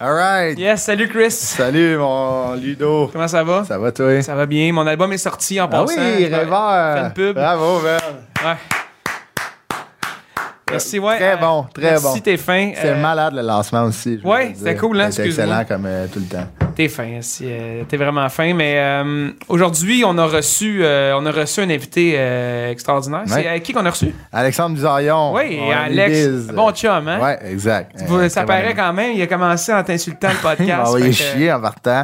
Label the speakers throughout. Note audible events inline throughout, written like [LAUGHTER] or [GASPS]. Speaker 1: All right.
Speaker 2: Yes, salut Chris.
Speaker 1: Salut, mon Ludo.
Speaker 2: Comment ça va?
Speaker 1: Ça va, toi?
Speaker 2: Ça va bien. Mon album est sorti en
Speaker 1: ah
Speaker 2: passant.
Speaker 1: oui,
Speaker 2: Je vais-
Speaker 1: rêveur.
Speaker 2: Fais une pub.
Speaker 1: Bravo, Ben. man.
Speaker 2: Ouais. Merci, ouais. Euh,
Speaker 1: Très bon, très
Speaker 2: merci,
Speaker 1: bon.
Speaker 2: t'es fin.
Speaker 1: C'était
Speaker 2: Euh,
Speaker 1: malade le lancement aussi. je
Speaker 2: Ouais,
Speaker 1: veux dire.
Speaker 2: c'était cool, hein,
Speaker 1: C'était
Speaker 2: excuse-moi.
Speaker 1: excellent comme euh, tout le temps.
Speaker 2: T'es fin, si, euh, t'es vraiment fin. Mais euh, aujourd'hui, on a reçu, euh, on a reçu un invité euh, extraordinaire.
Speaker 1: Ouais.
Speaker 2: C'est euh, qui qu'on a reçu
Speaker 1: Alexandre Duzarion.
Speaker 2: Oui,
Speaker 1: on
Speaker 2: Alex.
Speaker 1: l'utilise.
Speaker 2: Bon chum, hein.
Speaker 1: Ouais, exact.
Speaker 2: Vous-
Speaker 1: Euh, très
Speaker 2: ça
Speaker 1: bon
Speaker 2: paraît
Speaker 1: ami.
Speaker 2: quand même. Il a commencé en
Speaker 1: [LAUGHS]
Speaker 2: t'insultant le
Speaker 1: Il m'a
Speaker 2: podcast.
Speaker 1: envoyé
Speaker 2: fait que-
Speaker 1: Ah chier en partant.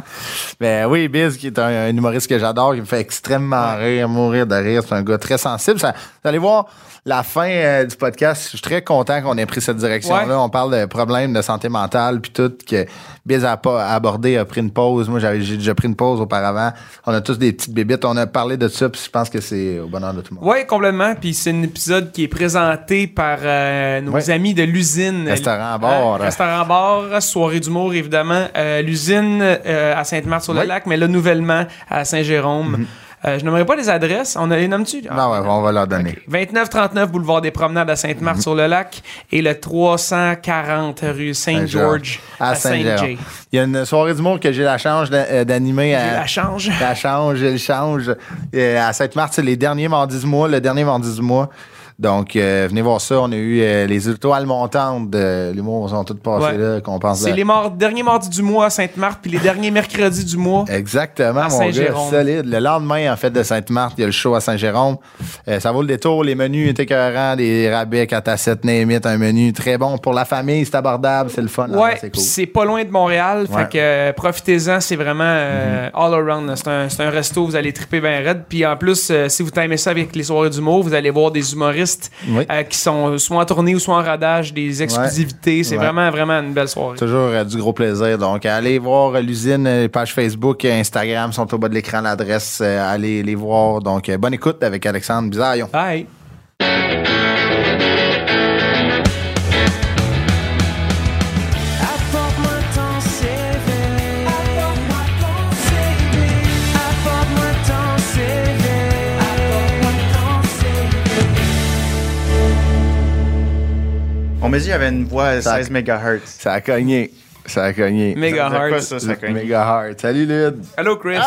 Speaker 1: Mais oui, Biz, qui est un, un humoriste que j'adore, qui me fait extrêmement rire, mourir de rire. C'est un gars très sensible. Ça- vous allez voir la fin euh, du podcast. Je suis très content qu'on ait pris cette direction-là.
Speaker 2: Ouais.
Speaker 1: On parle de problèmes de santé mentale, puis tout, que Biz a pas abordé, a pris une pause. Moi, j'avais, j'ai déjà pris une pause auparavant. On a tous des petites bébites. On a parlé de ça, puis je pense que c'est au bonheur de tout le monde.
Speaker 2: Oui, complètement. Puis c'est un épisode qui est présenté par euh, nos
Speaker 1: Ouais.
Speaker 2: amis de l'usine.
Speaker 1: Restaurant
Speaker 2: bord
Speaker 1: bar.
Speaker 2: restaurant bar, soirée d'humour, évidemment. Euh, l'usine euh, à Sainte-Marthe-sur-le-Lac, mais là, nouvellement, à Saint-Jérôme. Euh, je nommerai pas les adresses. On a les nommes-tu?
Speaker 1: Mhm. Non, Ah ouais, on va leur donner.
Speaker 2: 2939 boulevard des Promenades à Sainte-Marthe-sur-le-Lac et le 340 rue Saint-Georges à Saint-Jay.
Speaker 1: Saint-Jérôme. Il y a une soirée d'humour que j'ai la chance d'a- euh, d'animer à.
Speaker 2: la change.
Speaker 1: La change, elle change. Euh, à Sainte-Marthe, c'est les derniers mardis du mois, le dernier mardi du mois. Donc, euh, venez voir ça. On a eu euh, les étoiles montantes. de L'humour, sont toutes passées
Speaker 2: Ouais.
Speaker 1: là, qu'on pense.
Speaker 2: C'est
Speaker 1: à-
Speaker 2: les morts- derniers mardis du mois à Sainte-Marthe puis les derniers mercredis du mois.
Speaker 1: Exactement, mon gars,
Speaker 2: Saint-Jérôme.
Speaker 1: solide. Le lendemain, en fait, de Sainte-Marthe, il y a le show à Saint-Jérôme. Euh, ça vaut le détour. Les menus étaient écœurants, des rabais, 4 à 7, némites, un menu très bon pour la famille, c'est abordable, c'est le fun. là-bas,
Speaker 2: Ouais,
Speaker 1: Ah, c'est
Speaker 2: pis
Speaker 1: cool.
Speaker 2: c'est pas loin de Montréal.
Speaker 1: Ouais. Mm-hmm.
Speaker 2: Fait que euh, profitez-en, c'est vraiment euh, all around. là. C'est un, c'est un resto, vous allez triper bien raide. Puis en plus, euh, si vous timez ça avec les soirées d'humour, vous allez voir des humoristes
Speaker 1: Oui.
Speaker 2: euh, qui sont soit en tournée ou soit en radage, des exclusivités. C'est
Speaker 1: Ouais.
Speaker 2: vraiment, vraiment une belle soirée.
Speaker 1: Toujours euh, du gros plaisir. Donc, allez voir euh, l'usine, euh, les pages Facebook, euh, Instagram sont au bas de l'écran, l'adresse. euh, allez les voir. Donc, euh, bonne écoute avec Alexandre Bizarion.
Speaker 2: Bye!
Speaker 3: On m'a dit qu'il y avait une voix à
Speaker 1: Ça-
Speaker 3: 16 MHz.
Speaker 1: Ça a cogné. Ça a cogné.
Speaker 2: Méga
Speaker 3: C'est quoi
Speaker 2: hard.
Speaker 3: ça, ça cogne?
Speaker 1: Méga hard. Salut, Lud.
Speaker 2: Hello, Chris.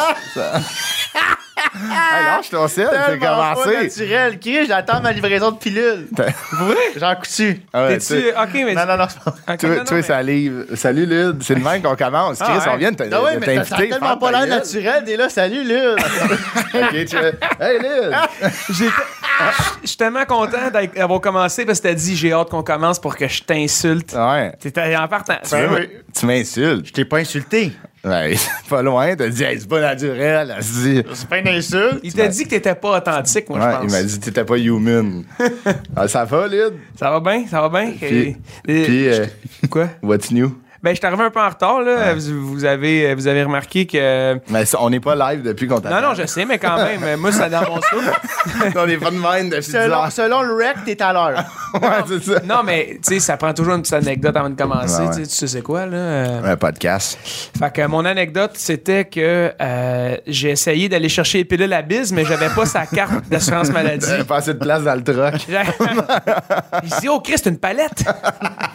Speaker 1: Hey, lâche ton sel, c'est
Speaker 3: Tellement pas
Speaker 1: commencé.
Speaker 3: naturel. Chris, j'attends ma livraison de pilules. J'en coutu.
Speaker 1: Ah [LAUGHS] ouais,
Speaker 2: T'es-tu.
Speaker 1: tu-
Speaker 2: Ok, mais.
Speaker 3: Non, non, non, c'est pas vrai.
Speaker 2: Ok, non,
Speaker 1: Toi,
Speaker 2: non,
Speaker 1: toi,
Speaker 2: mais-
Speaker 1: salive. Salut, Lud. C'est le même qu'on commence. Chris,
Speaker 2: Ah, ouais.
Speaker 1: on vient de t'in-
Speaker 3: Non, ouais,
Speaker 1: de
Speaker 3: mais t'as- t'as
Speaker 1: t'inviter.
Speaker 3: tellement pas l'air naturel. T'es là, salut, Lune.
Speaker 1: OK, tu
Speaker 2: [LAUGHS]
Speaker 1: veux- Hey, Lud.
Speaker 2: J'étais- Je suis tellement content d'être- d'avoir commencé parce que t'as dit j'ai hâte qu'on commence pour que je t'insulte.
Speaker 1: Ouais.
Speaker 2: T'étais en partant.
Speaker 3: Ben oui.
Speaker 1: Ah. Tu m'insultes.
Speaker 3: Je t'ai pas insulté.
Speaker 1: Ouais, [LAUGHS] pas loin. T'as dit, Hey, c'est pas naturel. Elle se dit.
Speaker 3: C'est pas une insulte.
Speaker 2: Il t'a dit que t'étais pas authentique, moi,
Speaker 1: Ben, Ouais,
Speaker 2: je
Speaker 1: il m'a
Speaker 2: pense.
Speaker 1: dit t'étais pas
Speaker 2: [LAUGHS]
Speaker 1: human. Ah, ça va, Lyd?
Speaker 2: Ça va bien, ça va bien.
Speaker 1: Puis,
Speaker 2: Euh,
Speaker 1: puis euh,
Speaker 2: Quoi?
Speaker 1: what's new?
Speaker 2: Ben, je suis arrivé un peu en retard, là. Vous, vous avez, vous avez remarqué que.
Speaker 1: Mais ça, on n'est pas live depuis qu'on t'a.
Speaker 2: Non, non, je sais, mais quand même, euh, moi, ça dans mon souffle.
Speaker 1: [LAUGHS] on n'est pas de même depuis 10
Speaker 3: Selon,
Speaker 1: heures.
Speaker 3: selon le rec, t'es à l'heure.
Speaker 1: [LAUGHS] ouais, c'est ça.
Speaker 2: Non, mais, tu sais, ça prend toujours une petite anecdote avant de commencer.
Speaker 1: Ouais, ouais.
Speaker 2: tu sais, Tu sais, c'est quoi, là? euh,
Speaker 1: Un podcast.
Speaker 2: Fait que mon anecdote, c'était que euh, j'ai essayé d'aller chercher les pilules à bise, mais j'avais pas sa carte
Speaker 1: [LAUGHS]
Speaker 2: d'assurance maladie.
Speaker 1: J'avais pas assez de place dans le truck.
Speaker 2: J'ai [LAUGHS] dit, oh, Christ, une palette!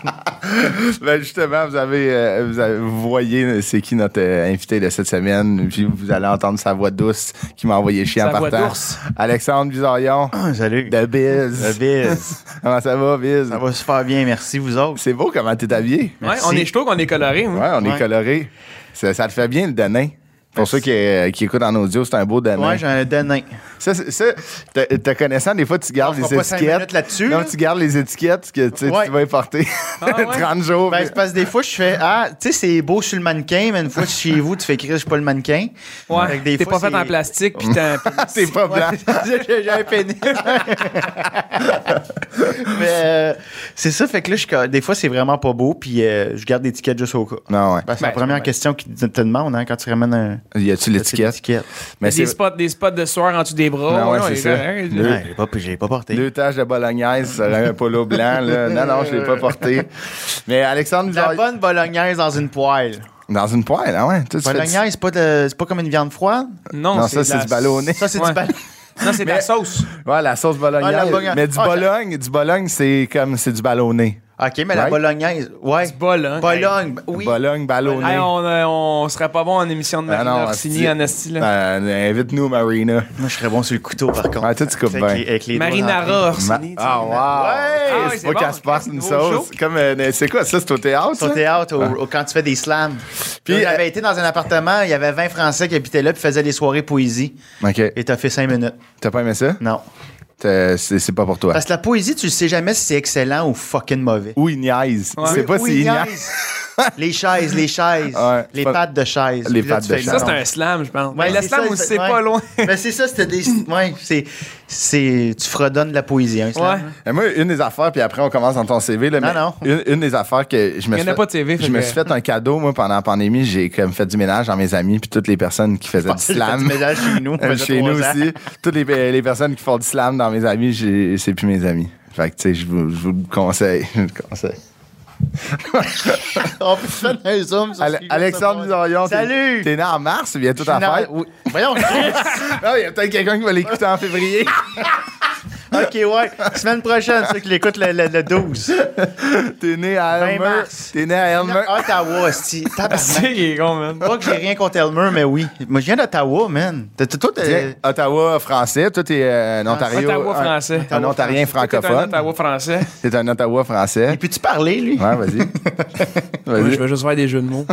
Speaker 1: [LAUGHS] ben justement, vous avez, euh, vous avez- vous voyez c'est qui notre euh, invité de cette semaine. Puis vous allez entendre sa voix douce qui m'a envoyé chier
Speaker 2: Sa
Speaker 1: en
Speaker 2: voix
Speaker 1: partant.
Speaker 2: d'ours.
Speaker 1: Alexandre Bizarion
Speaker 3: Salut.
Speaker 1: de Biz.
Speaker 3: Biz.
Speaker 1: Comment ça va, Biz?
Speaker 3: Ça va super bien, merci, vous autres.
Speaker 1: C'est beau comment t'es habillé.
Speaker 2: Ouais, on est, je trouve qu'on est coloré. hein.
Speaker 1: Ouais, on est
Speaker 3: Ouais.
Speaker 1: coloré. Ça, ça te fait bien le denain. Pour ceux qui, euh, qui écoutent en audio, c'est un beau denain.
Speaker 3: Ouais, j'ai un denain.
Speaker 1: Ça, c'est- ça, te, te connaissant, des fois, tu gardes
Speaker 3: On fera
Speaker 1: les
Speaker 3: pas cinq
Speaker 1: étiquettes.
Speaker 3: minutes là-dessus,
Speaker 1: Non,
Speaker 3: là.
Speaker 1: tu gardes les étiquettes que tu, sais,
Speaker 3: Ouais.
Speaker 1: tu vas y porter
Speaker 2: ouais?
Speaker 1: [LAUGHS] 30 jours.
Speaker 3: Ben,
Speaker 1: puis-
Speaker 3: c'est parce que des fois, je fais Ah, tu sais, c'est beau sur le mannequin, mais une fois chez vous, tu fais Chris, je suis pas le mannequin. Fait
Speaker 2: Ouais,
Speaker 3: que des
Speaker 2: t'es
Speaker 3: fois,
Speaker 2: pas fait
Speaker 3: c'est-
Speaker 2: en plastique, puis
Speaker 1: [LAUGHS]
Speaker 2: t'as un pénis.
Speaker 1: T'es pas blanc.
Speaker 3: Ouais, j'ai j'ai un pénis. Mais euh, c'est ça, fait que là, je suis ca- des fois, c'est vraiment pas beau, puis euh, je garde l'étiquette juste au cas.
Speaker 1: [LAUGHS] Non, ouais.
Speaker 3: Parce que c'est la
Speaker 2: Ben,
Speaker 3: première
Speaker 2: ben.
Speaker 3: question qu'ils te te demandent hein, quand tu ramènes un.
Speaker 1: Y a-tu l'étiquette?
Speaker 3: l'étiquette.
Speaker 1: Mais
Speaker 2: des,
Speaker 1: c'est
Speaker 2: spots, des spots de sueur en dessous des bras.
Speaker 1: Non, ouais,
Speaker 2: non,
Speaker 1: c'est
Speaker 2: les
Speaker 1: ça.
Speaker 2: gars, hein,
Speaker 1: Le-
Speaker 3: Ouais, j'ai pas, j'ai pas porté.
Speaker 1: deux taches de bolognaise sur un polo blanc. Là. Non, non, je l'ai pas porté. Mais Alexandre,
Speaker 3: La
Speaker 1: Bizarre-
Speaker 3: bonne bolognaise dans une poêle.
Speaker 1: dans une poêle, hein, ouais. Toi, tu fais du-
Speaker 3: Bolognaise, c'est pas, de- c'est pas comme une viande froide.
Speaker 2: Non,
Speaker 1: Non, ça,
Speaker 2: de
Speaker 1: c'est
Speaker 2: la-
Speaker 1: du ballonné.
Speaker 3: Ça, c'est
Speaker 2: Ouais.
Speaker 3: du ballon.
Speaker 2: Non, c'est de la sauce.
Speaker 1: Ouais, la sauce bolognaise.
Speaker 3: Ah, la bolognaise.
Speaker 1: Mais du
Speaker 3: Ah,
Speaker 1: bologne, du bologne, c'est comme, c'est du ballonné.
Speaker 3: [LAUGHS] OK, mais la
Speaker 1: Right?
Speaker 3: bolognaise. Ouais.
Speaker 2: C'est Bologne.
Speaker 3: Bologne, oui.
Speaker 1: Bologne, ballonné.
Speaker 2: Hey, on, euh, on serait pas bon en émission
Speaker 1: Ah
Speaker 2: de Marina Orsini, en esti, là.
Speaker 1: Euh, Invite-nous, Marina.
Speaker 3: Moi, je serais bon sur le couteau, par contre.
Speaker 1: Ah, toi, tu coupes
Speaker 3: Avec
Speaker 1: bien.
Speaker 3: les- avec les doigts dans
Speaker 2: Marinara
Speaker 1: Ma-
Speaker 2: Orsini. tu sais.
Speaker 1: Ah, wow!
Speaker 2: Ah, ouais,
Speaker 1: c'est
Speaker 2: c'est
Speaker 1: pas
Speaker 2: bon,
Speaker 1: qu'elle se passe
Speaker 2: c'est
Speaker 1: une
Speaker 2: nouveau
Speaker 1: sauce. Comme, euh, c'est quoi, ça, c'est au théâtre?
Speaker 3: le-
Speaker 1: ça?
Speaker 3: Au théâtre, au- au- quand tu fais des slams.
Speaker 1: Puis,
Speaker 3: Puis, on
Speaker 1: euh,
Speaker 3: avait été dans un appartement, il y avait 20 Français qui habitaient là, puis faisaient des soirées poésie.
Speaker 1: OK.
Speaker 3: Et t'as fait 5 minutes.
Speaker 1: T'as pas aimé ça?
Speaker 3: Non.
Speaker 1: T'as- C'est c'est pas pour toi.
Speaker 3: Parce que la poésie, tu sais jamais si c'est excellent ou fucking mauvais.
Speaker 1: Ou il niaise.
Speaker 2: Ouais.
Speaker 1: C'est pas
Speaker 3: Oui,
Speaker 1: si il niaise. [LAUGHS]
Speaker 3: niaise. les chaises, les chaises.
Speaker 1: Ouais.
Speaker 3: Les
Speaker 1: Pas-
Speaker 3: pattes de chaises.
Speaker 1: Les
Speaker 3: Puis là,
Speaker 1: pattes
Speaker 3: tu
Speaker 1: de
Speaker 3: fais,
Speaker 1: chaises.
Speaker 2: Ça, c'est
Speaker 3: non.
Speaker 2: un slam, je pense.
Speaker 3: Ouais,
Speaker 2: mais le
Speaker 3: c'est
Speaker 2: slam
Speaker 3: ça,
Speaker 2: aussi, c'est
Speaker 3: [LAUGHS] ouais.
Speaker 2: pas loin.
Speaker 3: Mais c'est ça, c'était
Speaker 2: [LAUGHS]
Speaker 3: des. Ouais, c'est. c'est- Tu fredonnes de la poésie, hein,
Speaker 2: Ouais.
Speaker 3: slam.
Speaker 1: Et moi, une des affaires, puis après, on commence dans ton CV. Là,
Speaker 3: Non,
Speaker 1: mais
Speaker 3: non.
Speaker 1: Une, une des affaires que je me
Speaker 2: Il y
Speaker 1: suis
Speaker 2: en a
Speaker 1: fait-
Speaker 2: pas de CV, fait
Speaker 1: Je me
Speaker 2: que-
Speaker 1: suis fait un cadeau, moi, pendant la pandémie. J'ai comme fait du ménage dans mes amis, puis toutes les personnes qui faisaient du
Speaker 3: J'ai fait du
Speaker 1: slam.
Speaker 3: ménage chez [LAUGHS] nous.
Speaker 1: Euh,
Speaker 3: mais j'ai
Speaker 1: Chez nous
Speaker 3: trois ans.
Speaker 1: aussi. Toutes les, euh, les personnes qui font du slam dans mes amis, j'ai- c'est plus mes amis. Fait que, tu sais, je vous, je vous le conseille. [LAUGHS] Je vous le conseille.
Speaker 3: On peut faire un zoom sur
Speaker 1: Ale-
Speaker 3: ce qui va
Speaker 1: Alexandre
Speaker 3: se
Speaker 1: Bizorion, t'es-
Speaker 3: Salut!
Speaker 1: T'es né en mars, il y a tout à
Speaker 3: passer.
Speaker 1: faire.
Speaker 3: Oui. Voyons,
Speaker 1: Ah, il y a peut-être quelqu'un qui va l'écouter en février.
Speaker 3: [LAUGHS] OK, ouais. Semaine prochaine, ceux qui l'écoutent le, le- le
Speaker 1: [LAUGHS]
Speaker 3: 12.
Speaker 1: [LAUGHS] T'es né à
Speaker 3: 20
Speaker 1: Elmer.
Speaker 3: mars.
Speaker 1: T'es né à Elmer.
Speaker 3: Non,
Speaker 1: [LAUGHS]
Speaker 3: Ottawa, esti. Tabarnak.
Speaker 2: C'est il est con, man.
Speaker 3: Pas que j'ai rien contre Elmer, mais oui. Moi, je viens d'Ottawa, man. T'as- t'as- Toi,
Speaker 1: Tiens,
Speaker 3: t'es.
Speaker 1: Ottawa français, toi t'es euh, un Ontario.
Speaker 2: Ottawa
Speaker 1: un-
Speaker 2: français.
Speaker 1: Un, Ontarien
Speaker 2: C'est un
Speaker 1: francophone.
Speaker 2: Ottawa français.
Speaker 1: T'es un Ottawa français.
Speaker 3: Et puis tu parler, lui?
Speaker 1: Ouais, vas-y.
Speaker 2: Moi, je
Speaker 1: vas-y.
Speaker 2: veux juste faire des jeux de [LAUGHS] mots.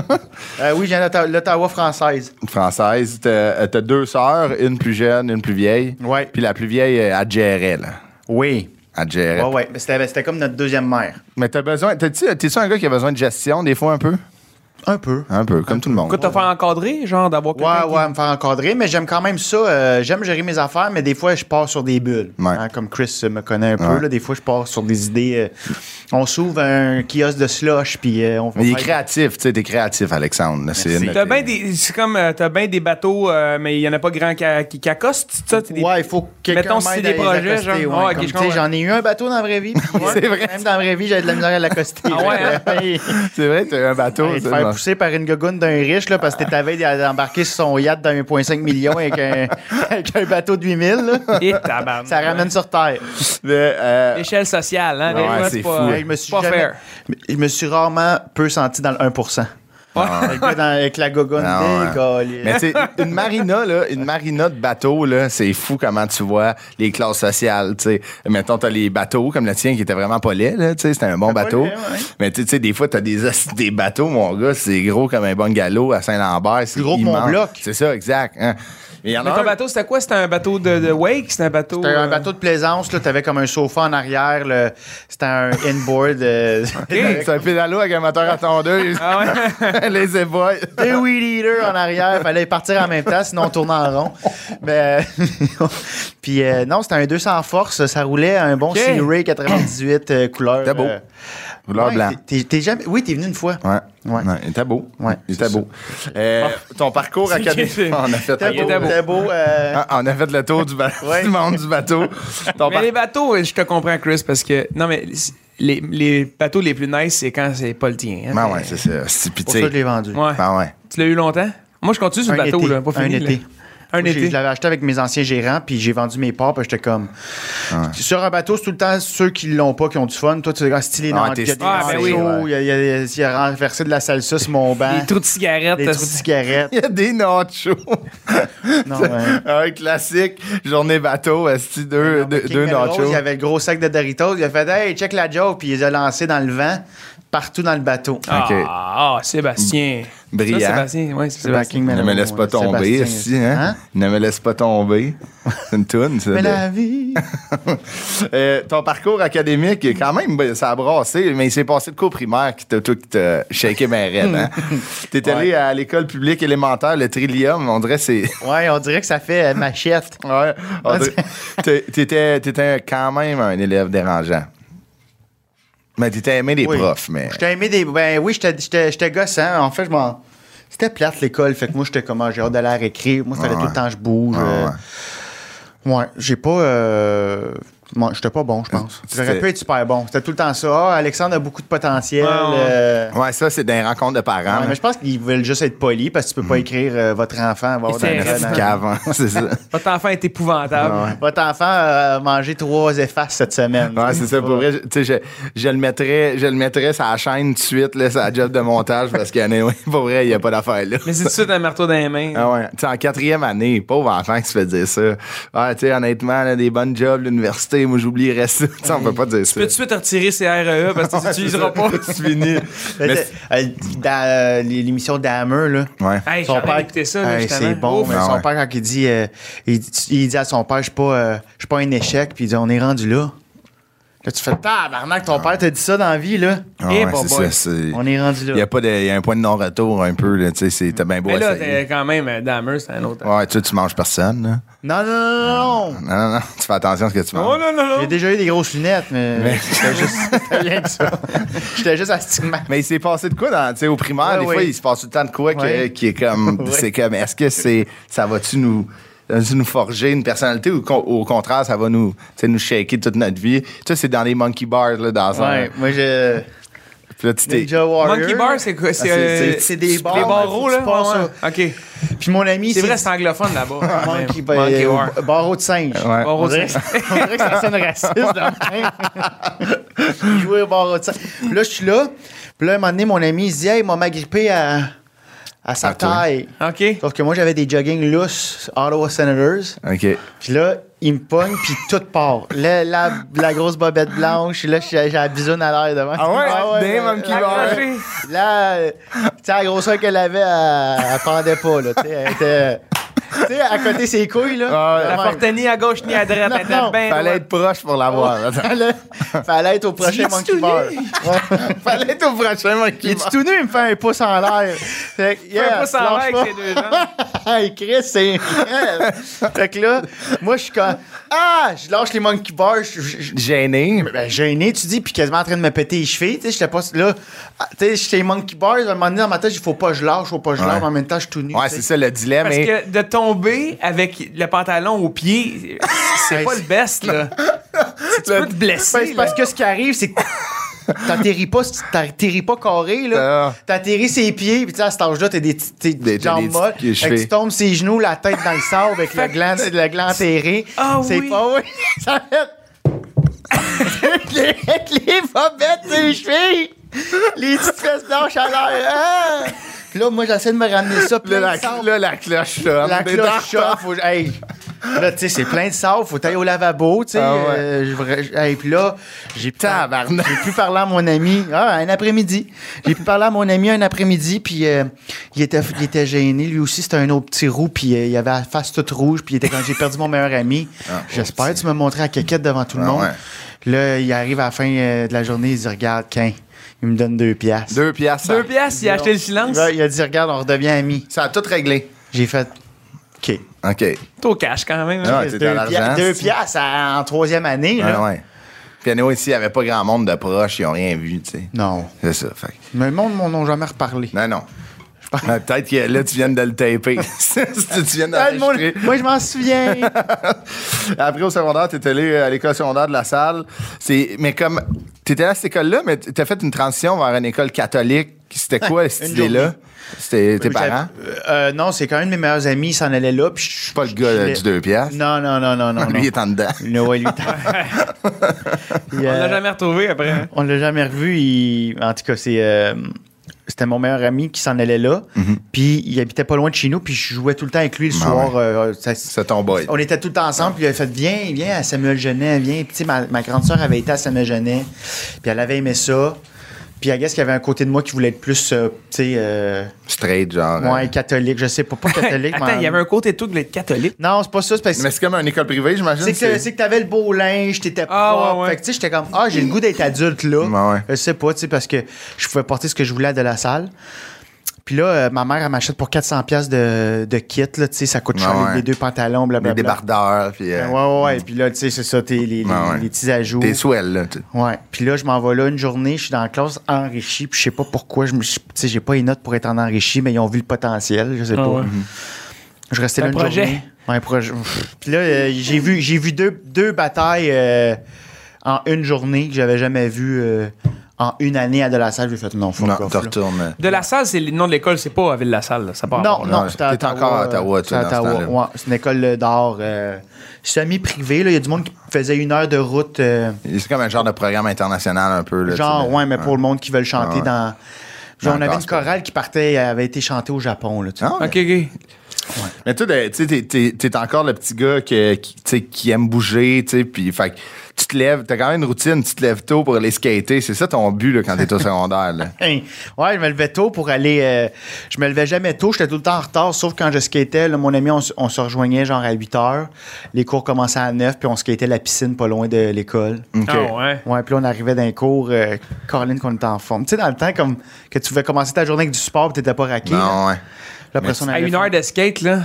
Speaker 3: Euh, oui, je viens d'Ottawa l'Ottawa française.
Speaker 1: Française. T'as euh, t'as deux sœurs, une plus jeune, une plus vieille.
Speaker 3: Ouais.
Speaker 1: Puis la plus vieille, euh, elle gérait, là.
Speaker 3: Oui.
Speaker 1: Elle gérait.
Speaker 3: Ouais, ouais. Mais C'était c'était comme notre deuxième mère.
Speaker 1: Mais t'as besoin. T'es-tu t'es-tu un gars qui a besoin de gestion, des fois, un peu?
Speaker 3: Un peu.
Speaker 1: Un peu, comme tout le monde.
Speaker 2: Pourquoi t'as fait encadrer, genre, d'avoir quelqu'un
Speaker 3: Ouais, ouais, me faire encadrer, mais j'aime quand même ça. euh, j'aime gérer mes affaires, mais des fois, je pars sur des bulles.
Speaker 1: Ouais.
Speaker 3: Hein, comme Chris euh, me connaît un peu,
Speaker 1: Ouais.
Speaker 3: là, des fois, je pars sur des idées. euh, on s'ouvre un kiosque de slush, puis euh, on fait.
Speaker 1: Mais il est créatif, tu sais, t'es créatif, Alexandre. là, C'est
Speaker 3: Merci.
Speaker 1: une-
Speaker 2: T'as bien des, c'est comme, euh, t'as bien des bateaux, euh, mais il y en a pas grand qui, qui, qui accostent, c'est ça? t'es des-
Speaker 3: Ouais, il faut que quelqu'un
Speaker 2: Mettons, si
Speaker 3: m'aide
Speaker 2: c'est des
Speaker 3: à les
Speaker 2: projets,
Speaker 3: accoster,
Speaker 2: genre. Ouais,
Speaker 3: ouais,
Speaker 2: ok,
Speaker 3: comme,
Speaker 2: je
Speaker 3: Ah, tu sais,
Speaker 2: comprends.
Speaker 3: J'en ai eu un bateau dans la vraie vie. puis, [LAUGHS] ouais,
Speaker 1: C'est vrai.
Speaker 3: Même dans la vraie vie, j'avais de la misère à l'accoster.
Speaker 2: Ah ouais, hein?
Speaker 3: Ouais. [LAUGHS]
Speaker 1: C'est vrai, t'as un bateau.
Speaker 3: Hey, te
Speaker 1: c'est
Speaker 3: faire
Speaker 1: bon.
Speaker 3: pousser par une gogoune d'un riche là, parce que t'étais à veille d'embarquer sur son yacht d'un 1,5 million avec un, [LAUGHS] avec un bateau de 8000, là.
Speaker 2: [LAUGHS] Et tabarnak.
Speaker 3: ça ramène sur terre.
Speaker 1: Mais, euh,
Speaker 2: L'échelle sociale, hein?
Speaker 1: Ouais,
Speaker 2: des fois,
Speaker 1: c'est
Speaker 2: pas,
Speaker 1: fou.
Speaker 3: Hey, je me suis
Speaker 2: pas
Speaker 3: jamais-
Speaker 2: fair.
Speaker 3: Je me suis rarement peu senti dans le 1%. Avec, dans- avec la gogoune
Speaker 1: Ah, ouais.
Speaker 3: décollée.
Speaker 1: Mais tu sais, une marina, là, une marina de bateau, là, c'est fou comment tu vois les classes sociales, tu sais. Mettons, t'as les bateaux, comme le tien, qui était vraiment pas laid, là, tu sais, c'était un bon
Speaker 3: pas
Speaker 1: bateau.
Speaker 3: laid, ouais.
Speaker 1: Mais tu sais, des fois, t'as des, os- des bateaux, mon gars, c'est gros comme un bungalow à Saint-Lambert. C'est
Speaker 3: gros que mon
Speaker 1: immense.
Speaker 3: bloc.
Speaker 1: C'est ça, exact. hein. Mais il y en
Speaker 2: Mais
Speaker 1: a
Speaker 2: ton
Speaker 1: un-
Speaker 2: bateau, c'était quoi? C'était un bateau de, de wake? C'était un bateau.
Speaker 3: C'était un
Speaker 2: euh,
Speaker 3: bateau de plaisance, là, t'avais comme un sofa en arrière, là. c'était un inboard. euh, [LAUGHS]
Speaker 1: C'est un pédalo avec un moteur à tondeuse.
Speaker 2: Ah
Speaker 1: [LAUGHS]
Speaker 2: ouais?
Speaker 1: les ébois.
Speaker 3: Deux weed eaters en arrière, fallait partir en même temps, sinon on tournait en rond. Mais, euh, [LAUGHS] puis euh, non, c'était un 200 force, ça roulait un bon
Speaker 2: Ok.
Speaker 3: Sea Ray 98 euh, couleur.
Speaker 1: C'était beau.
Speaker 3: euh,
Speaker 1: Couleur
Speaker 3: ouais,
Speaker 1: blanc.
Speaker 3: t'es- t'es- t'es jamais- oui, t'es venu une fois.
Speaker 1: Ouais.
Speaker 3: Ouais.
Speaker 1: Ouais, Il était beau.
Speaker 3: Ouais,
Speaker 1: Il était
Speaker 3: c'est
Speaker 1: beau. Euh, ton parcours académique.
Speaker 2: C'est-
Speaker 1: On a fait
Speaker 3: T'es
Speaker 1: le
Speaker 2: Il
Speaker 3: beau,
Speaker 1: tour.
Speaker 2: était beau.
Speaker 3: t'es beau, euh,
Speaker 1: Ah, on a fait le tour du, ba-
Speaker 3: Ouais.
Speaker 1: du monde du bateau. Ton
Speaker 2: [LAUGHS] Mais les bateaux, je te comprends, Chris, parce que. Non, mais les, les bateaux les plus nice, c'est quand c'est pas le tien. hein.
Speaker 1: Ben ouais, c'est ça. C'est puis,
Speaker 3: pour
Speaker 1: tu
Speaker 3: ça
Speaker 1: sais,
Speaker 3: que je l'ai vendu.
Speaker 2: Ouais.
Speaker 1: Ben ouais.
Speaker 2: Tu l'as eu longtemps? Moi, je continue sur le
Speaker 3: Un
Speaker 2: bateau,
Speaker 3: été.
Speaker 2: là. Pas
Speaker 3: Un
Speaker 2: fini, là.
Speaker 3: été.
Speaker 2: Un
Speaker 3: Moi, j'ai-
Speaker 2: été.
Speaker 3: Je l'avais acheté avec mes anciens gérants, puis j'ai vendu mes parts, puis j'étais comme. Sur un bateau, c'est tout le temps ceux qui l'ont pas, qui ont du fun. Toi, tu es stylé dans
Speaker 1: Ah,
Speaker 3: le
Speaker 1: t'es
Speaker 3: il y a des
Speaker 2: Ah, ben
Speaker 3: manchots,
Speaker 2: oui.
Speaker 3: il y a- il y a- il y a renversé de la salsa sur mon banc,
Speaker 2: Des trous de euh, cigarettes.
Speaker 3: des trous de cigarettes. [LAUGHS]
Speaker 1: Il y a des nachos.
Speaker 3: Non, ouais.
Speaker 1: Un Ah classique, journée bateau, esti, deux, deux,
Speaker 3: King
Speaker 1: deux
Speaker 3: Melrose,
Speaker 1: nachos.
Speaker 3: Il y avait le gros sac de Doritos. Il a fait Hey, check la joke. Puis il les a lancés dans le vent, partout dans le bateau.
Speaker 2: Ah,
Speaker 1: Ok.
Speaker 2: ah, Sébastien.
Speaker 1: Brillant.
Speaker 2: Ça, Sébastien, oui, c'est Sébastien.
Speaker 3: King
Speaker 1: Ne
Speaker 3: Melrose,
Speaker 1: me laisse pas
Speaker 3: ouais,
Speaker 1: tomber,
Speaker 3: Sébastien,
Speaker 1: esti, hein? Ne me laisse pas tomber. C'est une toune, ça.
Speaker 3: Mais
Speaker 1: de- [LAUGHS]
Speaker 3: la vie.
Speaker 1: Euh, ton parcours académique, quand même, ben, ça a brassé, mais il s'est passé de cours primaire qui t'a tout qui t'a shaké ma reine. Hein? T'es allé à l'école publique élémentaire, le Trillium, on dirait c'est.
Speaker 3: ouais, on dirait que ça fait euh, machette.
Speaker 1: Ouais, on dirait- t'es- T'étais t'étais quand même un élève dérangeant. Mais t'étais aimé des
Speaker 3: Oui.
Speaker 1: profs, mais.
Speaker 3: J'étais aimé des. Ben oui, j'étais- j'étais j'étais gossant. En fait, je m'en. C'était plate l'école. Fait que moi, j'étais comme, ah, j'ai hâte d'aller à la récré. Moi, il
Speaker 1: Ah
Speaker 3: fallait tout
Speaker 1: ouais.
Speaker 3: le temps que je bouge.
Speaker 1: Ah
Speaker 3: euh,
Speaker 1: ouais.
Speaker 3: Ouais, j'ai pas. euh, Moi, j'étais pas bon, je pense.
Speaker 1: C'était-
Speaker 3: J'aurais pu être super bon. C'était tout le temps ça. Ah, Alexandre a beaucoup de potentiel.
Speaker 2: Ouais, ouais.
Speaker 3: euh,
Speaker 1: Ouais, ça, c'est des rencontres de parents. hein.
Speaker 3: ouais, mais je pense qu'ils veulent juste être polis parce que tu peux pas
Speaker 1: Hmm.
Speaker 3: écrire euh, votre enfant va avoir
Speaker 2: C'est
Speaker 3: dans-
Speaker 1: C'est
Speaker 2: restant.
Speaker 1: un
Speaker 3: dans-
Speaker 1: cave, hein, [LAUGHS] c'est ça.
Speaker 2: Votre enfant est épouvantable.
Speaker 1: Ouais.
Speaker 3: Votre enfant a mangé trois effaces cette semaine.
Speaker 1: Ouais, c'est ça, pour
Speaker 3: [LAUGHS]
Speaker 1: vrai. je- Tu sais, je, je le mettrais, je le mettrais sur la chaîne tout de suite, là, sur la job de montage, parce qu'il y en a, pour vrai, il n'y a pas d'affaire, là.
Speaker 2: Mais c'est tout de suite un marteau dans les mains.
Speaker 1: Ah ouais, tu sais, en quatrième année, pauvre enfant qui se fait dire ça. Ah, tu sais, honnêtement, là, des bonnes jobs, l'université, moi, j'oublierais ça. [LAUGHS] Tu sais, on peut pas dire ça.
Speaker 2: Tu peux tout de suite retirer ces REE parce que tu les utiliseras pas.
Speaker 1: C'est fini. Mais
Speaker 3: Fait que, euh, dans euh, l'émission d'Hammer, là.
Speaker 1: Ouais.
Speaker 2: Hey,
Speaker 3: Son
Speaker 2: j'avais
Speaker 3: père-
Speaker 2: écouté ça, là,
Speaker 3: Hey,
Speaker 2: justement.
Speaker 3: c'est bon,
Speaker 2: Ouf.
Speaker 3: mais
Speaker 1: Ah
Speaker 3: son
Speaker 1: ouais.
Speaker 3: père, quand il dit, euh, il, dit- il dit à son père, je suis pas, euh, je suis pas un échec, puis il dit, on est rendu là. Là, tu fais, tabarnak, ton père t'a dit ça dans la vie, là.
Speaker 1: Ah
Speaker 2: Eh,
Speaker 1: ouais,
Speaker 2: bon
Speaker 1: c'est
Speaker 2: boy.
Speaker 1: ça, c'est-
Speaker 3: On est rendu
Speaker 1: Il y
Speaker 3: là.
Speaker 1: a pas de, il y a un point de non-retour, un peu, là, tu sais, c'est- t'as bien beau
Speaker 2: Mais là,
Speaker 1: essayer.
Speaker 2: t'es quand même, euh, Dahmer, c'est un autre.
Speaker 1: Ouais, tu sais, tu manges personne, là.
Speaker 3: Non, non, non, non, non.
Speaker 1: Non, non, non, tu fais attention à ce que tu manges.
Speaker 2: Oh non, non,
Speaker 3: J'ai
Speaker 2: non.
Speaker 3: déjà eu des grosses lunettes, mais,
Speaker 1: Mais-
Speaker 2: [LAUGHS]
Speaker 3: c'était juste, c'était rien que ça. J'étais juste astigmate.
Speaker 1: Mais il s'est passé de quoi dans, tu sais, au primaire,
Speaker 3: Ouais,
Speaker 1: des
Speaker 3: ouais.
Speaker 1: fois, il se passe tout le temps de quoi que-
Speaker 3: Ouais.
Speaker 1: qui est comme,
Speaker 2: [LAUGHS]
Speaker 3: Ouais.
Speaker 1: c'est comme, est-ce que c'est, ça va-tu nous, ça va-tu nous forger une personnalité ou con- au contraire, ça va nous, tu sais, nous shaker toute notre vie? Tu sais, c'est dans les monkey bars, là, dans un.
Speaker 3: Ouais, moi, je.
Speaker 1: Puis là, tu t'es.
Speaker 3: Ninja Warrior.
Speaker 2: Monkey Bar, c'est quoi? C'est
Speaker 1: Ah, c'est-
Speaker 2: euh,
Speaker 1: c'est-
Speaker 3: c'est des barres,
Speaker 2: Les
Speaker 3: mais
Speaker 2: barreaux,
Speaker 3: faut que
Speaker 2: là?
Speaker 3: tu passes
Speaker 2: Ouais, ouais. OK.
Speaker 3: Puis mon ami,
Speaker 2: C'est vrai, c'est anglophone là-bas.
Speaker 3: Ah, Monkey,
Speaker 2: Bar. Monkey Bar.
Speaker 3: euh, barreau de singe.
Speaker 1: Ouais.
Speaker 2: Barreau
Speaker 3: On
Speaker 2: de
Speaker 3: dirait,
Speaker 2: singe.
Speaker 3: on dirait que ça sonne raciste de même. [LAUGHS] Il jouait au barreau de singe. Puis là, je suis là. Puis là, un moment donné, mon ami, il se dit Hey, il m'a agrippé à, à sa
Speaker 1: À toi.
Speaker 3: taille.
Speaker 2: OK.
Speaker 3: Sauf que moi, j'avais des jogging lousses Ottawa Senators.
Speaker 1: OK.
Speaker 3: Puis là, il me pogne, puis tout part. La, la, la grosse bobette blanche, là, j'ai j'ai la bisoune à l'air devant.
Speaker 1: Ah ouais? Damn,
Speaker 3: ouais.
Speaker 1: Monkey
Speaker 3: Là,
Speaker 1: Bar.
Speaker 2: Accroché.
Speaker 3: Là, euh, tu sais, la grosseur qu'elle avait, elle, elle pendait pas, là. Tu sais, elle était. Tu sais, à côté ses couilles, là.
Speaker 1: Ah ouais.
Speaker 2: La
Speaker 3: Vraiment.
Speaker 2: portait ni à gauche ni à droite.
Speaker 3: Non,
Speaker 2: Elle était
Speaker 3: non.
Speaker 2: bien
Speaker 1: Fallait
Speaker 2: droite.
Speaker 1: être proche pour l'avoir. Attends.
Speaker 3: Fallait, fallait être au prochain
Speaker 2: Dis-tu
Speaker 3: Monkey
Speaker 2: tout
Speaker 3: Bar.
Speaker 2: nu?
Speaker 3: [LAUGHS] Ouais.
Speaker 1: Fallait être au prochain
Speaker 3: Il
Speaker 1: monkey
Speaker 3: est
Speaker 1: bar.
Speaker 3: tout nu, il me fait un pouce en l'air. Fait que,
Speaker 2: Un
Speaker 3: yeah,
Speaker 2: pouce en l'air
Speaker 3: lâche
Speaker 2: avec ses deux jambes.
Speaker 3: [LAUGHS] hey, Chris, c'est incroyable. Fait que là, moi, je suis comme. Ah, je lâche les monkey bars. je- je-
Speaker 1: [LAUGHS]
Speaker 3: je-
Speaker 1: Gêné.
Speaker 3: ben, gêné, tu dis, puis quasiment en train de me péter les chevilles. Tu sais, j'étais pas. Là, ah, tu sais, j'étais monkey bars. À un moment donné, dans ma tête, il faut pas que je lâche, faut pas que je
Speaker 1: Ouais.
Speaker 3: lâche. mais En même temps, je suis tout nu.
Speaker 1: Ouais, c'est
Speaker 3: tu sais.
Speaker 1: ça le dilemme.
Speaker 2: Parce
Speaker 1: et-
Speaker 2: que de tomber avec le pantalon au pied, c'est
Speaker 3: Hey,
Speaker 2: pas le best, là.
Speaker 3: [LAUGHS]
Speaker 2: Tu peux te
Speaker 3: Ben,
Speaker 2: blesser,
Speaker 3: c'est parce
Speaker 2: là.
Speaker 3: que ce qui arrive, c'est que t'atterris pas, t'atterris pas carré, là.
Speaker 1: Ah.
Speaker 3: T'atterris ses pieds, puis tu sais, à cet âge-là, t'as des petites t'es
Speaker 1: Des- t'as des
Speaker 3: jambes
Speaker 1: petites
Speaker 3: molles.
Speaker 1: chevilles.
Speaker 3: Fait que tu tombes ses genoux, la tête dans le sable, avec le gland, le gland atterré.
Speaker 2: Ah
Speaker 3: C'est
Speaker 2: oui.
Speaker 3: pas, oui. [LAUGHS] Ça fait. les, les bobettes, ses chevilles. Les petites fesses blanches à l'air. Ah! Puis là, moi, j'essaie de me ramener ça. Puis
Speaker 1: Là,
Speaker 3: là,
Speaker 1: la,
Speaker 3: le sable-
Speaker 1: là, la cloche, là.
Speaker 3: la
Speaker 1: Des
Speaker 3: cloche
Speaker 1: dents.
Speaker 3: chauffe. Faut, hey, là, tu sais, c'est plein de sable. Faut aller au lavabo, tu sais.
Speaker 1: Ah ouais.
Speaker 3: euh, je voudrais- je- hey, puis là, j'ai pas-
Speaker 1: Tabarnak.
Speaker 3: j'ai pu parler à mon ami ah, un après-midi. J'ai pu parler à mon ami un après-midi, puis euh, il, était, il était gêné. Lui aussi, c'était un autre petit roux, puis euh, il avait la face toute rouge, puis il était quand j'ai perdu mon meilleur ami. J'espère que tu me montrais à caquette devant tout le
Speaker 1: Ah
Speaker 3: monde. Là, il arrive à la fin euh, de la journée, il dit Regarde, Quin, il me donne deux piastres.
Speaker 1: Deux piastres. ça-
Speaker 2: Deux piastres, il a acheté le silence.
Speaker 3: Là, il a dit Regarde, on redevient amis.
Speaker 1: Ça a tout réglé.
Speaker 3: J'ai fait OK.
Speaker 1: OK.
Speaker 2: T'es au cash quand même. hein.
Speaker 1: Ah, t'es dans
Speaker 3: Euh, deux,
Speaker 1: l'argent,
Speaker 3: pia- deux
Speaker 1: c'est-
Speaker 3: piastres à- en troisième année.
Speaker 1: Ouais,
Speaker 3: là.
Speaker 1: ouais. Puis nous, ici, il n'y avait pas grand monde de proches, ils n'ont rien vu, tu sais.
Speaker 3: Non.
Speaker 1: C'est ça. Fait. que-
Speaker 3: Mais le monde m'en ont jamais reparlé.
Speaker 1: Non, non. Ouais, Peut-être que là, tu viens de le taper. [LAUGHS] Si tu viens
Speaker 3: Ah, le monde-
Speaker 1: d'enregistrer.
Speaker 3: moi, je m'en [LAUGHS] souviens.
Speaker 1: Après, au secondaire, tu étais allé euh, à l'école secondaire de la salle. C'est- Mais comme. Tu étais à cette école-là, mais tu as fait une transition vers une école catholique. C'était quoi, cette
Speaker 3: [LAUGHS] Une
Speaker 1: idée-là?
Speaker 3: journée.
Speaker 1: C'était tes parents?
Speaker 3: Euh, euh, non, c'est quand même de mes meilleurs amis, il s'en allait là. Puis je suis
Speaker 1: Pas le gars euh, du 2 piastres.
Speaker 3: Non, non, non, non, non.
Speaker 1: [LAUGHS] Lui, il est en
Speaker 3: [LAUGHS]
Speaker 1: dedans.
Speaker 3: non. Ouais, lui, il est-
Speaker 2: [LAUGHS]
Speaker 3: Puis,
Speaker 2: On
Speaker 3: euh,
Speaker 2: l'a jamais retrouvé après. hein.
Speaker 3: on l'a jamais revu. il- En tout cas, c'est. euh, C'était mon meilleur ami qui s'en allait là. Puis il habitait pas loin de chez nous. Puis je jouais tout le temps avec lui le
Speaker 1: Ah
Speaker 3: soir. euh, ça-
Speaker 1: C'est ton boy.
Speaker 3: On était tout le temps ensemble, puis il a fait Viens, viens à Samuel Genet, viens. Puis, tu sais, ma, ma grande sœur avait été à Samuel Genet, puis elle avait aimé ça. Puis, I guess qu'il y avait un côté de moi qui voulait être plus, euh, tu sais, euh,
Speaker 1: Straight, genre.
Speaker 3: moins
Speaker 1: euh.
Speaker 3: catholique, je sais pas, pas catholique,
Speaker 2: [LAUGHS] Attends, il y
Speaker 3: mais.
Speaker 2: avait un côté de toi qui voulait être catholique.
Speaker 3: Non, c'est pas ça, c'est parce que.
Speaker 1: euh, Mais c'est comme une école privée, j'imagine.
Speaker 3: C'est que, c'est que t'avais le beau linge, t'étais
Speaker 2: Ah,
Speaker 3: propre.
Speaker 2: ouais, ouais.
Speaker 3: Fait que, tu sais, j'étais comme, ah, j'ai le goût d'être adulte, là.
Speaker 1: Ouais, ouais.
Speaker 3: Je sais pas, tu sais, parce que je pouvais porter ce que je voulais à de la salle. Puis là, euh, ma mère, elle m'achète pour 400$ piastres de, de kit, là, tu sais, ça coûte
Speaker 1: Ouais,
Speaker 3: cher, les-
Speaker 1: ouais.
Speaker 3: les deux pantalons, blablabla.
Speaker 1: Des débardeurs, puis euh,
Speaker 3: Ouais, ouais, ouais. Puis là, tu sais, c'est ça, t'es, les, les,
Speaker 1: Ouais, ouais.
Speaker 3: les petits ajouts.
Speaker 1: des swells, là. tu-
Speaker 3: Ouais. Puis là, je m'en vais là une journée, je suis dans la classe enrichie, puis je sais pas pourquoi, je me suis- tu sais, j'ai pas les notes pour être en enrichi, mais ils ont vu le potentiel, je sais
Speaker 2: Ah
Speaker 3: pas.
Speaker 2: ouais.
Speaker 3: Je restais
Speaker 2: Un
Speaker 3: là une
Speaker 2: projet.
Speaker 3: journée. Ouais, pour- je- Puis là, euh, j'ai vu, j'ai vu deux, deux batailles euh, en une journée que j'avais jamais vues euh, en une année à De La Salle. J'ai fait non, fuck
Speaker 1: Non,
Speaker 3: off,
Speaker 1: tu
Speaker 3: là.
Speaker 1: retournes. euh.
Speaker 2: De la salle, c'est le nom de l'école, c'est pas à Ville la Salle. Ça part
Speaker 3: Non, non,
Speaker 1: ouais.
Speaker 3: c'était à
Speaker 1: T'es encore à Ottawa, toi,
Speaker 3: C'est à
Speaker 1: dans ce
Speaker 3: Ottawa,
Speaker 1: temps-là.
Speaker 3: ouais. C'est une école d'art euh, semi-privée. là. Il y a du monde qui faisait une heure de route. euh,
Speaker 1: C'est comme un genre de programme international un peu. Là, tu
Speaker 3: genre,
Speaker 1: sais, de-
Speaker 3: ouais, mais pour le monde qui veut le chanter
Speaker 1: Ah ouais.
Speaker 3: dans. Genre,
Speaker 1: Dans
Speaker 3: on
Speaker 1: le
Speaker 3: avait une
Speaker 1: gospel.
Speaker 3: chorale qui partait, elle avait été chantée au Japon. Là, tu sais.
Speaker 1: Ah, ouais.
Speaker 2: Ok, ok.
Speaker 1: Mais tu sais, tu sais, t'es- t'es t'es encore le petit gars que- qui, tu sais, qui aime bouger, tu sais, puis fait que tu te lèves, t'as quand même une routine, tu te lèves tôt pour aller skater. C'est ça ton but là, quand
Speaker 3: [LAUGHS]
Speaker 1: t'es au secondaire. Là.
Speaker 3: Hein. Ouais, je me levais tôt pour aller. euh, je me levais jamais tôt, j'étais tout le temps en retard, sauf quand je skatais. là, mon ami, on, s- on se rejoignait genre à 8 heures. Les cours commençaient à 9, puis on skatait la piscine pas loin de l'école.
Speaker 1: OK.
Speaker 2: Ah ouais.
Speaker 3: Ouais, puis là, on arrivait d'un cours, euh, Colin, qu'on était en forme. Tu sais, dans le temps, comme que tu pouvais commencer ta journée avec du sport, puis t'étais pas raqué. là.
Speaker 1: Non,
Speaker 3: [LAUGHS]
Speaker 1: ouais.
Speaker 3: Là, après ça, on
Speaker 2: À
Speaker 3: avait
Speaker 2: une heure de skate, là.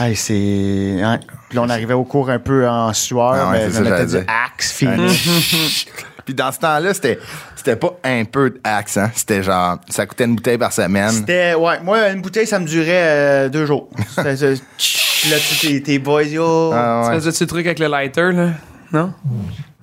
Speaker 3: Hey, c'est. hein. Puis là, on arrivait au cours un peu en sueur,
Speaker 1: Ah ouais,
Speaker 3: mais
Speaker 1: c'est
Speaker 3: on
Speaker 1: ça,
Speaker 3: mettait
Speaker 1: j'allais Ah,
Speaker 3: du axe, fini.
Speaker 1: Puis dans ce temps-là, c'était c'était pas un peu d'axe, hein. C'était genre, ça coûtait une bouteille par semaine.
Speaker 3: C'était, ouais, moi, une bouteille, ça me durait euh,
Speaker 1: [LAUGHS]
Speaker 3: deux jours. C'était, euh, tch, là, tu t'es, t'es boys, yo.
Speaker 1: Ah
Speaker 2: Tu
Speaker 1: ouais.
Speaker 2: faisais-tu le truc avec le lighter, là? Non?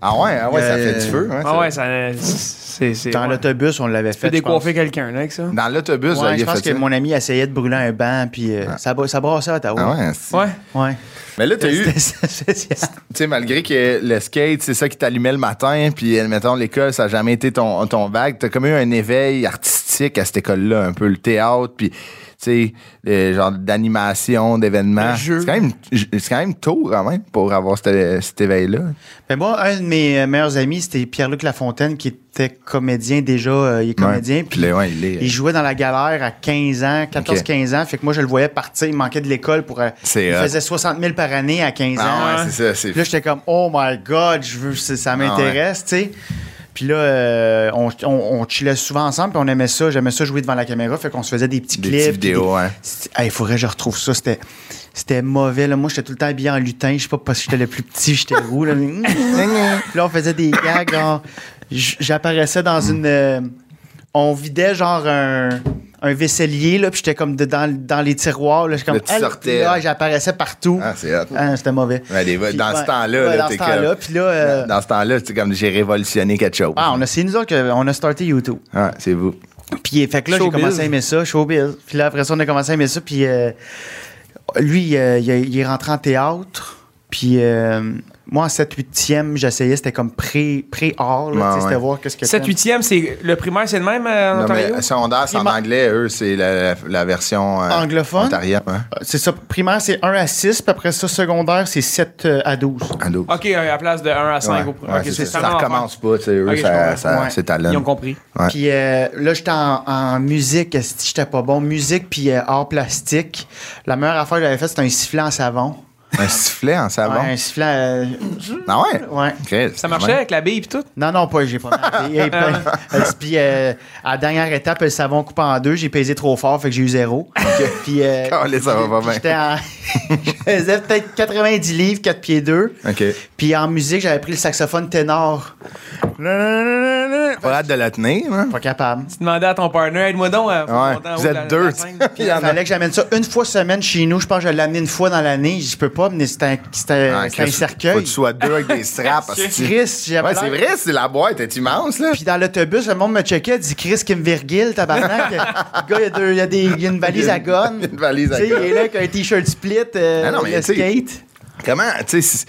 Speaker 1: Ah ouais, ah ouais, ça
Speaker 3: Euh,
Speaker 1: fait du feu. hein,
Speaker 2: Ah
Speaker 1: ça.
Speaker 2: ouais, ça. C'est. c'est-
Speaker 3: Dans
Speaker 2: ouais.
Speaker 3: l'autobus, on l'avait
Speaker 2: Tu peux
Speaker 3: fait. je pense.
Speaker 2: décoiffer quelqu'un, là, avec ça?
Speaker 1: Dans l'autobus,
Speaker 3: Ouais,
Speaker 1: là, il
Speaker 3: je
Speaker 1: a
Speaker 3: pense
Speaker 1: fait
Speaker 3: que
Speaker 1: ça.
Speaker 3: mon ami essayait de brûler un banc, puis euh, ça, bra- ça brassait à
Speaker 1: Ah
Speaker 3: Ottawa.
Speaker 1: ouais, c'est-
Speaker 2: Ouais.
Speaker 3: ouais.
Speaker 1: Mais là, t'as eu,
Speaker 3: C'était- c'était spécial.
Speaker 1: tu sais, malgré que le skate, c'est ça qui t'allumait le matin, puis admettons, l'école, ça n'a jamais été ton, ton vague, t'as comme eu un éveil artistique à cette école-là, un peu le théâtre, puis, tu sais, le genre d'animation, d'événements.
Speaker 2: Le jeu.
Speaker 1: C'est quand, même- c'est quand même tôt, quand même, pour avoir cet, cet éveil-là.
Speaker 3: Ben moi, un de mes euh, meilleurs amis, c'était Pierre-Luc Lafontaine, qui était comédien déjà. euh, il est comédien.
Speaker 1: Ouais.
Speaker 3: Puis
Speaker 1: Puis là, ouais, il est-
Speaker 3: il jouait dans la galère à 15 ans, 14-15 ans. Fait que moi, je le voyais partir. Il manquait de l'école pour. euh,
Speaker 1: C'est
Speaker 3: il
Speaker 1: hot.
Speaker 3: faisait 60 000 par année à 15 ans.
Speaker 1: Ah
Speaker 2: ouais,
Speaker 1: ouais, c'est ça, c'est Ah
Speaker 3: Puis là, j'étais comme, oh my God, je veux, c'est- ça m'intéresse, tu sais. Puis là, euh, on, on, on chillait souvent ensemble, puis on aimait ça. J'aimais ça jouer devant la caméra, fait qu'on se faisait des petits
Speaker 1: Des
Speaker 3: clips.
Speaker 1: petites
Speaker 3: puis
Speaker 1: vidéos, hein. ouais.
Speaker 3: C'est- Hey, faudrait que je retrouve ça. C'était, c'était mauvais, là. Moi, j'étais tout le temps habillé en lutin. Je sais pas parce que j'étais le plus petit, j'étais roux,
Speaker 1: [LAUGHS]
Speaker 3: là. Puis là, on faisait des gags, genre, j- j'apparaissais dans une. euh, on vidait, genre, un. Un vaisselier, là, puis j'étais comme dedans, dans les tiroirs, là, j'étais comme.
Speaker 1: Là, tu
Speaker 3: Hey,
Speaker 1: sortais.
Speaker 3: là, j'apparaissais partout.
Speaker 1: Ah, c'est hot.
Speaker 3: Ah, c'était mauvais.
Speaker 1: Ouais, des-
Speaker 3: Puis,
Speaker 1: dans
Speaker 3: ouais,
Speaker 1: ce temps-là,
Speaker 3: ouais,
Speaker 1: là,
Speaker 3: dans ce
Speaker 1: t'es
Speaker 3: temps-là,
Speaker 1: comme-
Speaker 3: puis là, euh,
Speaker 1: Dans ce temps-là, c'est comme j'ai révolutionné quelque chose.
Speaker 3: ah, on a, c'est nous autres qu'on a starté YouTube.
Speaker 1: Ah, c'est vous.
Speaker 3: Puis, fait que là, j'ai
Speaker 2: Showbiz.
Speaker 3: commencé à aimer ça, showbiz. Puis là, après ça, on a commencé à aimer ça. Puis, euh, lui, euh, il, a- il est rentré en théâtre. Puis, euh, moi, en 7-8e, j'essayais, c'était comme pré-
Speaker 1: Ouais,
Speaker 3: pré-art. là, tu sais, C'était
Speaker 1: ouais.
Speaker 3: voir qu'est-ce que
Speaker 2: 7
Speaker 3: t'aimes.
Speaker 2: 8 e c'est. Le primaire, c'est le même euh, en
Speaker 1: Non, mais
Speaker 2: Ontario?
Speaker 1: euh, secondaire, c'est en
Speaker 3: Primaire-
Speaker 1: anglais, eux, c'est la, la- la version euh,
Speaker 3: Anglophone?
Speaker 1: ontarienne, hein,
Speaker 3: C'est ça, primaire, c'est 1 à 6, puis après ça, secondaire, c'est 7 euh, à 12.
Speaker 1: ado.
Speaker 2: Ok, euh, à la place de 1 à 5
Speaker 1: Ouais,
Speaker 2: au premier.
Speaker 1: ouais,
Speaker 2: Ok,
Speaker 1: c'est
Speaker 2: c'est
Speaker 1: ça,
Speaker 2: la
Speaker 1: ça
Speaker 2: même
Speaker 1: recommence pas, tu sais, eux,
Speaker 2: Ok, je
Speaker 1: ça,
Speaker 2: comprends.
Speaker 1: ça-
Speaker 3: Ouais.
Speaker 1: c'est
Speaker 2: affaire.
Speaker 1: talent.
Speaker 2: Ils ont compris.
Speaker 1: Ouais.
Speaker 3: Puis euh, là, j'étais en, en musique, esti, j'étais pas bon. Musique, puis euh, art plastique. La meilleure affaire que j'avais faite, c'était un sifflet en savon.
Speaker 1: Un sifflet en savon.
Speaker 3: Ouais, un sifflet. euh,
Speaker 1: Ah ouais?
Speaker 3: ouais.
Speaker 1: Chris,
Speaker 2: Ça marchait avec la bille et tout?
Speaker 3: Non, non, pas, j'ai
Speaker 1: [LAUGHS]
Speaker 3: pas marqué. Et pas- euh, Puis euh, à la dernière étape, le savon coupé en deux, j'ai pesé trop fort, fait que j'ai eu
Speaker 1: [LAUGHS]
Speaker 3: zéro. Puis. euh,
Speaker 1: Calais, ça va pas
Speaker 3: puis j'étais en- [LAUGHS] je faisais peut-être 90 livres, 4 pieds 2.
Speaker 1: OK.
Speaker 3: Puis en musique, j'avais pris le saxophone ténor.
Speaker 1: Pas hâte de la tenir, hein?
Speaker 3: Pas capable.
Speaker 2: Tu demandais à ton partner, aide-moi donc. euh, faut
Speaker 1: Ouais.
Speaker 2: monter en
Speaker 1: Vous
Speaker 2: haut de la-
Speaker 1: êtes deux.
Speaker 2: la scène.
Speaker 1: Il
Speaker 3: Il
Speaker 1: y en a.
Speaker 3: fallait que j'amène ça une fois semaine chez nous. Je pense que je l'amène une fois dans l'année. Je peux pas, mais c'était un, c'était un-
Speaker 1: Ah,
Speaker 3: c'était
Speaker 1: Chris, Faut
Speaker 3: un
Speaker 1: que
Speaker 3: cercueil.
Speaker 1: tu sois deux avec des straps. parce que-
Speaker 3: Chris, j'avais
Speaker 1: Ouais, c'est
Speaker 3: l'air-
Speaker 1: vrai, c'est la boîte est immense, là.
Speaker 3: Puis dans l'autobus, le monde me checkait, dit Chris Kim Virgil,
Speaker 1: [LAUGHS]
Speaker 3: tabarnak. le gars, il y a deux- il y, a des- il y a une valise à gonne.
Speaker 1: Il y a [LAUGHS] une valise à
Speaker 3: Tu sais,
Speaker 1: gomme.
Speaker 3: Il est là avec un t-shirt split, euh,
Speaker 1: Ah non, mais
Speaker 3: le
Speaker 1: tu sais-
Speaker 3: skate.
Speaker 1: Comment, tu sais, si-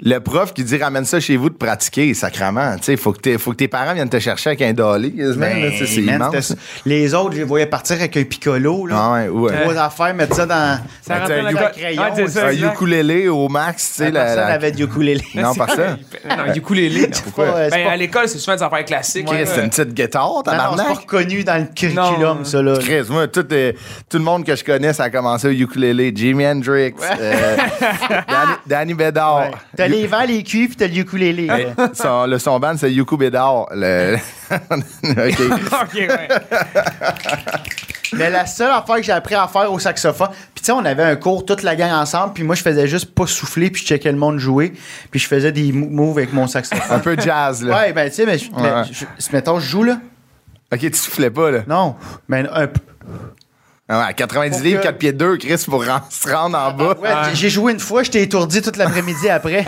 Speaker 1: le prof qui dit ramène ça chez vous de pratiquer, sacrement, tu sais, faut que, t'es- faut que tes parents viennent te chercher avec un dolly, quasiment, là, tu sais, c'est
Speaker 3: Ben, man,
Speaker 1: immense.
Speaker 3: c'était- Les autres, je les voyais partir avec un piccolo. Là.
Speaker 1: Ah ouais, ouais.
Speaker 3: Trois affaires, mettre ça dans,
Speaker 2: Ça
Speaker 3: dans
Speaker 2: rentrait
Speaker 3: un
Speaker 2: dans le-
Speaker 3: crayon.
Speaker 2: Ouais, c'est ça.
Speaker 1: Un
Speaker 2: exact.
Speaker 1: ukulélé au max, tu sais, la-
Speaker 3: Personne
Speaker 1: la-
Speaker 3: avait de ukulélé. [LAUGHS]
Speaker 1: Non, pas ça.
Speaker 2: Non, il
Speaker 1: [LAUGHS]
Speaker 2: coulait les.
Speaker 3: C'est
Speaker 1: pourquoi?
Speaker 3: pas- c'est
Speaker 2: Ben,
Speaker 3: pas-
Speaker 2: à l'école, c'est souvent des affaires classiques.
Speaker 1: Chris,
Speaker 2: là.
Speaker 1: c'est une petite guitare,
Speaker 3: non, non, c'est pas
Speaker 1: tabarnak.
Speaker 3: reconnu dans le curriculum,
Speaker 2: Non.
Speaker 3: ça. Là.
Speaker 1: Chris, moi, tout, euh, tout le monde que je connais, ça a commencé au ukulélé. Jimi Hendrix,
Speaker 3: [LAUGHS]
Speaker 1: euh, Danny, Danny Bédard.
Speaker 3: Ouais. T'as les vents, les culs, puis t'as le
Speaker 1: [LAUGHS]
Speaker 3: ukulélé. là.
Speaker 1: Son, le son band, c'est Yuku Bédard. Le... [LAUGHS] OK.
Speaker 2: [LAUGHS]
Speaker 1: [LAUGHS]
Speaker 2: Ok, ouais.
Speaker 3: Mais la seule affaire que j'ai appris à faire au saxophone, puis tu sais, on avait un cours toute la gang ensemble, puis moi je faisais juste pas souffler, puis je checkais le monde jouer, puis je faisais des mo- moves avec mon
Speaker 1: Un [LAUGHS]
Speaker 3: saxophone.
Speaker 1: peu jazz, là.
Speaker 3: ouais, ben tu sais, mais, je- mais
Speaker 1: Ouais.
Speaker 3: je- je- mettons, je joue là.
Speaker 1: OK, tu soufflais pas, là.
Speaker 3: Non, mais un peu.
Speaker 1: Ah ouais, à 90
Speaker 3: Pour
Speaker 1: livres,
Speaker 3: que-
Speaker 1: 4 pieds 2, Chris, pour ren- se rendre en bas.
Speaker 3: Ouais, j'ai- J'ai joué une fois, j'étais étourdi toute
Speaker 1: [LAUGHS]
Speaker 3: l'après-midi après.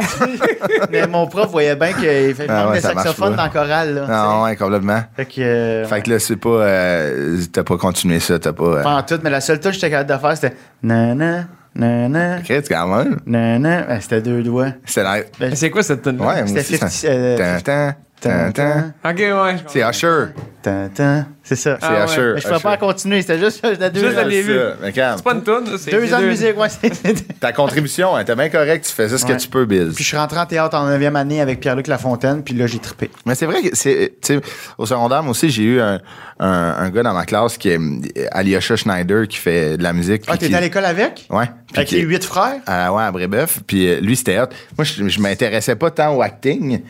Speaker 3: Mais mon prof voyait bien qu'il fait
Speaker 1: Ah
Speaker 3: prendre
Speaker 1: ouais,
Speaker 3: le
Speaker 1: ça marche
Speaker 3: saxophone
Speaker 1: pas.
Speaker 3: dans le chorale. Là,
Speaker 1: Non, Ah ouais, complètement.
Speaker 3: tu sais. Fait que. euh,
Speaker 1: Fait que là, c'est pas. euh, t'as pas continué ça, t'as pas. euh,
Speaker 3: Pas en tout, mais la seule touche que j'étais capable de faire, c'était nanana, nanana,
Speaker 1: Chris, quand même.
Speaker 3: nanana. Ben, c'était deux doigts.
Speaker 1: C'est la.
Speaker 2: Mais C'est quoi cette tune
Speaker 1: Ouais, moi
Speaker 3: C'était
Speaker 1: aussi, ça.
Speaker 3: 50. euh,
Speaker 1: Tintin, tintin.
Speaker 3: tintin,
Speaker 2: Ok, ouais. je
Speaker 1: C'est
Speaker 2: comprends.
Speaker 1: Usher.
Speaker 3: tintin. C'est ça.
Speaker 1: C'est
Speaker 2: Ah ouais.
Speaker 1: Usher.
Speaker 3: Mais je pouvais pas continuer, c'était juste j'étais deux
Speaker 2: Juste
Speaker 3: ans.
Speaker 2: la- l'ai vu.
Speaker 1: Mais quand,
Speaker 2: C'est pas une tune, c'est
Speaker 3: Deux
Speaker 2: c'est
Speaker 3: ans de musique, ouais. c'est-
Speaker 1: ta contribution, elle était bien correcte, tu faisais ce
Speaker 3: Ouais.
Speaker 1: que tu peux, Biz.
Speaker 3: [LAUGHS] Puis je suis rentré en théâtre en 9e année avec Pierre-Luc Lafontaine, puis là, j'ai trippé.
Speaker 1: Mais c'est vrai que c'est. tu sais, Au secondaire, moi aussi, j'ai eu un, un- un gars dans ma classe qui est euh, Alyosha Schneider qui fait de la musique.
Speaker 3: Ah,
Speaker 1: puis
Speaker 3: t'es
Speaker 1: qui-
Speaker 3: à l'école avec?
Speaker 1: Ouais. puis
Speaker 3: Avec
Speaker 1: qui-
Speaker 3: les huit frères?
Speaker 1: à, Ah, ouais, à Brébeuf. Puis euh, lui, c'était hot. Moi, je, je m'intéressais pas tant au acting,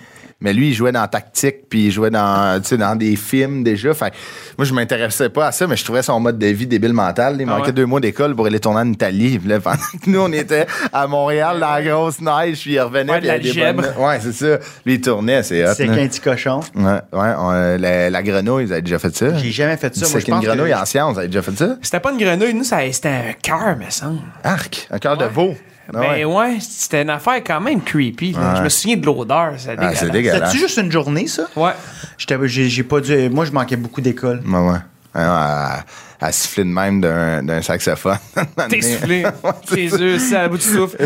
Speaker 1: mais lui, il jouait dans tactique, puis il jouait dans, euh, tu sais, dans des films déjà. Fait que moi, je m'intéressais pas à ça, mais je trouvais son mode de vie débile mental. Il
Speaker 2: Ah
Speaker 1: manquait
Speaker 2: ouais?
Speaker 1: deux mois d'école pour aller tourner en Italie. [LAUGHS] Puis là, pendant que nous, on était à Montréal dans la grosse neige, puis il revenait.
Speaker 2: Ouais,
Speaker 1: puis il y avait
Speaker 2: de
Speaker 1: des
Speaker 2: l'algèbre.
Speaker 1: bonnes- Ouais, c'est ça. Lui, il tournait, c'est hot.
Speaker 3: C'est
Speaker 1: là.
Speaker 3: qu'un petit cochon.
Speaker 1: Ouais, ouais on, euh, la, la grenouille, vous avez déjà fait ça?
Speaker 3: J'ai jamais fait ça. Moi,
Speaker 1: C'est
Speaker 3: je
Speaker 1: qu'une
Speaker 3: pense que-
Speaker 1: grenouille en science, vous avez déjà fait ça?
Speaker 2: C'était pas une grenouille, nous, ça- c'était un cœur, me semble.
Speaker 1: Arc, un cœur de veau. Ah ouais.
Speaker 2: Ben ouais, c'était une affaire quand même creepy. là. Je me souviens de l'odeur, ça
Speaker 1: Ah, c'est dégueulasse.
Speaker 3: C'était-tu juste une journée, ça?
Speaker 2: Ouais.
Speaker 3: J'étais- J'ai j'ai pas dû. Moi, je manquais beaucoup d'école.
Speaker 1: Ouais, ouais. Ouais, ouais, à, à siffler de même d'un d'un saxophone. [LAUGHS]
Speaker 2: T'es soufflé. Tes yeux, c'est à bout de souffle.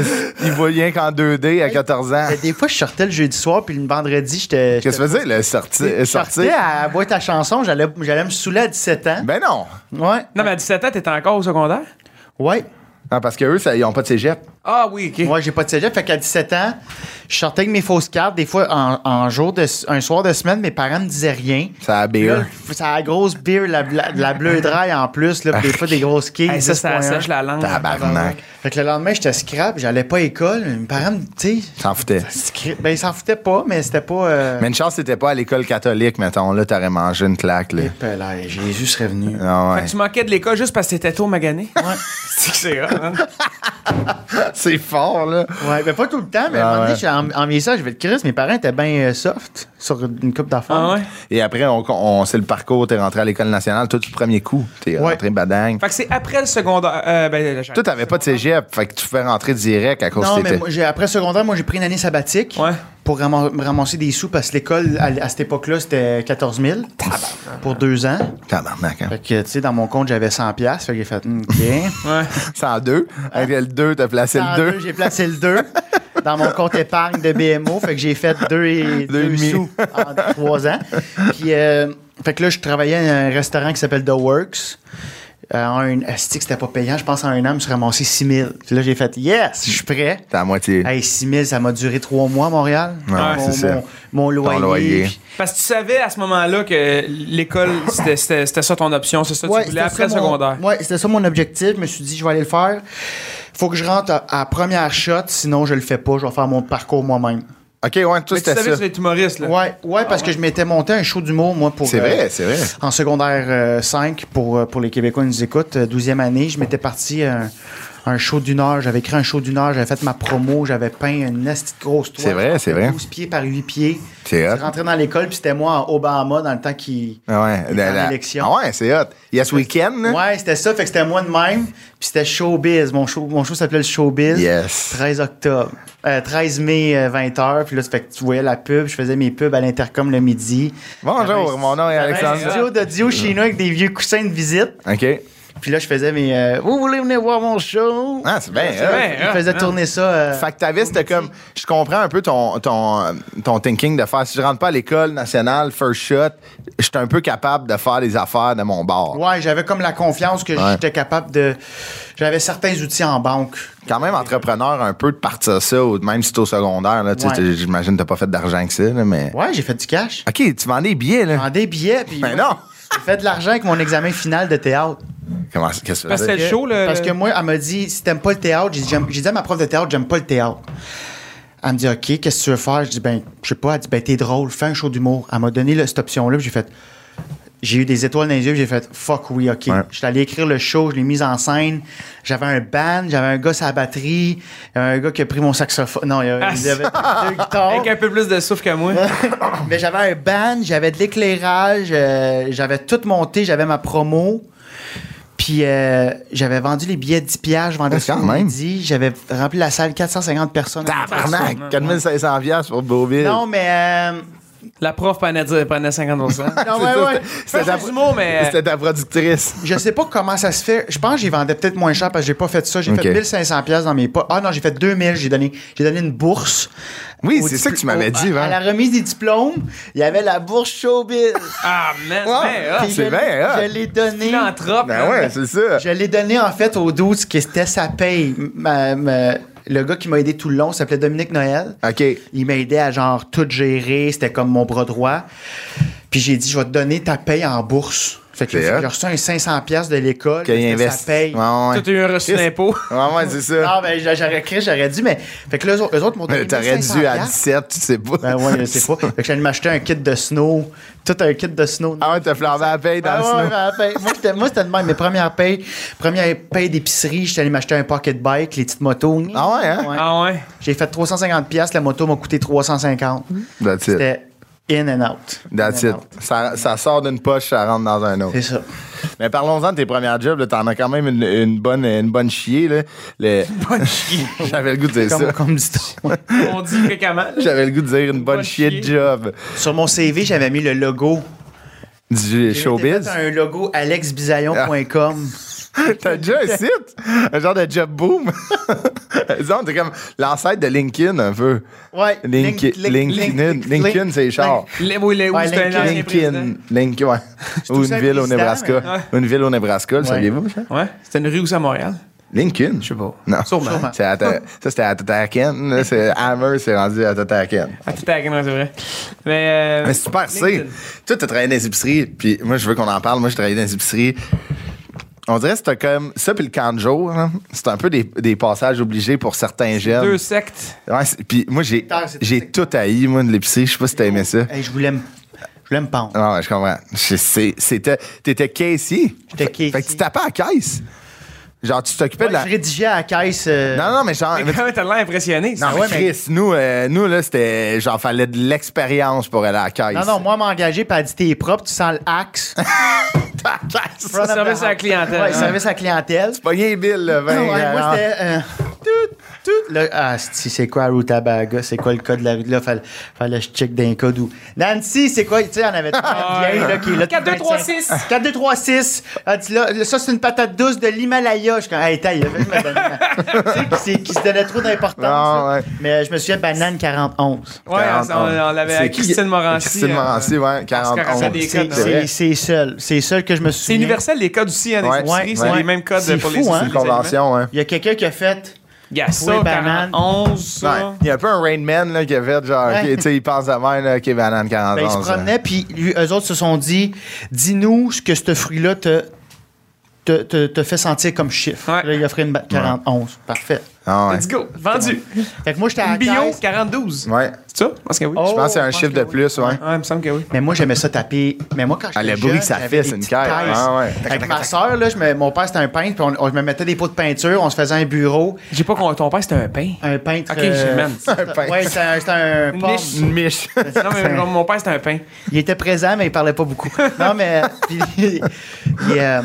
Speaker 1: Il voit rien qu'en 2D à 14 ans.
Speaker 3: Mais des fois, je sortais le jeudi soir, puis le vendredi, j'étais.
Speaker 1: Qu'est-ce que ça veut dire, le sorti,
Speaker 3: j'étais-
Speaker 1: euh,
Speaker 3: je sortais
Speaker 1: sortir?
Speaker 3: à boîte à chansons, j'allais j'allais me saouler à 17 ans.
Speaker 1: Ben non.
Speaker 3: Ouais.
Speaker 2: Non, mais à 17 ans, t'étais encore au secondaire?
Speaker 3: Ouais.
Speaker 1: Non, parce qu'eux, ils n'ont pas de cégep.
Speaker 2: Ah oui, ok.
Speaker 3: Moi, j'ai pas de cégep. Fait qu'à 17 ans, je sortais avec mes fausses cartes. Des fois, en, en jour de, un soir de semaine, mes parents me disaient rien.
Speaker 1: Ça a E.
Speaker 3: Puis là,
Speaker 1: BE.
Speaker 3: le- ça a la grosse beer, la, la, la bleue dry en plus, là, puis des fois des grosses quilles.
Speaker 2: Hey, ça, ça
Speaker 3: 10.1.
Speaker 2: sèche la langue.
Speaker 1: Tabarnak.
Speaker 3: Fait que le lendemain, j'étais scrap, j'allais pas à l'école. Mes parents, me- tu sais,
Speaker 1: S'en foutait.
Speaker 3: scrap- ben, ils s'en foutaient pas, mais c'était pas. euh,
Speaker 1: Mais une chance, c'était pas à l'école catholique, mettons. Là, t'aurais mangé une claque, là.
Speaker 3: Eh, pelle, Jésus serait venu.
Speaker 1: Ah,
Speaker 2: Fait
Speaker 3: [LAUGHS]
Speaker 1: ouais.
Speaker 2: que tu manquais de l'école juste parce que t'étais tôt magané.
Speaker 3: Ouais.
Speaker 2: [LAUGHS] c'est que c'est rare, hein?
Speaker 1: C'est fort, là.
Speaker 3: Ouais, ben pas tout le temps, mais à un
Speaker 1: Ah
Speaker 3: moment donné,
Speaker 1: ouais.
Speaker 3: j'ai- en, en vieillissant, je vais te Chris, mes parents étaient bien euh, soft sur une coupe d'affaires.
Speaker 2: Ah ouais.
Speaker 1: Et après, on, on- c'est le parcours. T'es rentré à l'école nationale, tout du premier coup. T'es
Speaker 3: Ouais.
Speaker 1: rentré badagne.
Speaker 2: Fait que c'est après le secondaire. euh, ben, le-
Speaker 1: Toi, t'avais pas de cégep. Fait que tu fais rentrer direct à cause
Speaker 3: Non,
Speaker 1: que
Speaker 3: mais
Speaker 1: t'étais.
Speaker 3: moi, j'ai- après secondaire, moi, j'ai pris une année sabbatique
Speaker 2: Ouais.
Speaker 3: pour ramon- me ramasser des sous parce que l'école, à, à cette époque-là, c'était 14 000 pour deux ans.
Speaker 1: Tabarnak, hein.
Speaker 3: Fait que, tu sais, dans mon compte, j'avais 100 piastres. Fait que j'ai fait, hmm,
Speaker 1: [LAUGHS]
Speaker 3: OK.
Speaker 1: 102. Avec le 2, t'as placé
Speaker 3: Dans
Speaker 1: le
Speaker 3: Ah. deux,
Speaker 1: 2.
Speaker 3: J'ai placé le 2 dans mon compte épargne de BMO. Fait que j'ai fait 2 et
Speaker 1: [LAUGHS] Deux et
Speaker 3: deux
Speaker 1: demi.
Speaker 3: sous en 3 ans. Puis, euh, fait que là, je travaillais à un restaurant qui s'appelle The Works. Euh, en un, asti que c'était pas payant. Je pense en un an, je me suis ramassé 6 000. Puis là, j'ai fait, yes, je suis prêt.
Speaker 1: T'as à moitié.
Speaker 3: Hey, 6 000, ça m'a duré 3 mois à Montréal.
Speaker 1: Ouais,
Speaker 3: mon,
Speaker 1: c'est ça.
Speaker 3: mon- mon loyer.
Speaker 1: loyer.
Speaker 3: puis-
Speaker 2: Parce que tu savais à ce moment-là que l'école, c'était- c'était c'était ça ton option, c'est ça que
Speaker 3: Ouais,
Speaker 2: tu voulais
Speaker 3: c'était
Speaker 2: après le
Speaker 3: ça mon-
Speaker 2: secondaire.
Speaker 3: ouais, c'était ça mon objectif. Je me suis dit, je vais aller le faire. Faut que je rentre à, à première shot, sinon je le fais pas. Je vais faire mon parcours moi-même.
Speaker 1: OK, ouais, toi,
Speaker 2: Mais tu
Speaker 1: c'était
Speaker 2: savais que
Speaker 1: ça.
Speaker 2: tu étais humoriste, là.
Speaker 3: Ouais, ouais, parce que je m'étais monté un show d'humour, moi, pour.
Speaker 1: C'est
Speaker 3: euh,
Speaker 1: vrai, c'est vrai.
Speaker 3: En secondaire euh, 5, pour, euh, pour les Québécois qui nous écoutent, euh, 12e année, je m'étais parti un, un show d'une heure. J'avais écrit un show d'une heure, j'avais fait ma promo, j'avais peint une petite grosse toile.
Speaker 1: C'est vrai, c'est vrai.
Speaker 3: 12 pieds par 8 pieds.
Speaker 1: C'est hot.
Speaker 3: Je rentrais dans l'école, puis c'était moi en Obama dans le temps qui.
Speaker 1: Ah ouais,
Speaker 3: dans
Speaker 1: la- la-
Speaker 3: l'élection.
Speaker 1: Ah ouais, c'est hot. Yes Weekend, hein? là.
Speaker 3: Ouais, c'était ça, fait que c'était moi de même. Puis c'était Showbiz. Mon show, mon show s'appelait le Showbiz.
Speaker 1: Yes.
Speaker 3: 13 octobre. euh, 13 mai, 20h. Puis là, ça fait que tu voyais la pub. Je faisais mes pubs à l'intercom le midi.
Speaker 1: Bonjour,
Speaker 3: J'avais un-
Speaker 1: mon nom est
Speaker 3: j'avais
Speaker 1: Alexandre.
Speaker 3: Un studio d'audio chinois avec des vieux coussins de visite.
Speaker 1: OK.
Speaker 3: Puis là, je faisais mes. euh, vous voulez venir voir mon show?
Speaker 1: Ah, c'est bien. hot.
Speaker 2: vrai.
Speaker 3: Je faisais tourner ça. euh,
Speaker 1: Fait que t'avais, c'était comme. Je comprends un peu ton, ton, ton thinking de faire. Si je rentre pas à l'école nationale, first shot, je suis un peu capable de faire les affaires de mon bar.
Speaker 3: Ouais, j'avais comme la confiance que
Speaker 1: Ouais.
Speaker 3: j'étais capable de. J'avais certains outils en banque.
Speaker 1: Quand même, entrepreneur, un peu de partir ça, ou même si t'es au secondaire, là, tu sais,
Speaker 3: Ouais.
Speaker 1: t'es- j'imagine que t'as pas fait d'argent que ça, là, mais.
Speaker 3: Ouais, j'ai fait du cash.
Speaker 1: OK, tu vends des billets,
Speaker 3: J'ai
Speaker 1: là.
Speaker 3: vendé des billets. Puis
Speaker 1: Mais
Speaker 3: moi,
Speaker 1: Ben non!
Speaker 3: J'ai fait de l'argent avec mon examen final de théâtre.
Speaker 1: Comment, qu'est-ce que
Speaker 2: Parce
Speaker 1: ça
Speaker 2: que
Speaker 1: veut dire?
Speaker 2: c'était le show, le.
Speaker 3: Parce que moi, elle m'a dit, si t'aimes pas le théâtre, j'ai dit, j'aime- j'ai dit à ma prof de théâtre, j'aime pas le théâtre. Elle me dit, OK, qu'est-ce que tu veux faire? Je dis, ben, je sais pas. Elle dit, ben, t'es drôle, fais un show d'humour. Elle m'a donné là, cette option-là, puis j'ai fait, j'ai eu des étoiles dans les yeux, puis j'ai fait, fuck oui, OK.
Speaker 1: Ouais.
Speaker 3: Je suis allé écrire le show, je l'ai mise en scène. J'avais un band, j'avais un gars à la batterie, il y avait un gars qui a pris mon saxophone. Non, il y a- il y avait deux guitares.
Speaker 2: Ah, Avec un peu plus de souffle que moi.
Speaker 3: Mais j'avais un band, j'avais de l'éclairage, euh, j'avais tout monté, j'avais ma promo. Puis euh, j'avais vendu les billets de 10 piastres, je vendais
Speaker 1: Ouais,
Speaker 3: sur
Speaker 1: quand même.
Speaker 3: midi. J'avais rempli la salle 450 personnes.
Speaker 1: Tabarnak! 4500 piastres pour Beauville.
Speaker 3: Non, mais. euh,
Speaker 2: La prof prenait, dix-
Speaker 1: [LAUGHS]
Speaker 2: prenait 50%.
Speaker 3: non,
Speaker 1: C'est
Speaker 3: ouais,
Speaker 1: ça,
Speaker 3: ouais.
Speaker 1: c'était-
Speaker 2: Pas
Speaker 1: C'était
Speaker 2: du
Speaker 1: ta-
Speaker 2: mot, mais-
Speaker 1: c'était ta productrice.
Speaker 3: Je sais pas comment ça se fait. Je pense que j'y vendais peut-être moins cher parce que j'ai pas fait ça. J'ai
Speaker 1: Ok.
Speaker 3: fait 1500 pièces dans mes pas. Ah non, j'ai fait 2000. J'ai donné, j'ai donné une bourse.
Speaker 1: Oui,
Speaker 3: au
Speaker 1: c'est ça
Speaker 3: dipl-
Speaker 1: que tu m'avais
Speaker 3: au-
Speaker 1: dit,
Speaker 3: à-
Speaker 1: hein.
Speaker 3: À la remise des diplômes, il y avait la bourse showbiz.
Speaker 2: ah, man,
Speaker 1: Ouais.
Speaker 2: ben,
Speaker 3: Puis
Speaker 1: c'est
Speaker 3: je-
Speaker 1: bien ah. hot.
Speaker 3: Je l'ai donné.
Speaker 2: philanthrope.
Speaker 3: Ah,
Speaker 1: Ben ouais, c'est ça.
Speaker 3: Je l'ai donné en fait au doute qui était sa paye. Ma- ma- le gars qui m'a aidé tout le long s'appelait Dominique Noël.
Speaker 1: OK.
Speaker 3: Il m'a aidé à genre tout gérer, c'était comme mon bras droit. Puis j'ai dit, je vais te donner ta paye en bourse. Fait que
Speaker 1: C'est hot.
Speaker 3: j'ai reçu un 500 pièces de l'école,
Speaker 1: Qu'il
Speaker 3: c'était sa
Speaker 1: investe.
Speaker 3: paye.
Speaker 1: Ouais, ouais.
Speaker 2: Tout a eu un reçu
Speaker 1: Chris.
Speaker 2: d'impôt.
Speaker 1: Ouais, ouais, c'est ça.
Speaker 3: Non, ben j'a- j'aurais crié, j'aurais dû, mais fait que là, eux autres- eux autres m'ont donné
Speaker 1: Mais [LAUGHS] T'aurais
Speaker 3: 1500
Speaker 1: dû à
Speaker 3: piastres.
Speaker 1: 17, tu sais pas.
Speaker 3: Ben ouais, je sais pas. Fait que j'allais m'acheter un kit de snow, tout un kit de snow.
Speaker 1: [LAUGHS] Ah ouais, t'as flambé à la paye dans
Speaker 3: Ah
Speaker 1: le
Speaker 3: ouais,
Speaker 1: snow.
Speaker 3: ouais, ben, ben, moi, j'étais- moi, c'était de même. Mes premières payes, première paye d'épicerie, j'étais allé m'acheter un pocket bike, les petites motos.
Speaker 1: Ah ouais, hein?
Speaker 2: Ah ouais.
Speaker 3: J'ai fait 350 pièces, la moto m'a coûté 350.
Speaker 1: That's it.
Speaker 3: C'était in and out.
Speaker 1: That's
Speaker 3: In
Speaker 1: it.
Speaker 3: and out.
Speaker 1: Ça, ça sort d'une poche, ça rentre dans un autre.
Speaker 3: C'est ça.
Speaker 1: Mais parlons-en de tes premières jobs. là. T'en as quand même une, une bonne, une bonne chier. Là. Le-
Speaker 2: Bonne chier.
Speaker 1: [LAUGHS] J'avais le goût de dire ça.
Speaker 3: Comme, comme dit-on.
Speaker 1: [LAUGHS]
Speaker 2: On dit fréquemment.
Speaker 1: J'avais le goût de dire une bonne,
Speaker 2: bonne
Speaker 1: chier de
Speaker 2: chier.
Speaker 1: job.
Speaker 3: Sur mon CV, j'avais mis le logo.
Speaker 1: Du
Speaker 3: J'avais
Speaker 1: showbiz. Ah.
Speaker 3: fait un logo alexbisaillon.com.
Speaker 1: T'as déjà un site? Un genre de job boom? [LAUGHS] Disons, t'es comme l'ancêtre de LinkedIn un peu.
Speaker 3: Ouais.
Speaker 1: Link-
Speaker 3: Link-
Speaker 1: LinkedIn,
Speaker 3: Link- Link-
Speaker 1: LinkedIn, c'est les chars.
Speaker 2: Les, oui, les, oui,
Speaker 3: Ouais,
Speaker 2: c'était un ancien
Speaker 1: LinkedIn,
Speaker 2: président.
Speaker 1: LinkedIn, ouais. Ou
Speaker 3: tout
Speaker 1: une
Speaker 3: ça
Speaker 1: ville au
Speaker 3: président,
Speaker 1: Nebraska. Une ville au Nebraska, le
Speaker 3: hein. Ouais.
Speaker 1: saviez-vous? ça?
Speaker 2: Ouais, c'était une rue où c'est à Montréal?
Speaker 1: LinkedIn?
Speaker 2: Je sais pas.
Speaker 1: Non.
Speaker 2: Sûrement.
Speaker 3: Sûrement.
Speaker 1: C'est à Ta- ça, c'était à Tataken. là, c'est- Hammer, c'est rendu à Tataken.
Speaker 2: Ah, tout à c'est vrai. Mais. euh,
Speaker 1: Mais super, c'est.
Speaker 2: LinkedIn.
Speaker 1: Toi, t'as travaillé dans les épiceries, puis moi, je veux qu'on en parle. Moi, j'ai travaillé dans les épiceries. On dirait que c'était comme ça, puis le camp de jour, hein, c'est un peu des, des passages obligés pour certains jeunes.
Speaker 2: Deux sectes.
Speaker 1: Ouais, c'est- puis moi, j'ai,
Speaker 3: Tard, c'est- Oh,
Speaker 1: j'ai tout haï, moi, de l'épicerie. Je sais pas si t'as aimé ça.
Speaker 3: Hey, je voulais me je voulais me pendre.
Speaker 1: Non, ouais, je comprends. Je- c'est- c'était, t'étais caissier.
Speaker 3: J'étais
Speaker 1: Fait-
Speaker 3: caissier.
Speaker 1: Fait que tu tapais à la caisse. Genre, tu t'occupais de la.
Speaker 3: Je rédigeais à la caisse. euh,
Speaker 1: Non, non, mais genre.
Speaker 3: [LAUGHS]
Speaker 1: mais-
Speaker 2: Comment [LAUGHS] t'as l'air impressionné?
Speaker 1: non,
Speaker 2: ça?
Speaker 1: mais
Speaker 3: ouais, mais-
Speaker 1: Chris, nous, euh, nous, là, c'était. Genre, fallait de l'expérience pour aller à la caisse.
Speaker 3: Non, non, moi, m'engager, puis elle dit, t'es propre, tu sens l'axe.
Speaker 1: À la caisse.
Speaker 2: Front- Service à la clientèle,
Speaker 3: Ouais,
Speaker 2: hein.
Speaker 3: service à la clientèle.
Speaker 1: Pogner les billes, là,
Speaker 3: [LAUGHS] Ouais,
Speaker 1: vingt,
Speaker 3: moi,
Speaker 1: quarante.
Speaker 3: c'était. euh, tout, tout. Là, ah, c'ti, c'est quoi Rutabaga? C'est quoi le code de la rue? Là, fallait, fallait que je check d'un code où. Nancy, c'est quoi? Tu sais, on avait
Speaker 2: [LAUGHS]
Speaker 3: tout
Speaker 2: Ah,
Speaker 3: un vieille, là, qui est là.
Speaker 2: 4, 2, 3, 6.
Speaker 3: 4, 2, 3, 6. Elle dit, là, ça, c'est une patate douce de l'Himalaya. Je suis comme, hey, taille, je me donner ma- [LAUGHS] Tu sais, qui, s'est- qui se donnait trop d'importance.
Speaker 1: Ah,
Speaker 3: là.
Speaker 1: ouais.
Speaker 3: Mais je me souviens, banane 41.
Speaker 2: Ouais, on, on l'avait
Speaker 1: C'est
Speaker 2: à
Speaker 1: qui-
Speaker 2: Christine Morancy.
Speaker 1: Christine
Speaker 2: euh,
Speaker 1: Morancy, ouais,
Speaker 2: parce qu'elle
Speaker 1: 41.
Speaker 2: racontait des
Speaker 3: C'est
Speaker 2: codes. hein.
Speaker 3: c'est- c'est seul. C'est seul que je me souviens.
Speaker 2: C'est universel, les codes aussi, hein, des
Speaker 1: Ouais,
Speaker 2: épiceries,
Speaker 1: ouais,
Speaker 2: c'est
Speaker 1: ouais.
Speaker 2: les mêmes codes
Speaker 3: C'est
Speaker 2: pour
Speaker 3: fou,
Speaker 2: les
Speaker 3: hein?
Speaker 1: C'est une convention, hein.
Speaker 3: Il y a quelqu'un qui a fait.
Speaker 2: Il y a ça,
Speaker 3: Oui, banane.
Speaker 2: 41, ça.
Speaker 1: Ouais. Il y a un peu un Rain Man là, qui avait genre,
Speaker 3: Ouais.
Speaker 1: qui- tu sais, il pense à même, là, qui est banane 41.
Speaker 3: Ben, ils se
Speaker 1: ça.
Speaker 3: promenaient, puis lui- eux autres se sont dit Dis-nous ce que ce fruit-là te, te, te, te fait sentir comme chiffre.
Speaker 2: Ouais.
Speaker 3: Là, il offrait une ba- 41. Parfait.
Speaker 1: Ah, ouais.
Speaker 2: Let's go. Vendu.
Speaker 3: Fait que moi, j'étais à
Speaker 2: Une
Speaker 3: la
Speaker 2: bio,
Speaker 3: caisse,
Speaker 2: 42.
Speaker 1: Ouais.
Speaker 2: C'est ça? Je pense que oui.
Speaker 3: Oh.
Speaker 1: Je pense que c'est un
Speaker 3: je pense
Speaker 1: chiffre
Speaker 3: que
Speaker 1: de
Speaker 3: oui.
Speaker 1: plus, ouais.
Speaker 2: Ouais, il me semble que oui.
Speaker 3: Mais moi, j'aimais ça taper. Mais moi, quand j'étais
Speaker 1: Ah, le
Speaker 3: jeune,
Speaker 1: bruit que ça
Speaker 3: j'avais
Speaker 1: fait,
Speaker 3: des
Speaker 1: c'est une
Speaker 3: petites
Speaker 1: caisse.
Speaker 3: caisses.
Speaker 1: Ah, ouais.
Speaker 3: Avec ma soeur, là, je me- mon père, c'était un peintre, puis on, on- je me mettais des pots de peinture, on se faisait un bureau,
Speaker 2: J'ai pas compris. Ton père, c'était un pain.
Speaker 3: un peintre.
Speaker 2: Ok, j'ai- man.
Speaker 1: Un peintre.
Speaker 3: Ouais, c'était [LAUGHS] un, c'était un
Speaker 2: Une
Speaker 3: pomme.
Speaker 2: niche.
Speaker 1: Une miche.
Speaker 2: [LAUGHS] Non, mais mon- mon père, c'était un pain.
Speaker 3: Il était présent, mais il parlait pas beaucoup. Non, mais. puis, puis, euh,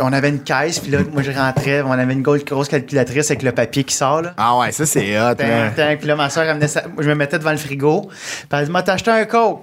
Speaker 3: on avait une caisse, puis là, moi, je rentrais, on avait une grosse grosse calculatrice avec le papier qui sort, là.
Speaker 1: [LAUGHS] ah ouais, ça c'est hot,
Speaker 3: Tin,
Speaker 1: man.
Speaker 3: tin. Puis là, ma soeur, amenait ça. je me mettais devant le frigo. Puis elle dit M'a t'as acheté un coke.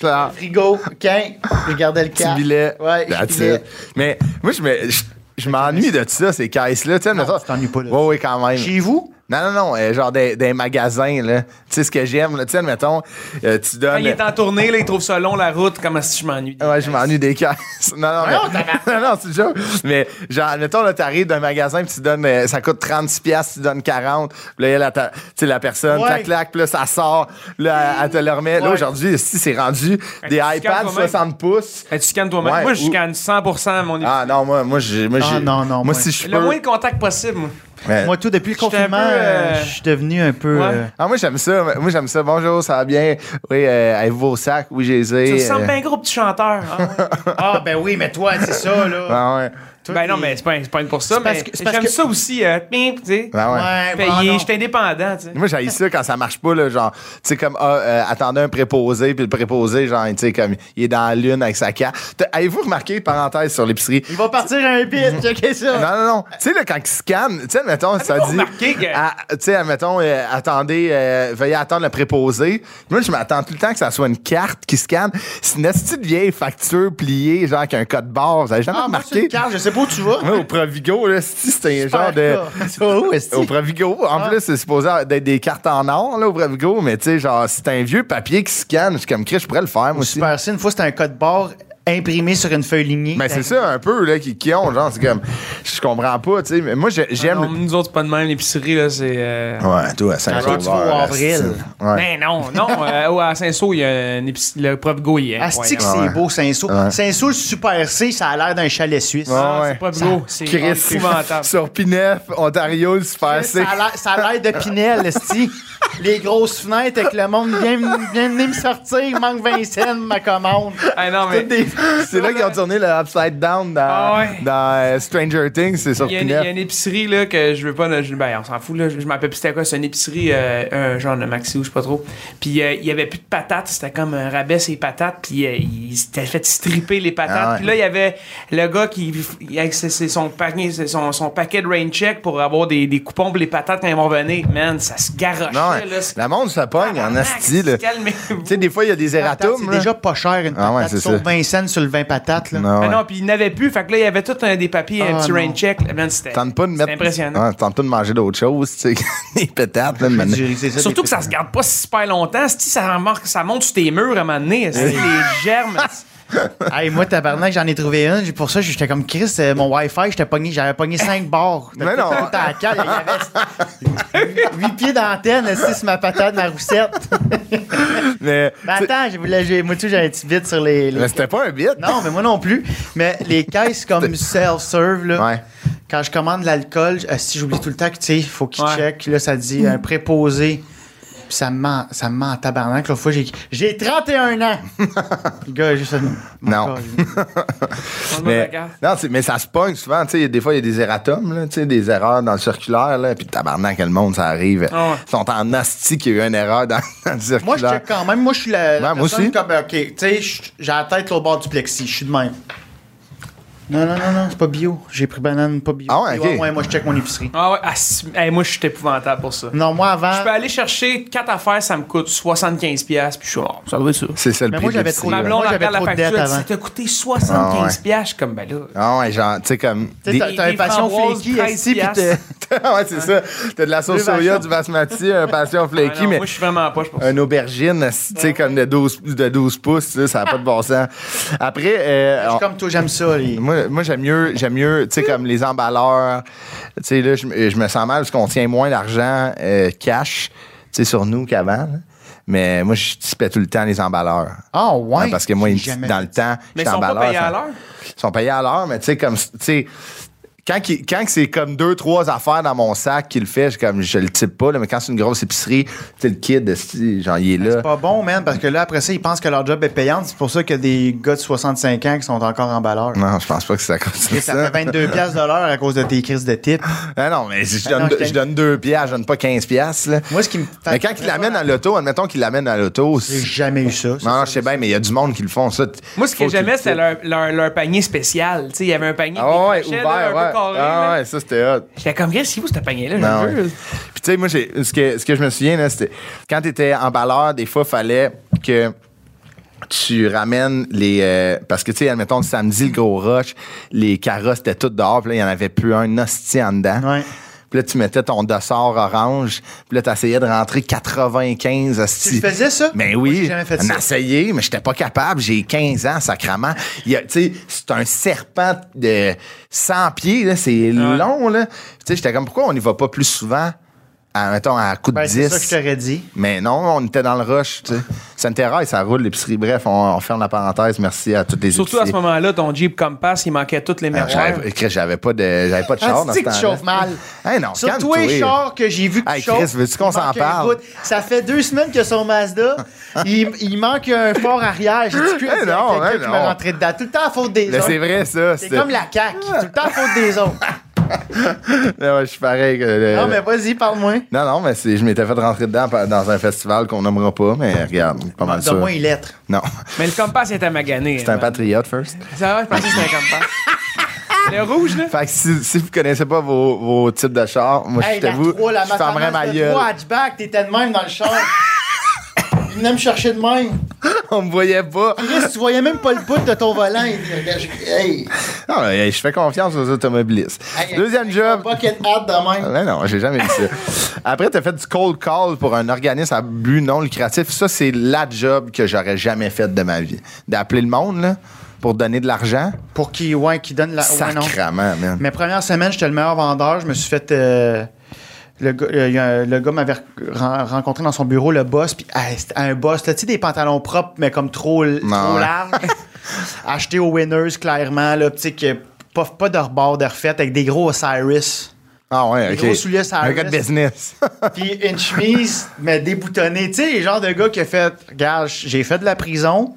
Speaker 1: Claire,
Speaker 3: Frigo, quin. Je gardais le
Speaker 1: Petit
Speaker 3: cas.
Speaker 1: billet.
Speaker 3: Ouais, je
Speaker 1: That's
Speaker 3: filais.
Speaker 1: it. Mais moi, je me. je- Je m'ennuie de ça, ces caisses-là. Tu sais, mais ça-
Speaker 3: tu t'ennuies pas, là.
Speaker 1: Ouais, ouais, quand même.
Speaker 3: Chez vous
Speaker 1: Non, non, non. euh, genre des, des magasins, là. Tu sais, ce que j'aime, là. Tu sais, admettons, euh, tu
Speaker 2: Quand
Speaker 1: donnes.
Speaker 2: il est en tournée, là, il trouve ça long, la route, comme si je m'ennuie.
Speaker 1: Ouais, je m'ennuie des caisses. [LAUGHS] Non, non, mais. [LAUGHS] non, non, c'est joke. Mais, genre, mettons, là, t'arrives d'un magasin, puis tu donnes. euh, ça coûte 36$, piastres, tu donnes 40. Puis là, il y a la, ta- tu sais, la personne,
Speaker 3: Ouais.
Speaker 1: clac, clac, puis là, ça sort. Là, elle te le remet. Là,
Speaker 3: Ouais.
Speaker 1: aujourd'hui, si c'est rendu des
Speaker 2: tu scales
Speaker 1: iPads
Speaker 2: toi-même.
Speaker 1: 60 pouces.
Speaker 2: Eh, Tu scannes toi-même.
Speaker 1: Ouais,
Speaker 2: moi, je
Speaker 1: ou-
Speaker 2: scanne 100% mon épicerie.
Speaker 1: Ah, non, moi, moi, j'ai. moi,
Speaker 3: Ah,
Speaker 1: j'ai-
Speaker 3: non, non,
Speaker 1: Moi,
Speaker 3: moi-
Speaker 1: si je
Speaker 2: le
Speaker 1: peux.
Speaker 2: moins de contact possible. moi.
Speaker 1: Ouais.
Speaker 3: Moi, tout, depuis le
Speaker 2: J'étais un
Speaker 3: confinement,
Speaker 2: peu, euh,
Speaker 3: euh, je suis devenu un peu.
Speaker 2: Ouais.
Speaker 3: euh,
Speaker 1: Ah, moi, j'aime ça. Moi, j'aime ça. Bonjour, ça va bien. Oui, euh, avez-vous vos sacs? Oui, j'ai les ai.
Speaker 2: Tu ressembles
Speaker 1: Euh,
Speaker 2: bien gros petit chanteur. Ah, ouais.
Speaker 3: euh, Ah, ben oui, mais toi, c'est ça, là.
Speaker 1: Ah ouais.
Speaker 3: Toi,
Speaker 2: Ben non,
Speaker 3: t'es-
Speaker 2: mais c'est pas, c'est pas une pour ça,
Speaker 3: C'est parce
Speaker 2: mais
Speaker 3: que- c'est parce
Speaker 2: j'aime
Speaker 3: que-
Speaker 2: ça aussi, euh, pim, tu sais.
Speaker 1: Ben ouais.
Speaker 3: Ouais,
Speaker 2: Payé,
Speaker 3: bon, non.
Speaker 2: je suis indépendant, tu sais.
Speaker 1: Moi, j'ai ça quand ça marche pas, là, genre, tu sais, comme, ah, euh, attendez un préposé, puis le préposé, genre, tu sais, comme, il est dans la lune avec sa carte. T'as- Avez-vous remarqué, parenthèse sur l'épicerie,
Speaker 3: Il va partir à un pit, checker ça. Ah,
Speaker 1: Non, non, non. Tu sais, là, quand ils scannent, tu sais, admettons, ça
Speaker 2: pas
Speaker 1: dit.
Speaker 2: remarqué que-
Speaker 1: Ah, Tu sais, admettons, euh, attendez, euh, veuillez attendre le préposé. Moi, je m'attends tout le temps que ça soit une carte qui scanne. C'est une petite vieille facture pliée, genre, avec un code barre. Vous avez jamais
Speaker 3: Ah, moi, c'est
Speaker 1: remarqué?
Speaker 3: une carte, je sais pas où tu vas.
Speaker 1: Moi, au Provigo, là, si c'était un genre de.
Speaker 2: [LAUGHS]
Speaker 3: Tu vas
Speaker 2: Oh,
Speaker 3: où, est-ce
Speaker 1: Au
Speaker 3: que-
Speaker 1: Provigo. En
Speaker 3: Ah.
Speaker 1: plus, c'est supposé être des cartes en or, là, au Provigo. Mais, tu sais, genre, c'est un vieux papier qui scanne. Je suis comme, Chris, je pourrais le faire, moi aussi.
Speaker 3: Super C, une fois, c'était un code barre imprimé sur une feuille lignée.
Speaker 1: Mais Ben, c'est ça, un peu, là, qui, qui ont, genre, c'est comme. Je comprends pas, tu sais. Mais moi, j'ai- j'aime.
Speaker 2: Non, nous autres, c'est pas de même, l'épicerie, là, c'est. euh,
Speaker 1: Ouais, toi, à Saint-Sauveur.
Speaker 3: Ah, tu vas au avril.
Speaker 1: asti. Ouais.
Speaker 2: Ben non, non. euh, ouais, à Saint-Saul, il y a une épicerie, le prof Go, il est
Speaker 3: Astique,
Speaker 2: incroyable.
Speaker 3: Ah, c'est
Speaker 1: Ouais.
Speaker 3: beau, Saint-Saul.
Speaker 1: Ouais.
Speaker 3: Saint-Saul, le Super C, ça a l'air d'un chalet suisse.
Speaker 1: Ouais.
Speaker 2: Ah, c'est prof Go, c'est
Speaker 1: Chris,
Speaker 2: épouvantable.
Speaker 1: sur Pinef, Ontario, le Super C.
Speaker 3: Ça a l'air- ça a l'air de Pinel,
Speaker 1: [LAUGHS]
Speaker 3: esti. Les grosses fenêtres avec le monde vient, vient venir me sortir, il manque 20 cents de ma commande.
Speaker 2: Ah, non, mais.
Speaker 1: [LAUGHS] C'est là qu'ils ont tourné le Upside Down dans,
Speaker 2: Ah ouais.
Speaker 1: dans, euh, Stranger Things, c'est sur
Speaker 2: Il y, a une, il y a
Speaker 1: Pinef.
Speaker 2: une épicerie là, que je veux pas. je- ben, on s'en fout, là, je, je m'appelle plus c'était quoi. C'est une épicerie, euh, un genre de maxi ou je sais pas trop. Puis euh, il y avait plus de patates, c'était comme un rabais sur les patates. Puis euh, il s'était fait stripper les patates.
Speaker 1: Ah ouais.
Speaker 2: Puis là, il y avait le gars qui. il- avec ses- ses- son, paquet, ses- son, son paquet de rain check pour avoir des, des coupons pour les patates quand ils vont venir. Man, ça se garochait.
Speaker 1: Non,
Speaker 2: là, c'est-
Speaker 1: la monde se pogne en
Speaker 2: Tabarnak,
Speaker 1: asti, là. [LAUGHS] Tu
Speaker 2: Calmez-vous.
Speaker 1: sais, des fois, il y a des
Speaker 3: Patate,
Speaker 1: erratums.
Speaker 3: C'est
Speaker 1: là.
Speaker 3: déjà pas cher, une patate,
Speaker 1: Ah ouais, c'est
Speaker 3: sauf
Speaker 1: ça.
Speaker 3: 20 cents sur le 20 patates. Là.
Speaker 1: Non,
Speaker 2: Ah
Speaker 1: ouais.
Speaker 2: non, puis il n'avait plus. Fait que là, il y avait tout un des papiers, un
Speaker 3: Ah,
Speaker 2: petit
Speaker 3: non.
Speaker 2: rain check. Man, c'était
Speaker 1: Tente pas de
Speaker 2: c'était
Speaker 1: mettre.
Speaker 2: impressionnant.
Speaker 1: Ouais, tente pas de manger d'autres choses, tu sais. [LAUGHS] Des pétates, là, maintenant.
Speaker 3: J'ai- c'est
Speaker 2: Surtout
Speaker 3: des-
Speaker 2: que ça se garde pas super longtemps. Si ça, remarque- ça monte sur tes murs à un moment donné, si les
Speaker 1: [LAUGHS]
Speaker 2: germes.
Speaker 3: Hey, moi, tabarnak, j'en ai trouvé une. J'ai- Pour ça, j'étais comme Chris, euh, mon Wi-Fi, j'étais pogné, j'avais pogné 5 barres.
Speaker 1: Mais non.
Speaker 3: Tout à la cale, il y avait 8 pieds d'antenne, assis sur ma patate, ma roussette.
Speaker 1: Mais,
Speaker 3: Mais
Speaker 1: tu sais,
Speaker 3: attends, j'ai voulu- j'ai- moi, tu sais, j'avais un petit bit sur les. les-
Speaker 1: mais c'était pas un bit.
Speaker 3: Non, mais moi non plus. Mais les caisses comme self-serve, là.
Speaker 1: Ouais.
Speaker 3: Quand je commande de l'alcool, je- euh, si j'oublie tout le temps que, tu sais, il faut qu'il
Speaker 2: Ouais.
Speaker 3: check. Là, ça dit un préposé. Puis ça me ment, ça me ment en tabarnak. L'autre fois, j'ai, j'ai 31 ans. le gars, juste. mon
Speaker 1: Non.
Speaker 3: gars,
Speaker 1: Mais, non, tu sais, mais ça se pogne souvent. tu sais, Des fois, il y a des erratums, là, tu sais, des erreurs dans le circulaire. Là, puis tabarnak, le monde, ça arrive.
Speaker 2: Ah ouais.
Speaker 1: Ils sont en asti qu'il y a eu une erreur dans, [LAUGHS] dans le circulaire.
Speaker 3: Moi, je check quand même. Moi, je suis la. la
Speaker 1: Ouais, moi
Speaker 3: personne
Speaker 1: aussi.
Speaker 3: Comme, OK, tu sais, je- j'ai la tête au bord du plexi. Je suis de même. Non, non, non, non, c'est pas bio. J'ai pris banane, pas bio.
Speaker 1: Ah ouais, ok.
Speaker 3: ouais, moi, je check mon épicerie.
Speaker 2: Ah ouais, ah, si- hey, moi, je suis épouvantable pour ça.
Speaker 3: Non, moi, avant.
Speaker 2: Je peux aller chercher 4 affaires, ça me coûte 75$, piastres, puis je suis oh, ça doit être ça.
Speaker 1: C'est ça le
Speaker 3: Mais
Speaker 1: prix
Speaker 3: moi,
Speaker 1: de
Speaker 3: j'avais
Speaker 1: l'épicerie,
Speaker 3: trop-
Speaker 1: là.
Speaker 2: Ma
Speaker 3: Moi,
Speaker 2: blonde
Speaker 3: j'avais
Speaker 2: regarde la
Speaker 3: trop de
Speaker 2: facture,
Speaker 3: dettes
Speaker 2: elle dit,
Speaker 3: avant.
Speaker 2: ça t'a coûté 75$, piastres. je suis comme, ben là.
Speaker 1: Ah ouais, genre, tu sais, comme.
Speaker 3: Tu sais,
Speaker 1: des-
Speaker 3: t'as- t'as
Speaker 2: des
Speaker 3: un passion
Speaker 2: framboises,
Speaker 3: flaky,
Speaker 2: 13
Speaker 3: esti, puis t'es-
Speaker 1: [LAUGHS]
Speaker 2: piastres.
Speaker 1: ouais, c'est ça. T'as de la sauce
Speaker 3: Deux
Speaker 1: soya,
Speaker 3: vachons.
Speaker 1: du basmati, un passion
Speaker 2: Ah
Speaker 1: flaky,
Speaker 2: non,
Speaker 1: mais Euh,
Speaker 2: Moi, je suis vraiment pas, je pense.
Speaker 1: un aubergine, tu sais, comme de 12, de 12 pouces, là, ça n'a pas de bon sens. Après, euh,
Speaker 3: Je
Speaker 1: on-
Speaker 3: suis comme toi, j'aime ça. les-
Speaker 1: moi, moi, j'aime mieux, j'aime mieux, tu sais, comme les emballeurs. Tu sais, là, je me- je me sens mal parce qu'on tient moins d'argent euh, cash, tu sais, sur nous qu'avant. là. Mais moi, je tipais tout le temps les emballeurs.
Speaker 3: Ah, ouais.
Speaker 1: Hein, parce que moi,
Speaker 3: J'ai
Speaker 1: ils-
Speaker 3: jamais
Speaker 1: dans
Speaker 3: fait
Speaker 1: le temps,
Speaker 2: Mais
Speaker 1: j'étais
Speaker 2: ils sont pas
Speaker 1: emballeur,
Speaker 2: payés à
Speaker 1: ça-
Speaker 2: l'heure?
Speaker 1: Ils sont payés à l'heure, mais tu sais, comme. Tu sais, quand, qu'il- quand que c'est comme deux, trois affaires dans mon sac qu'il fait, je, comme, je le type pas, là, mais quand c'est une grosse épicerie, tu sais, le kid, esti, genre, il est là.
Speaker 3: C'est pas bon, man, parce que là, après ça, ils pensent que leur job est payante. C'est pour ça qu'il y a des gars de 65 ans qui sont encore en balleur.
Speaker 1: Non, je pense pas que c'est à cause de
Speaker 3: Et Ça fait
Speaker 1: ça.
Speaker 3: 22 piastres de l'heure à cause de tes crises
Speaker 1: [GASPS]
Speaker 3: de type.
Speaker 1: Ah non, mais je,
Speaker 3: Ah
Speaker 1: donne,
Speaker 3: non, je
Speaker 1: deux- je donne deux piastres, je donne pas 15 piastres. là.
Speaker 3: Moi, ce qui me
Speaker 1: Mais quand il l'amène à l'auto, admettons qu'il l'amène à l'auto. c'est-
Speaker 3: J'ai jamais eu ça.
Speaker 1: Non, non, je sais bien, mais il y a du monde qui le font, ça.
Speaker 2: Moi, ce
Speaker 1: Faut
Speaker 2: que j'aimais,
Speaker 1: qu'ils-
Speaker 2: c'était leur, leur, leur panier spécial. Tu sais, il y avait un panier
Speaker 1: Ah ouais,
Speaker 2: qui décrochait,
Speaker 1: ouvert,
Speaker 2: là, un
Speaker 1: ouais.
Speaker 2: peu carré.
Speaker 1: Ah
Speaker 2: là.
Speaker 1: ouais, ça c'était hot.
Speaker 2: J'étais comme, qu'est-ce que c'est vous, ce panier-là?
Speaker 1: Non,
Speaker 2: j'en veux.
Speaker 1: ouais. Puis tu sais, moi, j'ai- ce que, ce que je me souviens, là, c'était quand tu étais en balleur, des fois, fallait que tu ramènes les... euh, parce que, tu sais, admettons, le samedi, le gros rush, les carrosses étaient toutes dehors, puis là, il n'y en avait plus un hostie en dedans.
Speaker 3: Ouais.
Speaker 1: Puis là, tu mettais ton dossard orange, puis là, tu essayais de rentrer 95 hosties.
Speaker 3: Tu le faisais, ça?
Speaker 1: Ben
Speaker 3: Moi,
Speaker 1: oui.
Speaker 3: j'ai jamais fait ça.
Speaker 1: On a essayé, mais j'étais pas capable. J'ai 15 ans, sacrament. Il y a- Tu sais, c'est un serpent de 100 pieds, là, c'est long, là. Tu sais, j'étais comme, pourquoi on n'y va pas plus souvent? à, mettons, à coup de
Speaker 3: Ben,
Speaker 1: 10.
Speaker 3: c'est ça que je t'aurais dit.
Speaker 1: Mais non, on était dans le rush. tu sais. Ça me terrasse, ça roule l'épicerie. Bref, on, on ferme la parenthèse. Merci à toutes les
Speaker 2: Surtout à ce moment-là, ton Jeep Compass, il manquait toutes les
Speaker 1: Ah,
Speaker 2: merdes.
Speaker 1: J'avais Chris, j'avais pas de, j'avais pas de char dans ce
Speaker 3: Asti Ah, que tu
Speaker 1: temps-là.
Speaker 3: chauffes mal.
Speaker 1: Hey, non,
Speaker 3: Sur tous
Speaker 1: calme-toi.
Speaker 3: les chars que j'ai vu que
Speaker 1: Hey,
Speaker 3: tu chauffes,
Speaker 1: Chris, veux-tu qu'on
Speaker 3: il
Speaker 1: s'en
Speaker 3: manque un
Speaker 1: parle?
Speaker 3: bout. Ça fait deux semaines que
Speaker 1: [LAUGHS]
Speaker 3: son Mazda, il, il manque un fort arrière. J'ai dit que
Speaker 1: Hey,
Speaker 3: c'est
Speaker 1: non,
Speaker 3: quelqu'un
Speaker 1: hey,
Speaker 3: qui
Speaker 1: non.
Speaker 3: m'a rentré dedans. Tout le temps à faute des
Speaker 1: Là,
Speaker 3: autres.
Speaker 1: C'est vrai, ça.
Speaker 3: C'est comme la CAQ. Tout le temps à faute
Speaker 1: [LAUGHS]
Speaker 3: des autres.
Speaker 1: Là, [LAUGHS] ouais, je suis pareil que. le-
Speaker 3: Non, mais vas-y, parle-moi.
Speaker 1: Non, non, mais c'est- je m'étais fait rentrer dedans par- dans un festival qu'on nommera pas, mais regarde, pas mal sûr.
Speaker 3: Donne-moi une lettre.
Speaker 1: Non, [LAUGHS]
Speaker 2: Mais le Compass était magané.
Speaker 1: c'est un patriote first.
Speaker 2: Ça va, je pensais que c'était un
Speaker 1: [LAUGHS]
Speaker 2: Compass. le rouge, là.
Speaker 1: Fait que si, si vous connaissez pas vos, vos types de chars, moi,
Speaker 3: Hey,
Speaker 1: je
Speaker 3: la
Speaker 1: t'avoue,
Speaker 3: 3, la
Speaker 1: je fermerais ma
Speaker 3: matamance de
Speaker 1: gueule.
Speaker 3: 3 hatchback, t'étais de même dans le char. Il venait me chercher de même.
Speaker 1: [LAUGHS] On me voyait pas.
Speaker 3: Chris, tu voyais même pas le bout de ton volant. Il dit, hey,
Speaker 1: Non, mais, je fais confiance aux automobilistes.
Speaker 3: hey,
Speaker 1: Deuxième
Speaker 3: hey,
Speaker 1: job. Euh,
Speaker 3: Bucket hat de même.
Speaker 1: Non, non, j'ai jamais vu ça. Après, t'as fait du cold call pour un organisme à but non lucratif. Ça, c'est la job que j'aurais jamais faite de ma vie. D'appeler le monde, là, pour donner de l'argent.
Speaker 3: Pour qui, ouais, qui donne la. Ah ouais, non.
Speaker 1: Sacrament, man.
Speaker 3: Mes premières semaines, j'étais le meilleur vendeur. Je me suis fait. euh, le gars, euh, il y a un- le gars m'avait re- ren- rencontré dans son bureau, le boss, puis hey, c'était un boss, là, tu sais, des pantalons propres, mais comme trop, l-
Speaker 1: Non,
Speaker 3: trop
Speaker 1: ouais. [LAUGHS]
Speaker 3: larges. Acheté aux winners, clairement, là, tu sais, que pas, pas de rebord de refait, avec des gros Osiris.
Speaker 1: Ah ouais,
Speaker 3: Les
Speaker 1: ok.
Speaker 3: gros souliers, ça
Speaker 1: Un
Speaker 3: reste.
Speaker 1: gars de business. [LAUGHS]
Speaker 3: Puis une chemise, mais déboutonnée. Tu sais, le genre de gars qui a fait, regarde, j'ai fait de la prison,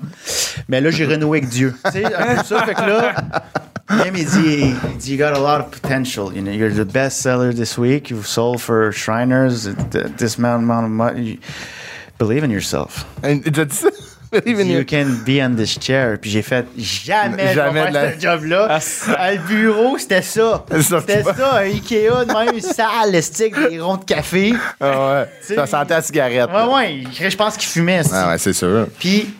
Speaker 3: mais là, j'ai renoué avec Dieu. Tu sais, un peu ça, fait que là, même il dit, il dit, you got a lot of potential. You know, you're the best seller this week. You've sold for Shriners th- this amount of money. You- Believe in yourself.
Speaker 1: Il t'a dit ça? [LAUGHS] Believe in
Speaker 3: You
Speaker 1: you.
Speaker 3: can be on this chair. Puis j'ai fait
Speaker 1: Jamais
Speaker 3: jamais, jamais
Speaker 1: de la-
Speaker 3: ce job-là.
Speaker 2: Ah, ça-
Speaker 3: À le bureau, c'était ça.
Speaker 1: Ça,
Speaker 3: C'était
Speaker 1: tu vois.
Speaker 3: ça, un Ikea, de même sale, le stick, des ronds de café.
Speaker 1: Ah ouais.
Speaker 3: [LAUGHS] Tu sais,
Speaker 1: Ça sentait la cigarette.
Speaker 3: Ouais, ouais, je pense qu'il fumait. c'est-
Speaker 1: Ah ouais, c'est sûr.
Speaker 3: Puis,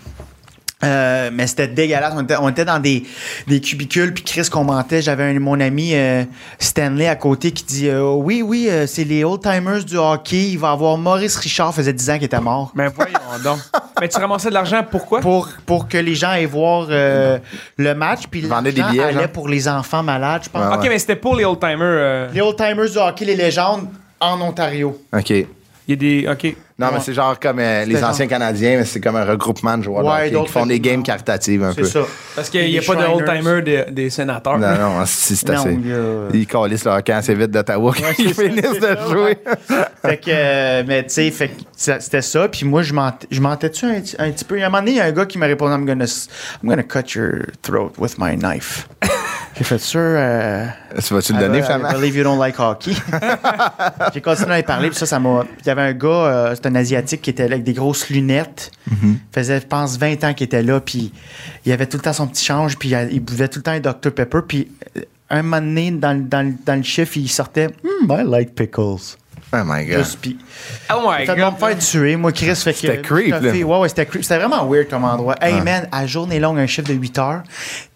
Speaker 3: euh, mais c'était dégueulasse. On était, on était dans des, des cubicules, puis Chris commentait. J'avais un- mon ami euh, Stanley à côté qui dit euh, Oui, oui, euh, c'est les old-timers du hockey. Il va avoir Maurice Richard, faisait 10 ans qu'il était mort.
Speaker 2: Mais Ben, voyons donc. Mais tu ramassais de l'argent, pourquoi?
Speaker 3: Pour, pour que les gens aient voir euh, le match, puis les gens
Speaker 1: Vendait des billets,
Speaker 3: allaient
Speaker 1: genre.
Speaker 3: pour les enfants malades, je pense.
Speaker 1: Ah
Speaker 2: ok,
Speaker 1: ouais.
Speaker 2: mais c'était pour les old-timers. euh,
Speaker 3: Les old-timers du hockey, les légendes en Ontario.
Speaker 1: OK.
Speaker 2: Il y a des. Ok.
Speaker 1: Non, mais
Speaker 3: Ouais.
Speaker 1: c'est genre comme euh, les
Speaker 3: genre-
Speaker 1: anciens Canadiens, mais c'est comme un regroupement de joueurs de
Speaker 3: Ouais,
Speaker 1: hockey
Speaker 3: d'autres
Speaker 1: qui font des
Speaker 3: trucs,
Speaker 1: games
Speaker 3: non.
Speaker 1: caritatives un peu.
Speaker 3: C'est ça.
Speaker 2: Parce qu'il
Speaker 3: Et
Speaker 2: n'y a
Speaker 3: les
Speaker 2: pas de
Speaker 3: Shriners.
Speaker 2: old-timer des, des sénateurs.
Speaker 1: Non, non, si, c'est
Speaker 3: Non,
Speaker 1: assez.
Speaker 3: il y a- euh,
Speaker 1: Ils calissent leur camp assez vite d'Ottawa quand ils
Speaker 3: c'est ça,
Speaker 1: finissent
Speaker 3: c'est
Speaker 1: de
Speaker 3: ça,
Speaker 1: jouer.
Speaker 3: Fait que, euh, mais tu sais, fait que ça- c'était ça. Puis moi, je mentais- je mentais-tu un, petit- un petit peu. À un moment donné, il y a un gars qui m'a répondu I'm gonna, s- I'm gonna cut your throat with my knife. J'ai fait sûr. Euh,
Speaker 1: [LAUGHS] Tu vas-tu le donner,
Speaker 3: I,
Speaker 1: finalement?
Speaker 3: I believe you don't like hockey. J'ai continué à y parler, puis ça, ça m'a. Il y avait un gars, euh, c'est un Asiatique qui était là avec des grosses lunettes. faisait, je pense, 20 ans qu'il était là, puis il avait tout le temps son petit change, puis il, il buvait tout le temps un Dr Pepper, puis euh, un moment donné, dans, le- dans, le- dans le chiffre, il sortait Hmm, I like pickles.
Speaker 1: Oh my God.
Speaker 3: Juste, puis-
Speaker 2: Oh my
Speaker 3: fait de me
Speaker 2: god.
Speaker 3: faire tuer, moi, Chris. Fait que,
Speaker 1: C'était creep,
Speaker 3: tout à fait.
Speaker 1: là.
Speaker 3: Ouais, ouais, c'était creep. C'était vraiment weird comme endroit. Hey,
Speaker 1: Ouais.
Speaker 3: man, à journée longue, un chiffre de 8 heures,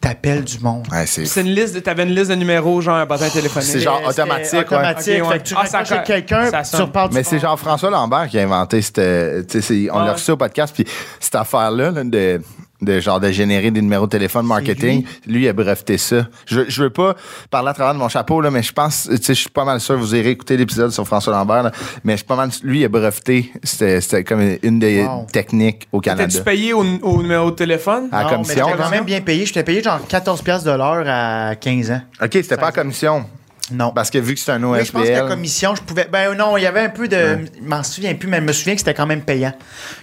Speaker 3: t'appelles du monde.
Speaker 1: Ouais, c'est...
Speaker 2: C'est une liste. de- T'avais une liste de numéros, genre un bâton téléphonique.
Speaker 1: C'est genre
Speaker 3: C'était-
Speaker 1: automatique,
Speaker 3: c'était Automatique.
Speaker 2: ouais. Ok,
Speaker 3: Fait
Speaker 2: ouais.
Speaker 3: que tu
Speaker 2: Ah, ça
Speaker 3: raccroches avec
Speaker 2: colle.
Speaker 3: quelqu'un,
Speaker 2: Ça
Speaker 3: tu
Speaker 2: sonne.
Speaker 3: reparles.
Speaker 1: Mais c'est Jean-François Lambert qui a inventé cette. euh, tu sais, c'est- on
Speaker 2: Ouais.
Speaker 1: l'a reçu au podcast, puis cette affaire-là, là, de, de genre de générer des numéros de téléphone marketing, lui, il a breveté ça. Je, je veux pas parler à travers de mon chapeau, là, mais je pense, tu sais, je suis pas mal sûr, vous irez écouter l'épisode sur François Lambert, là, mais je suis pas mal lui, il a breveté. C'était c'était comme une des
Speaker 3: Wow.
Speaker 1: techniques au Canada. Ah.
Speaker 2: T'as-tu payé au, au numéro de téléphone?
Speaker 1: À la
Speaker 3: Non, mais
Speaker 1: commission.
Speaker 3: j'étais quand
Speaker 1: genre.
Speaker 3: même bien payé. J'étais payé genre 14 piastres de l'heure à 15 ans.
Speaker 1: OK, c'était pas à commission.
Speaker 3: Non.
Speaker 1: Parce que vu que c'est un
Speaker 3: Oui, je pense que la
Speaker 1: OSBL.
Speaker 3: commission, je pouvais. Ben non, il y avait un peu de. Je m'en souviens plus, mais je me souviens que c'était quand même payant.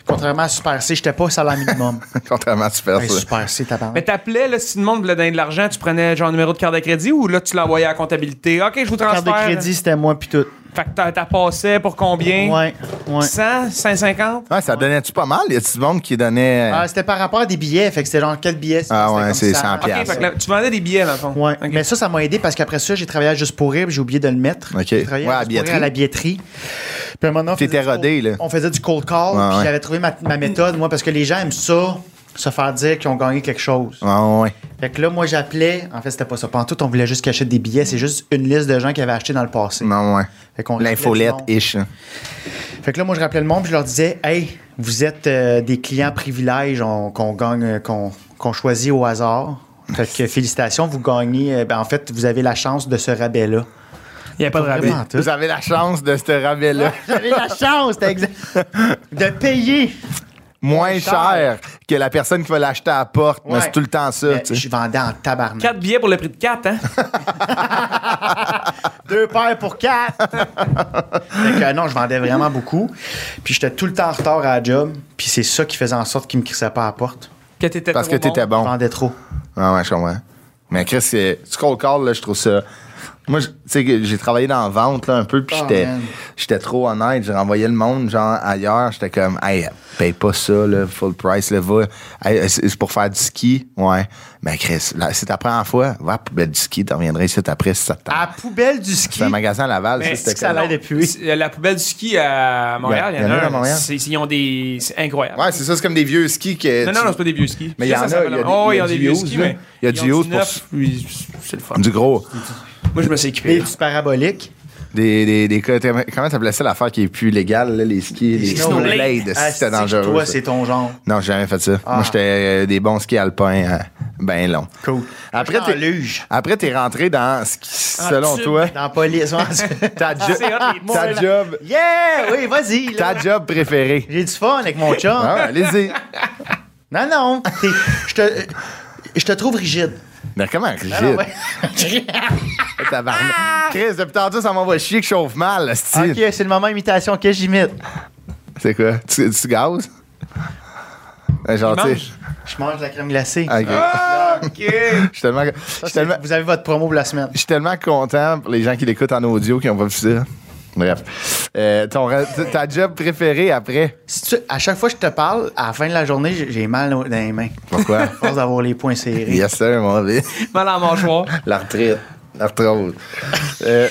Speaker 3: Contrairement à Super C, j'étais pas au
Speaker 1: [LAUGHS]
Speaker 3: salaire minimum.
Speaker 1: [LAUGHS] Contrairement à Super
Speaker 3: Hey,
Speaker 1: ça.
Speaker 3: Super C, t'as
Speaker 2: Mais t'appelais, là, si le monde voulait donner de l'argent, tu prenais genre numéro de carte de crédit ou là, tu l'envoyais à la comptabilité? Ok, je vous transfère.
Speaker 3: Carte de crédit, c'était moi, puis tout.
Speaker 2: Fait que t'as t'as passé pour combien?
Speaker 3: Ouais, ouais.
Speaker 2: 100? 150?
Speaker 1: Ouais, ça donnait-tu pas mal? Y a-tu du monde qui donnait.
Speaker 3: Ah, c'était par rapport à des billets, fait que c'était genre 4 billets.
Speaker 1: Ah
Speaker 3: c'était
Speaker 1: ouais,
Speaker 3: comme
Speaker 1: c'est
Speaker 3: 100.
Speaker 1: 100
Speaker 2: Ok,
Speaker 1: piastres.
Speaker 2: fait que là, tu vendais des billets, dans le fond.
Speaker 3: Ouais,
Speaker 2: Ok.
Speaker 3: mais ça, ça m'a aidé parce qu'après ça, j'ai travaillé à juste pour rire, puis j'ai oublié de le mettre.
Speaker 1: Ok.
Speaker 3: J'ai travaillé à
Speaker 1: Ouais, à
Speaker 3: Juste pour
Speaker 1: billetterie.
Speaker 3: Rire, à la billetterie. Puis maintenant, on
Speaker 1: T'étais
Speaker 3: faisait du
Speaker 1: rodé,
Speaker 3: cold-
Speaker 1: là.
Speaker 3: On faisait du cold call,
Speaker 1: Ouais,
Speaker 3: puis
Speaker 1: ouais.
Speaker 3: j'avais trouvé ma, ma méthode, moi, parce que les gens aiment ça, se faire dire qu'ils ont gagné quelque chose.
Speaker 1: Ah, ouais.
Speaker 3: Fait que là, moi, j'appelais. En fait, c'était pas ça. Pendant tout, on voulait juste cacher des billets. C'est juste une liste de gens qui avaient acheté dans le passé.
Speaker 1: Non, ouais.
Speaker 3: Fait qu'on
Speaker 1: L'infolette,
Speaker 3: rappelait
Speaker 1: ish. hein.
Speaker 3: Fait que là, moi, je rappelais le monde, puis je leur disais, hey, vous êtes euh, des clients privilèges on- qu'on gagne, euh, qu'on qu'on choisit au hasard. Fait que félicitations, vous gagnez. euh, ben, en fait, vous avez la chance de ce rabais-là.
Speaker 2: Il n'y a pas de rabais.
Speaker 3: Vraiment tout.
Speaker 1: Vous avez la chance de ce rabais-là.
Speaker 3: J'avais la chance t'as exa- [LAUGHS] de payer.
Speaker 1: [LAUGHS] Moins cher que la personne qui va l'acheter à la porte. Mais
Speaker 3: Ouais.
Speaker 1: c'est tout le temps ça.
Speaker 3: Euh,
Speaker 1: tu
Speaker 3: Je
Speaker 1: sais.
Speaker 3: suis vendé en tabarnak.
Speaker 2: 4 billets pour le prix de
Speaker 1: [LAUGHS]
Speaker 2: 4, hein?
Speaker 3: Deux paires
Speaker 1: [LAUGHS]
Speaker 3: pour quatre. Fait que euh, non, je vendais vraiment beaucoup. Puis j'étais tout le temps en retard à la job. Puis c'est ça qui faisait en sorte qu'ils me crissaient pas à la porte.
Speaker 2: Que t'étais
Speaker 1: Parce que
Speaker 2: trop
Speaker 1: t'étais
Speaker 2: bon.
Speaker 3: Je
Speaker 1: bon.
Speaker 3: vendais trop.
Speaker 1: Ah ouais, je comprends. Mais Chris, c'est du cold call, là, je trouve ça. Moi, je- tu sais, que j'ai travaillé dans la vente, là, un peu, puis
Speaker 3: Oh,
Speaker 1: j'étais,
Speaker 3: man.
Speaker 1: j'étais trop honnête. J'ai renvoyé le monde, genre, ailleurs. J'étais comme, hey, paye pas ça, là, full price, là, va. Hey, c'est c'est pour faire du ski, ouais. Mais Chris, là, c'est ta première fois, va à la poubelle du ski, t'en reviendrais ici après si ça te tente.
Speaker 3: À la poubelle du ski.
Speaker 1: C'est un magasin à Laval,
Speaker 2: Mais
Speaker 1: ça,
Speaker 2: c'est
Speaker 1: c'était
Speaker 2: que
Speaker 3: ça
Speaker 1: cool.
Speaker 3: l'aide depuis.
Speaker 2: C'est- La poubelle du ski à Montréal, il y en a
Speaker 1: à
Speaker 2: un.
Speaker 1: Montréal.
Speaker 2: C'est- Ils ont des. C'est incroyable.
Speaker 1: Ouais, c'est ça, c'est comme des vieux skis que.
Speaker 2: Non,
Speaker 1: tu-
Speaker 2: non, non, c'est pas des vieux skis.
Speaker 1: Mais il y
Speaker 2: Ça,
Speaker 1: en
Speaker 2: ça
Speaker 1: a,
Speaker 2: s'appelle-
Speaker 1: il y a des-
Speaker 2: Oh,
Speaker 1: il y
Speaker 2: ils
Speaker 1: a
Speaker 2: ont
Speaker 1: du
Speaker 2: des vieux
Speaker 1: used,
Speaker 2: skis,
Speaker 1: là.
Speaker 2: mais.
Speaker 1: Il y a du
Speaker 2: ils ont
Speaker 1: used pour-
Speaker 2: neuf, puis C'est le fun.
Speaker 1: Du gros.
Speaker 2: Moi, je me sais
Speaker 3: Les
Speaker 1: [LAUGHS]
Speaker 2: cuire.
Speaker 3: petits paraboliques.
Speaker 1: Des, des, des, comment t'appelais ça l'affaire qui est plus légale, là, les skis, les,
Speaker 2: snowblades.
Speaker 1: snowblades, si
Speaker 3: Ah,
Speaker 1: c'était
Speaker 3: c'est-tu que
Speaker 1: dangereux.
Speaker 3: Toi,
Speaker 1: ça.
Speaker 3: c'est ton genre.
Speaker 1: Non, j'ai jamais fait ça.
Speaker 3: Ah.
Speaker 1: Moi, j'étais euh, des bons skis alpins, euh, ben longs.
Speaker 3: Cool.
Speaker 1: Après,
Speaker 3: Dans
Speaker 1: t'es-
Speaker 3: luge.
Speaker 1: Après, t'es rentré dans ce qui,
Speaker 2: En
Speaker 1: selon
Speaker 2: tube.
Speaker 1: toi,
Speaker 3: Dans la police.
Speaker 1: [LAUGHS]
Speaker 3: Ah,
Speaker 1: ta, jo-
Speaker 2: c'est hot, les
Speaker 1: ta
Speaker 2: mots,
Speaker 1: job,
Speaker 3: yeah! Oui, vas-y. là.
Speaker 1: ta job
Speaker 3: [LAUGHS]
Speaker 1: préférée.
Speaker 3: J'ai du fun avec mon chum.
Speaker 1: Ah, allez-y.
Speaker 3: Non, non. t'es- Je te. Je te trouve rigide.
Speaker 1: Mais comment, Brigitte?
Speaker 3: Ah, ouais. Ah!
Speaker 1: Tabarnak. Chris, depuis tantôt, ça m'envoie chier que je chauffe mal, esti.
Speaker 3: ok, c'est le moment imitation que j'imite.
Speaker 1: C'est quoi? Tu, tu gazes? Euh, Genre,
Speaker 2: Il
Speaker 1: tu
Speaker 2: mange.
Speaker 1: sais.
Speaker 3: Je mange de la crème glacée.
Speaker 1: Ah, Ok.
Speaker 2: OK.
Speaker 1: Je suis tellement, je
Speaker 3: Ça,
Speaker 1: suis
Speaker 3: c'est-
Speaker 1: tellement-
Speaker 3: Vous avez votre promo pour la semaine.
Speaker 1: je suis tellement content pour les gens qui l'écoutent en audio qui ont pas vu ça. Bref. Euh, ton, ra- t- ta job préférée après?
Speaker 3: Si tu- à chaque fois que je te parle, à la fin de la journée, j'ai j'ai mal au- dans les mains.
Speaker 1: Pourquoi?
Speaker 3: À force d'avoir les poings serrés.
Speaker 1: [LAUGHS] yes, sir, mon vieux.
Speaker 2: Mal en mâchoire.
Speaker 1: La retraite. La retraite. Euh,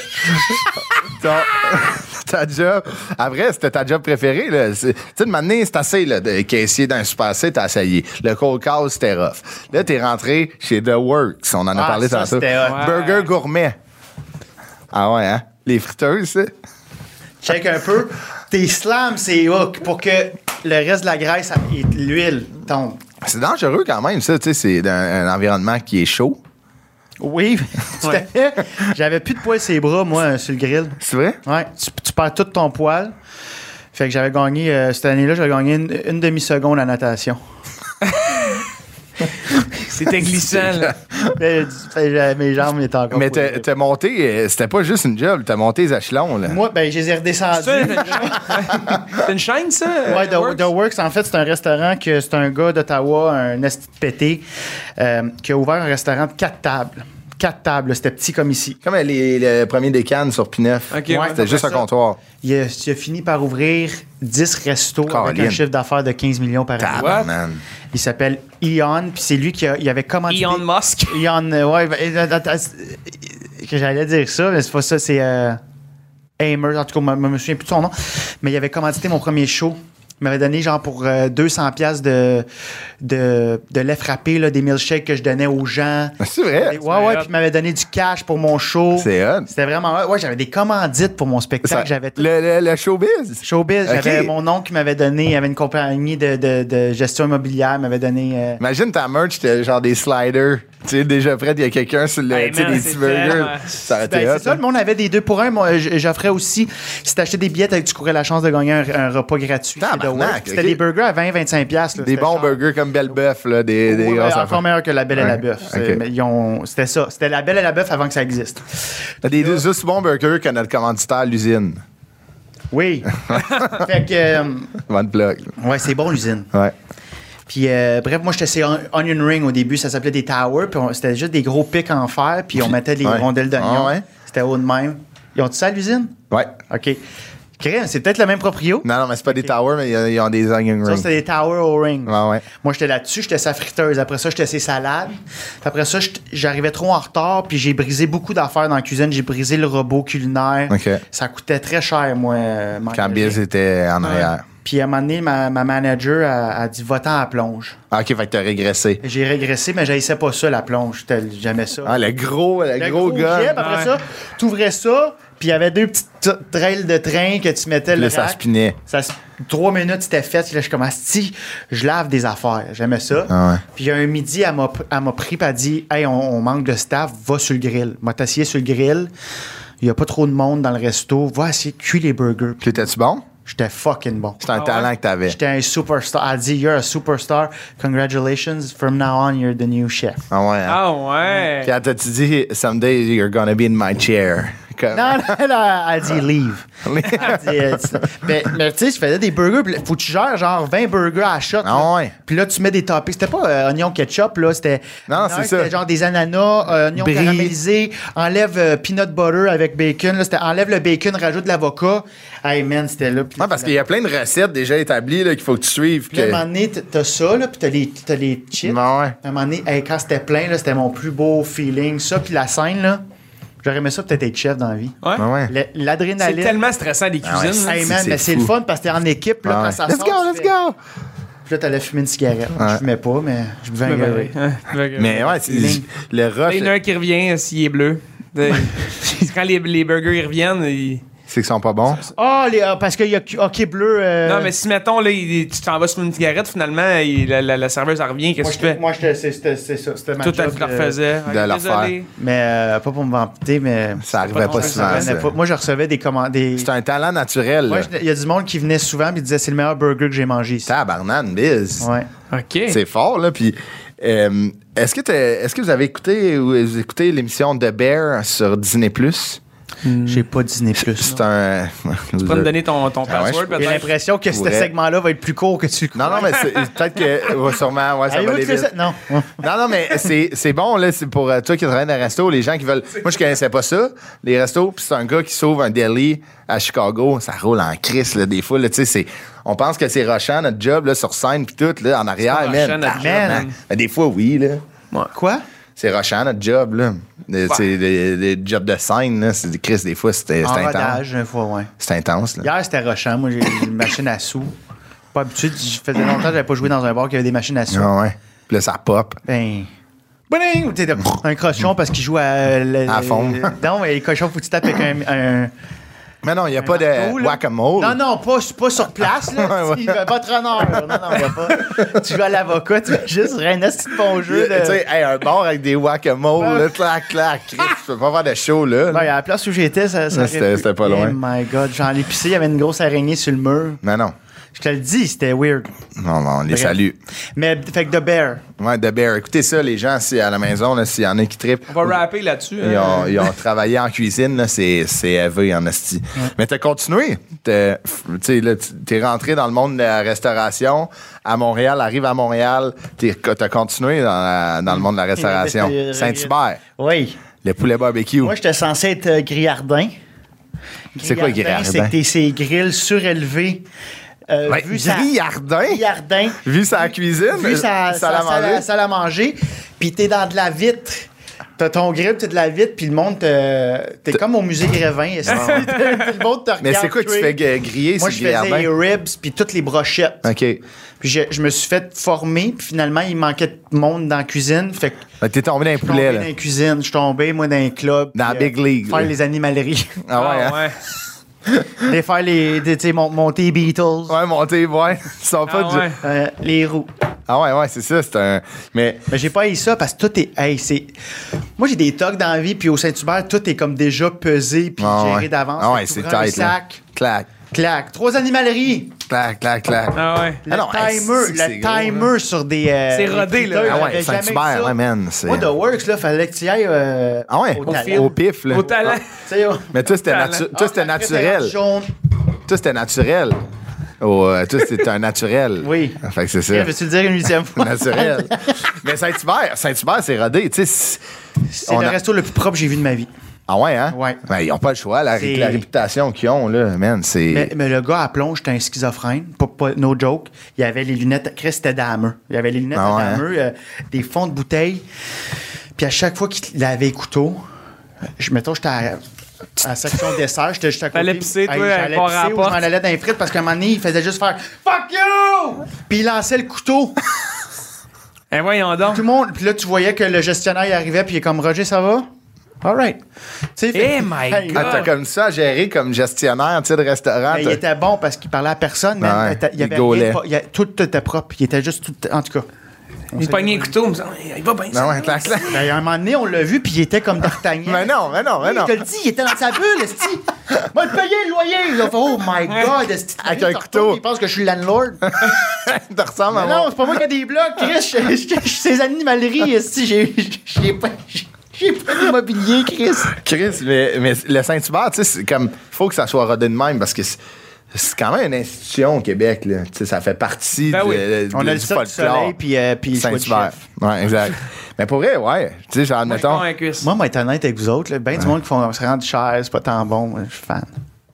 Speaker 1: ta, [LAUGHS] ta job. Après, c'était ta job préférée. là. C'est- Tu sais, de m'amener, c'est assez, là, de caissier d'un super C, t'as essayé. Le cold call, c'était rough. Là, t'es rentré chez The Works. On en a
Speaker 3: Ah,
Speaker 1: parlé
Speaker 3: ça,
Speaker 1: tantôt.
Speaker 3: c'était hot.
Speaker 1: Burger gourmet. Ah ouais, hein? Les friteuses, ça?
Speaker 3: Check un peu. Tes slams, c'est hook pour que le reste de la graisse et l'huile tombe.
Speaker 1: Ben, C'est dangereux quand même, ça. Tu sais, c'est un, un environnement qui est chaud.
Speaker 3: Oui, [LAUGHS] tout à
Speaker 2: Ouais.
Speaker 3: fait. J'avais plus de poils sur les bras, moi, euh, sur le grill.
Speaker 1: [LAUGHS] C'est vrai?
Speaker 3: Ouais, tu, tu perds tout ton poil. Fait que j'avais gagné, euh, cette année-là, j'avais gagné une, une demi-seconde à natation. [LAUGHS]
Speaker 1: [LAUGHS]
Speaker 2: C'était glissant, là.
Speaker 3: Mais, fait que, euh, mes jambes étaient encore.
Speaker 1: Mais
Speaker 3: poilées.
Speaker 1: t'as t'as monté, euh, c'était pas juste une job, t'as monté les échelons, là.
Speaker 3: Moi, ben, je les ai redescendus.
Speaker 2: C'est une chaîne.
Speaker 1: [LAUGHS]
Speaker 2: C'est une chaîne, ça?
Speaker 3: Ouais, The,
Speaker 2: Works?
Speaker 3: The Works, en fait, c'est un restaurant que c'est un gars d'Ottawa, un esti de pété, euh, qui a ouvert un restaurant de quatre tables. Quatre tables, là, c'était petit comme ici.
Speaker 1: Comme les, le premier décan sur P9.
Speaker 2: Ok, ouais,
Speaker 1: c'était juste
Speaker 2: ça.
Speaker 1: un comptoir.
Speaker 3: Il a, il a fini par ouvrir 10 restos avec
Speaker 1: Caroline.
Speaker 3: un chiffre d'affaires de 15 millions par année.
Speaker 2: What?
Speaker 1: man.
Speaker 3: Il s'appelle Ion, puis c'est lui qui a- il avait commandé.
Speaker 2: Elon Musk.
Speaker 3: Ion, euh, ouais, ben, euh, attends, euh, que j'allais dire ça, mais c'est pas ça, c'est euh, Amer, en tout cas, je me souviens plus de son nom, mais il avait commandité mon premier show. Il m'avait donné genre pour euh, 200 pièces de, de, de lait frappé, là, des milkshakes que je donnais aux gens.
Speaker 1: Ah, C'est
Speaker 3: Et-
Speaker 1: vrai.
Speaker 3: ouais, ouais, puis il m'avait donné du cash pour mon show.
Speaker 1: C'est hot.
Speaker 3: C'était vraiment hot. Ouais, j'avais des commandites pour mon spectacle.
Speaker 1: Ça-
Speaker 3: J'avais tout.
Speaker 1: le, le- le showbiz.
Speaker 3: Showbiz,
Speaker 1: Ok.
Speaker 3: j'avais mon oncle qui m'avait donné, il avait une compagnie de, de- de gestion immobilière, il m'avait donné. euh,
Speaker 1: Imagine ta merch, t'as genre des sliders. Tu sais, déjà prêt, il y a quelqu'un sur le.
Speaker 2: Hey,
Speaker 1: tu sais,
Speaker 2: man,
Speaker 1: des
Speaker 2: c'est
Speaker 1: petits burgers.
Speaker 2: tellement-
Speaker 1: Ça aurait
Speaker 3: Ben,
Speaker 1: été hot.
Speaker 3: c'est ça,
Speaker 1: hein.
Speaker 3: le monde avait des deux pour un. Moi, euh, j- j'offrais aussi, si t'achetais des billets, t'avais- tu courais la chance de gagner un, un repas gratuit. chez The
Speaker 1: Tabarnak,
Speaker 3: Works. C'était
Speaker 1: ok.
Speaker 3: des burgers à 20-25$. piastres, là.
Speaker 1: Des
Speaker 3: C'était
Speaker 1: bons
Speaker 3: cher.
Speaker 1: burgers comme Belleboeuf, là. Des, des
Speaker 3: Ouais,
Speaker 1: grosses
Speaker 3: encore
Speaker 1: affaires.
Speaker 3: meilleur que la Belle et la
Speaker 1: Ouais,
Speaker 3: Bœuf. C'est-
Speaker 1: ok.
Speaker 3: mais ils ont- C'était ça. C'était la Belle et la Bœuf avant que ça existe.
Speaker 1: Des deux aussi bons burgers que notre commanditaire, à l'usine. [LAUGHS]
Speaker 3: Oui. fait que, euh,
Speaker 1: Van Plug.
Speaker 3: ouais, c'est bon l'usine.
Speaker 1: Ouais.
Speaker 3: Puis euh, bref, moi j'étais sur Onion Ring au début, ça s'appelait des towers, puis on- c'était juste des gros pics en fer, puis on mettait des
Speaker 1: Ouais.
Speaker 3: rondelles d'oignon.
Speaker 1: Ah ouais?
Speaker 3: C'était haut de même. Ils ont tout ça à l'usine?
Speaker 1: Ouais.
Speaker 3: OK. Crème, c'est peut-être le même proprio.
Speaker 1: Non, non, mais c'est pas des towers, mais ils ont- ils ont des onion
Speaker 3: Ça,
Speaker 1: rings.
Speaker 3: c'était des towers au ring.
Speaker 1: Ouais, ouais.
Speaker 3: Moi, j'étais là-dessus, j'étais sa friteuse. Après ça, j'étais ses salades. Puis Après ça, j'étais- j'arrivais trop en retard, puis j'ai brisé beaucoup d'affaires dans la cuisine. J'ai brisé le robot culinaire.
Speaker 1: OK.
Speaker 3: Ça coûtait très cher, moi. euh,
Speaker 1: Quand
Speaker 3: m'engager.
Speaker 1: Biz était en arrière.
Speaker 3: Puis à un moment donné, ma, ma manager a, a dit Va-t'en à la plonge.
Speaker 1: Ah, Ok, fait que t'as régressé.
Speaker 3: J'ai régressé, mais j'haïssais pas ça, la plonge. J'étais- J'aimais ça.
Speaker 1: Ah, le gros, le,
Speaker 3: Le
Speaker 1: gros, gars.
Speaker 3: jet, puis après
Speaker 2: Ouais.
Speaker 3: ça, t'ouvrais ça, puis il y avait deux petites t- trails de train que tu mettais le
Speaker 1: Là, ça
Speaker 3: rack.
Speaker 1: spinait.
Speaker 3: Ça se- trois minutes, c'était fait. Puis Là, je commence, si, je lave des affaires. J'aimais ça.
Speaker 1: Ah ouais.
Speaker 3: Puis un midi, elle m'a, elle m'a pris, puis elle dit, hey, on, on manque de staff, va sur le grill. M'a t'assied sur le grill. Il n'y a pas trop de monde dans le resto. Va essayer de cuire les burgers.
Speaker 1: Puis t'étais-tu bon?
Speaker 3: J'étais fucking bon.
Speaker 1: C'est un
Speaker 2: Ah ouais?
Speaker 1: talent que t'avais.
Speaker 3: J'étais un superstar. Elle dit, You're a superstar. Congratulations. From now on, you're the new chef.
Speaker 1: Ah ouais. hein?
Speaker 2: Ah ouais.
Speaker 1: Puis elle t'a-tu dit, someday you're gonna be in my chair? [LAUGHS] Comme-
Speaker 3: Non, non, non, elle
Speaker 1: Ah.
Speaker 3: dit leave. Elle dit, euh, tu- mais mais tu sais, je faisais des burgers, puis faut que tu gères genre 20 burgers à la shot.
Speaker 1: Ah
Speaker 3: là.
Speaker 1: ouais.
Speaker 3: Puis là, tu mets des toppings. C'était pas euh, oignon ketchup, là. C'était.
Speaker 1: Non,
Speaker 3: non,
Speaker 1: c'est
Speaker 3: c'était
Speaker 1: ça.
Speaker 3: genre des ananas, euh, oignons
Speaker 1: Brie.
Speaker 3: caramélisés, enlève euh, peanut butter avec bacon. Là, c'était enlève le bacon, rajoute de l'avocat. Hey man, c'était là. Puis
Speaker 1: Ouais, parce qu'il y a plein de recettes déjà établies là, qu'il faut que tu suives.
Speaker 3: Puis là,
Speaker 1: que-
Speaker 3: à un moment donné, t- t'as ça, là, puis t'as les, t'as les chips.
Speaker 1: Ben ouais.
Speaker 3: À un moment donné, hey, quand c'était plein, là, c'était mon plus beau feeling. Ça, puis la scène, là, j'aurais aimé ça peut-être être chef dans la vie.
Speaker 2: Ouais.
Speaker 1: Ben ouais.
Speaker 3: Le-
Speaker 2: C'est
Speaker 3: L'adrénaline.
Speaker 2: tellement stressant les
Speaker 1: Ah ouais,
Speaker 2: cuisines. là.
Speaker 3: Hey
Speaker 1: C'est-
Speaker 3: man,
Speaker 1: c'est
Speaker 3: mais c'est
Speaker 1: fou.
Speaker 3: le fun parce que t'es en équipe, puis là,
Speaker 1: Ouais.
Speaker 3: quand ça
Speaker 1: let's
Speaker 3: sort,
Speaker 1: go,
Speaker 3: tu
Speaker 1: let's
Speaker 3: fais-
Speaker 1: go!
Speaker 3: Puis là, t'allais fumer une cigarette. Je fumais pas, mais je buvais un
Speaker 2: Ben
Speaker 3: garé.
Speaker 2: oui. Ouais.
Speaker 1: Mais ouais, c'est-
Speaker 3: Ligne.
Speaker 1: le
Speaker 2: Là, euh, Il y en a
Speaker 1: rush,
Speaker 2: un qui revient euh, s'il est bleu. De- [LAUGHS] Quand les, les burgers ils reviennent, ils-
Speaker 1: c'est qu'ils sont pas bons.
Speaker 3: Ah, les- ah, parce qu'il y a Q- hockey bleu. euh,
Speaker 2: Non, mais si, mettons, là, il- tu t'en vas sur une cigarette, finalement, il- la, la- la serveuse, elle revient,
Speaker 3: moi,
Speaker 2: qu'est-ce que tu
Speaker 3: j'étais-
Speaker 2: fais?
Speaker 3: moi, j'étais- c'est- c'était c'est ça. C'était ma
Speaker 2: Tout, elle
Speaker 3: job,
Speaker 2: te le
Speaker 3: euh,
Speaker 2: refaisait. Ok,
Speaker 1: de la
Speaker 2: désolé.
Speaker 3: Mais euh, pas pour me vanter, mais.
Speaker 1: Ça arrivait
Speaker 2: pas
Speaker 1: pas
Speaker 2: ton
Speaker 1: souvent,
Speaker 2: restaurant,
Speaker 1: ça.
Speaker 3: Mais pas- Moi, je recevais des commandes. Des...
Speaker 1: C'est un talent naturel.
Speaker 3: Moi,
Speaker 1: là.
Speaker 3: je- Il y a du monde qui venait souvent et disait c'est le meilleur burger que j'ai mangé ici.
Speaker 1: Tabarnane, biz.
Speaker 3: Ouais.
Speaker 2: OK.
Speaker 1: [LAUGHS] C'est fort, là. Puis, euh, est-ce que, t'es- est-ce que vous avez écouté ou vous écoutez l'émission The Bear sur Disney+.
Speaker 3: J'ai pas dîné plus.
Speaker 1: Mm. C'est un... [LAUGHS]
Speaker 2: Tu peux me donner ton, ton
Speaker 1: Ah ouais,
Speaker 2: password,
Speaker 1: je-
Speaker 3: J'ai
Speaker 2: peut-être?
Speaker 3: l'impression que ce
Speaker 1: Ouais.
Speaker 3: segment-là va être plus court que tu le
Speaker 1: Non, non, mais c'est- peut-être que... ouais, sûrement, ouais, ça
Speaker 3: Allez,
Speaker 1: va aller
Speaker 3: écoutez
Speaker 1: vite.
Speaker 3: ça. Non.
Speaker 1: Non, non, mais c'est c'est bon, là, c'est pour euh, toi qui travaille dans un resto, les gens qui veulent. Moi, je connaissais pas ça, les restos, puis c'est un gars qui sauve un deli à Chicago, ça roule en crise, là, des fois, là, tu sais, c'est. On pense que c'est rushant, notre job, là, sur scène, puis tout, là, en arrière,
Speaker 2: pas
Speaker 1: man.
Speaker 2: rushant, notre
Speaker 1: tabarnak.
Speaker 2: job, man.
Speaker 1: Mais des fois, oui, là.
Speaker 3: Quoi?
Speaker 1: C'est rushant, notre job, là. Euh, C'est des, des jobs de scène, là. C'est des crises, des fois, c'était
Speaker 3: En
Speaker 1: c'était intense.
Speaker 3: rodage, une fois, ouais.
Speaker 1: C'est intense, là.
Speaker 3: Hier, c'était rochant. Moi, j'ai une machine à sous. Pas habitué. Je faisais longtemps que j'avais pas joué dans un bar qui avait des machines à sous.
Speaker 1: Ah ouais. Puis là, ça pop.
Speaker 3: Ben. Boning! T'es de- Un cochon parce qu'il joue à. euh, le-
Speaker 1: À fond.
Speaker 3: Non, mais les cochons, faut que tu tapes avec un. un-
Speaker 1: Mais non, il n'y a pas
Speaker 3: marteau,
Speaker 1: de
Speaker 3: là.
Speaker 1: whack-a-mole.
Speaker 3: Non, non, pas, pas sur place,
Speaker 1: [LAUGHS]
Speaker 3: là.
Speaker 1: Ouais, ouais.
Speaker 3: Il va pas te honneur. Non, non, il
Speaker 1: [LAUGHS]
Speaker 3: va pas. Tu joues à l'avocat, tu vas juste rien de bon
Speaker 1: Tu
Speaker 3: jeu. de-
Speaker 1: sais, hey, un bar avec des whack-a-mole, là, clac, clac, Chris, tu peux pas faire de show, là.
Speaker 3: Ben, à la place où j'étais, ça. ça
Speaker 1: Non,
Speaker 3: aurait
Speaker 1: c'était-
Speaker 3: pu-
Speaker 1: c'était pas loin.
Speaker 3: Oh my god, j'en ai pissé, il y avait une grosse araignée sur le mur.
Speaker 1: Non, non.
Speaker 3: Je te le dis, c'était weird.
Speaker 1: Non, non, on les
Speaker 3: Bref.
Speaker 1: salue.
Speaker 3: Mais, fait que The Bear.
Speaker 1: Ouais, The Bear. Écoutez ça, les gens, si à la maison, là, s'il y en a qui trippent.
Speaker 2: On va rapper là-dessus.
Speaker 1: Ils
Speaker 2: hein.
Speaker 3: Euh.
Speaker 1: ont, ils ont travaillé en cuisine, là, c'est, c'est élevé en asti. Mais t'as continué. T'es, tu sais, là, tu- t'es rentré dans le monde de la restauration à Montréal, arrive à Montréal, t'es- t'as continué dans, la- dans le monde de la restauration.
Speaker 3: Et- et-
Speaker 1: Saint-Hubert,
Speaker 3: Oui.
Speaker 1: le poulet barbecue.
Speaker 3: Moi, j'étais censé être euh, grillardin.
Speaker 1: C'est quoi, grillardin?
Speaker 3: C'est que t'es ces grilles surélevées. Euh,
Speaker 1: Ouais,
Speaker 3: vu ça-
Speaker 1: grillardin?
Speaker 3: Grillardin.
Speaker 1: Vu sa cuisine, euh,
Speaker 3: Vu ça,
Speaker 1: ça
Speaker 3: ça,
Speaker 1: l'a
Speaker 3: ça,
Speaker 1: mangé.
Speaker 3: la salle à manger, puis t'es dans de la vitre. T'as ton grill, t'as de la vitre, puis le monde te. T'es comme au musée Grévin. est-ce que- [LAUGHS] Puis le monde te regarde.
Speaker 1: Ah Mais c'est quoi que tu
Speaker 3: cuire.
Speaker 1: fais gu- griller,
Speaker 3: Moi,
Speaker 1: c'est
Speaker 3: je faisais les
Speaker 1: grillardin?
Speaker 3: ribs, puis toutes les brochettes.
Speaker 1: OK.
Speaker 3: Puis je, je me suis fait former, puis finalement, il manquait de monde dans la cuisine. Fait que
Speaker 1: Fait que Ben, T'es tombé dans les
Speaker 3: je suis tombé
Speaker 1: poulets,
Speaker 3: dans
Speaker 1: là.
Speaker 3: la cuisine, je suis tombé, moi, dans un club.
Speaker 1: Dans la
Speaker 3: puis, euh,
Speaker 1: big league,
Speaker 3: Faire
Speaker 1: là. [LAUGHS]
Speaker 3: les animaleries.
Speaker 1: Ah ouais, hein?
Speaker 2: Ah ouais.
Speaker 3: les faire les. des- Tu sais, mon- monter les Beatles.
Speaker 1: Ouais, monter, ouais. Ils sont pas
Speaker 2: Ah
Speaker 1: du-
Speaker 2: ouais.
Speaker 3: euh, les roues.
Speaker 1: Ah ouais, ouais, c'est ça, c'est un. Mais
Speaker 3: Mais j'ai pas eu ça parce que tout est. Hey, c'est. Moi, j'ai des tocs dans la vie, puis au Saint-Hubert, tout est comme déjà pesé, puis
Speaker 1: Ah
Speaker 3: géré
Speaker 1: ouais.
Speaker 3: d'avance.
Speaker 1: Ah ouais,
Speaker 3: Tu
Speaker 1: c'est
Speaker 3: prends un
Speaker 1: tight. là.
Speaker 3: Slack,
Speaker 1: Clac,
Speaker 3: clac. Trois animaleries.
Speaker 1: clac, clac, clac.
Speaker 2: Ah ouais.
Speaker 3: Le
Speaker 1: Ah non, hey,
Speaker 3: timer,
Speaker 1: c'est-
Speaker 3: le
Speaker 1: c'est gros, là.
Speaker 3: timer sur des. euh,
Speaker 2: C'est rodé, là.
Speaker 3: des
Speaker 1: Ah ouais,
Speaker 3: j'avais jamais eu
Speaker 1: Saint-Hubert,
Speaker 3: ça.
Speaker 1: ouais, man, c'est-
Speaker 3: Moi, The Works, là, fallait que tu y ailles. euh,
Speaker 1: Ah ouais,
Speaker 3: au
Speaker 1: au,
Speaker 3: talent.
Speaker 1: au pif, là. Ah.
Speaker 2: Au talent.
Speaker 3: Tu sais, au-
Speaker 1: Mais toi, c'était
Speaker 2: Talent.
Speaker 1: natu-
Speaker 3: Ah,
Speaker 1: toi, c'était
Speaker 3: la
Speaker 1: naturel.
Speaker 3: préférence jaune.
Speaker 1: Toi, c'était naturel. Oh, euh, toi, c'était un naturel.
Speaker 3: [LAUGHS]
Speaker 1: Ah,
Speaker 3: Oui.
Speaker 1: Fait que c'est
Speaker 3: Je
Speaker 1: ça.
Speaker 3: veux-tu le dire une huitième fois?
Speaker 1: [LAUGHS]
Speaker 3: [LAUGHS]
Speaker 1: naturel. Mais Saint-Hubert, Saint-Hubert, c'est rodé. Tu sais, c'est-
Speaker 3: C'est
Speaker 1: On
Speaker 3: le
Speaker 1: a-
Speaker 3: resto le plus propre que j'ai vu de ma vie.
Speaker 1: ah ouais, hein?
Speaker 3: Ouais.
Speaker 1: Ben, ils n'ont pas le choix. La,
Speaker 3: C'est-
Speaker 1: la réputation qu'ils ont, là, man, c'est.
Speaker 3: Mais, mais le gars à plonge, c'était un schizophrène, pas, pas- no joke. Il avait les lunettes, Chris, c'était dameux. Il avait les lunettes
Speaker 1: Ah ouais, hein?
Speaker 3: dameux, euh, des fonds de bouteille. Puis à chaque fois qu'il lavait les couteaux, je, mettons, j'étais à, à la section
Speaker 2: [LAUGHS]
Speaker 3: dessert, j'étais juste à côté.
Speaker 2: Fallait pisser, toi,
Speaker 3: j'allais
Speaker 2: par
Speaker 3: pisser ou
Speaker 2: rapport.
Speaker 3: je m'en allais dans les frites parce qu'à un moment donné, il faisait juste faire « Fuck you! » Puis il lançait le couteau.
Speaker 2: Eh, voyons donc.
Speaker 3: Tout le monde, puis là, tu voyais que le gestionnaire, il arrivait, puis il est comme « Roger, ça va? » All right. Tu sais, fait-
Speaker 2: Eh, my
Speaker 3: Hey,
Speaker 1: Ah, t'as
Speaker 2: God.
Speaker 1: comme ça à gérer comme gestionnaire, tu sais, de restaurant.
Speaker 3: Mais il
Speaker 1: Ah, t'as-
Speaker 3: était bon parce qu'il parlait à personne.
Speaker 1: Ouais,
Speaker 3: man. Il y
Speaker 1: il
Speaker 3: avait
Speaker 1: gaulait.
Speaker 3: rien de pas- il y a- tout était propre. Il était juste tout. En tout cas. on
Speaker 2: Il
Speaker 3: sait-
Speaker 2: pognait un couteau, il me disait, il va bien.
Speaker 1: Non,
Speaker 2: ça.
Speaker 1: Ah ouais, clac,
Speaker 3: [LAUGHS]
Speaker 1: clac.
Speaker 3: Ben, à un moment donné, on l'a vu, puis il était comme D'Artagnan.
Speaker 1: Mais non, mais non, mais
Speaker 3: Oui,
Speaker 1: non.
Speaker 3: Je te le dis, il était dans sa bulle, esti. Moi, le payer le loyer. Il a fait, oh my God, esti.
Speaker 1: [LAUGHS] Avec un
Speaker 3: Il te
Speaker 1: couteau.
Speaker 3: retourne, Il pense que je
Speaker 1: [LAUGHS]
Speaker 3: suis landlord.
Speaker 1: Tu ressembles à
Speaker 3: Mais non,
Speaker 1: moi.
Speaker 3: c'est pas moi qui ai des blocs, Chris. Je- je- je- Ces animaleries, esti, j'ai- j'ai pas... j'ai- J'ai pas d'immobilier, Chris.
Speaker 1: Chris, mais, mais le Saint-Hubert, tu sais, c'est comme. faut que ça soit rodé de même parce que c'est- c'est quand même une institution au Québec, là. Tu sais, ça fait partie
Speaker 2: Ben
Speaker 1: de-
Speaker 2: oui.
Speaker 1: de-
Speaker 3: On
Speaker 1: de-
Speaker 3: a le
Speaker 1: du
Speaker 3: Cirque du
Speaker 1: folklore.
Speaker 3: Soleil, puis, euh, puis le choix de
Speaker 1: Saint-Hubert.
Speaker 3: chef.
Speaker 1: Ouais,
Speaker 3: [LAUGHS]
Speaker 1: exact. mais pour vrai, ouais. Tu sais, genre,
Speaker 2: Moi, je prends
Speaker 1: admettons.
Speaker 2: un cuisse.
Speaker 3: Moi, moi, être honnête avec vous autres, là, ben du monde qui font se rendre cher, c'est pas tant bon. moi, Je suis fan.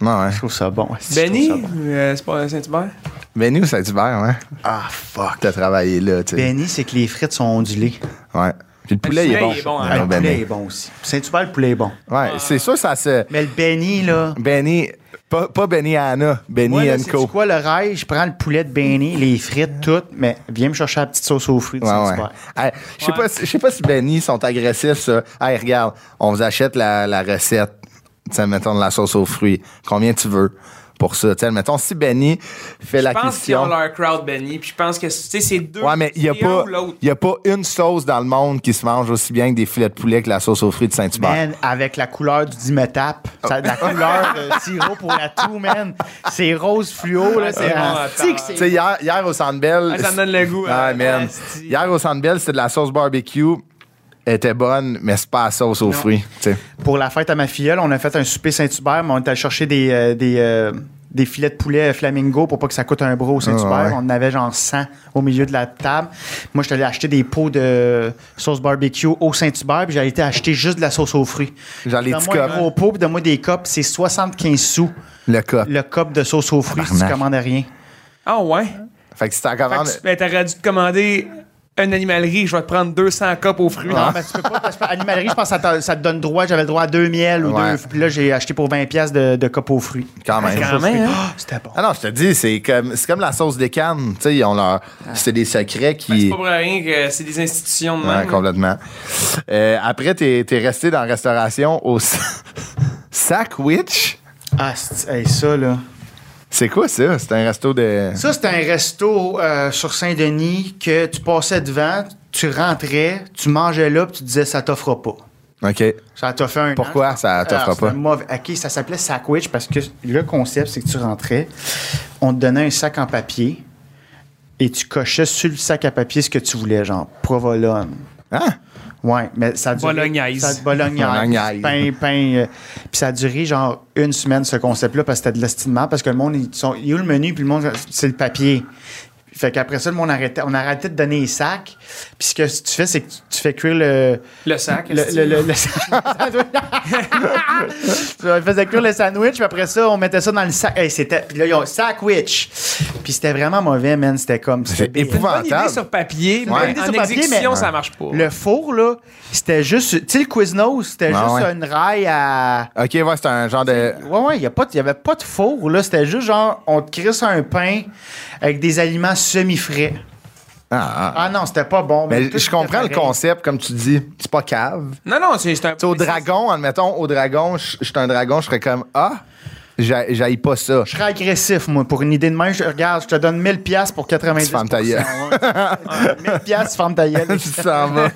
Speaker 1: Ouais, ouais.
Speaker 3: Je trouve ça bon. esti, je trouve
Speaker 2: Benny,
Speaker 3: ça bon.
Speaker 2: euh, c'est pas Saint-Hubert.
Speaker 1: Venu au Ben, Saint-Hubert, ouais.
Speaker 3: Ah, fuck. Ben-
Speaker 1: T'as travaillé là, tu sais.
Speaker 3: Benny, c'est que les frites sont ondulées.
Speaker 1: Ouais. Puis Ah, le poulet, il est bon.
Speaker 2: poulet, il est bon, hein.
Speaker 1: Ouais,
Speaker 3: le
Speaker 1: Benny.
Speaker 3: poulet est bon aussi. Saint-Hubert, le poulet est bon. Ah.
Speaker 1: Ouais, c'est sûr, ça se.
Speaker 3: Mais le Benny, là.
Speaker 1: Benny, pas, pas Benny Anna,
Speaker 3: Moi,
Speaker 1: Benny
Speaker 3: là,
Speaker 1: and
Speaker 3: c'est
Speaker 1: Co.
Speaker 3: quoi le rêve? Je prends le poulet de Benny, les frites, tout, mais viens me chercher la petite sauce aux fruits. de
Speaker 1: Ouais, ouais.
Speaker 3: Saint-Hubert.
Speaker 1: Hey, Je sais
Speaker 2: Ouais.
Speaker 1: pas, si- je sais pas si Benny sont agressifs, ça. Hey, regarde, on vous achète la, la recette. Tiens, mettons de la sauce aux fruits. Combien tu veux pour ça? Tiens, mettons, si Benny fait
Speaker 2: Je
Speaker 1: la
Speaker 2: pense qu'ils
Speaker 1: question.
Speaker 2: ont leur crowd, Benny. Puis je pense que tu sais, c'est deux.
Speaker 1: Ouais, mais il n'y a,
Speaker 2: c'est un
Speaker 1: pas-
Speaker 2: ou l'autre.
Speaker 1: y a pas une sauce dans le monde qui se mange aussi bien que des filets de poulet que la sauce aux fruits de Saint-Hubert.
Speaker 3: Man, avec la couleur du dimetap, ça a de la
Speaker 1: Oh.
Speaker 3: couleur de sirop pour la toux, man. C'est rose fluo, là, c'est
Speaker 2: Ouais,
Speaker 3: un
Speaker 2: Ah, c'est bon,
Speaker 3: stick,
Speaker 1: Tu
Speaker 3: Ah, c'est-
Speaker 1: sais, hier, hier au Centre Bell...
Speaker 2: Ah, ça me donne le goût,
Speaker 1: Ah,
Speaker 2: hein.
Speaker 1: man.
Speaker 2: Asti.
Speaker 1: Hier au Centre Bell, c'était de la sauce barbecue. Elle était bonne, mais c'est pas la sauce aux fruits. tu sais.
Speaker 3: Pour la fête à ma filleule, on a fait un souper Saint-Hubert, mais on est allé chercher des, euh, des, euh, des filets de poulet flamingo pour pas que ça coûte un bro au Saint-Hubert.
Speaker 1: Ah, ouais.
Speaker 3: On en avait genre 100 au milieu de la table. Moi, j'étais allé acheter des pots de sauce barbecue au Saint-Hubert, puis j'allais été acheter juste de la sauce aux fruits.
Speaker 1: Genre les petits
Speaker 3: Donne-moi un
Speaker 1: copes,
Speaker 3: gros pot, puis donne-moi des copes, c'est 75 sous
Speaker 1: le cop.
Speaker 3: le cop de sauce aux fruits si tu
Speaker 1: Tabarnak.
Speaker 3: commandes rien.
Speaker 2: Ah, ouais.
Speaker 1: Fait que si t'en commandes...
Speaker 2: Fait que tu- ben, t'aurais dû te commander une animalerie. Je vais te prendre 200 copes aux fruits.
Speaker 1: Ah,
Speaker 3: Non, mais tu peux pas. Parce que animalerie, je pense que ça te, ça te donne droit. J'avais le droit à deux miels ou
Speaker 1: Ouais.
Speaker 3: deux. Puis là, j'ai acheté pour 20$ piastres de, de copes aux fruits.
Speaker 1: Quand même.
Speaker 2: Quand même, hein.
Speaker 3: Ah, c'était bon.
Speaker 1: Ah non, je te dis, c'est comme, c'est comme la sauce des cannes. Tu sais, ils ont leur. C'est des secrets
Speaker 2: Ah. Ben, C'est
Speaker 1: qui.
Speaker 2: pas pour rien que c'est des institutions de
Speaker 1: Ouais,
Speaker 2: même.
Speaker 1: complètement. Euh, après, t'es es resté dans la restauration au [LAUGHS] Sackwitch.
Speaker 3: Ah, c'est- hey, ça, là.
Speaker 1: C'est quoi ça? C'est un resto de.
Speaker 3: Ça, c'était un resto euh, sur Saint-Denis que tu passais devant, tu rentrais, tu mangeais là, puis tu disais ça t'offre pas.
Speaker 1: OK.
Speaker 3: Ça t'a fait un.
Speaker 1: Pourquoi
Speaker 3: an.
Speaker 1: ça t'offre
Speaker 3: Alors,
Speaker 1: pas?
Speaker 3: c'était mauvais. OK, ça s'appelait Sackwitch parce que le concept, c'est que tu rentrais, on te donnait un sac en papier et tu cochais sur le sac à papier ce que tu voulais, genre provolone.
Speaker 1: Hein?
Speaker 3: Ouais, mais ça a duré.
Speaker 2: Bolognaise.
Speaker 3: ça- bolognaise.
Speaker 1: Bolognaise.
Speaker 3: Pain, pain. euh, puis ça a duré genre une semaine, ce concept-là, parce que c'était de l'estimement, parce que le monde, ils sont, il y a eu le menu, puis le monde, c'est le papier. Fait qu'après ça, le monde arrêtait, on arrêtait de donner les sacs. Puis ce que tu fais, c'est que tu, tu fais cuire le.
Speaker 2: Le sac.
Speaker 3: Le,
Speaker 2: est-ce
Speaker 3: le,
Speaker 2: que-
Speaker 3: le,
Speaker 2: [LAUGHS]
Speaker 3: le sandwich. On faisait cuire le sandwich, puis après ça, on mettait ça dans le sac. Hey, c'était, puis là, ils ont sandwich. Puis c'était vraiment mauvais, man. C'était comme. c'était
Speaker 1: C'est
Speaker 3: bébé.
Speaker 2: Une bonne idée
Speaker 1: épouvantable.
Speaker 2: sur papier, mais
Speaker 1: Ouais. Une
Speaker 2: en
Speaker 1: bonne
Speaker 3: idée sur papier,
Speaker 2: exécution,
Speaker 3: mais-
Speaker 2: ça marche pas.
Speaker 3: Le four, là, c'était juste. Tu sais, le Quiznos, c'était
Speaker 1: Ah
Speaker 3: juste
Speaker 1: ouais.
Speaker 3: une raille à.
Speaker 1: OK, ouais, c'est un genre de.
Speaker 3: Ouais, ouais, il n'y avait pas de four, là. C'était juste genre, on te crisse un pain avec des aliments semi-frais.
Speaker 1: Ah, ah.
Speaker 3: Ah non, c'était pas bon.
Speaker 1: Mais
Speaker 3: tout
Speaker 1: je
Speaker 3: était
Speaker 1: comprends le
Speaker 3: pareil.
Speaker 1: concept, comme tu dis. C'est pas cave.
Speaker 2: Non, non, c'est c'est un.
Speaker 1: Tu sais, au dragon, admettons, au dragon, je je suis un dragon, je serais comme Ah, j'ha- j'haïs pas ça. [LAUGHS]
Speaker 3: Je serais agressif, moi, pour une idée de main. Je, regarde, je te donne 1000$ piastres pour 90$.
Speaker 1: Tu fermes ta gueule.
Speaker 3: Ouais. 1000$, piastres, tu fermes ta
Speaker 1: [LAUGHS]
Speaker 3: gueule.
Speaker 1: tu t'en
Speaker 2: [LAUGHS]
Speaker 1: vas.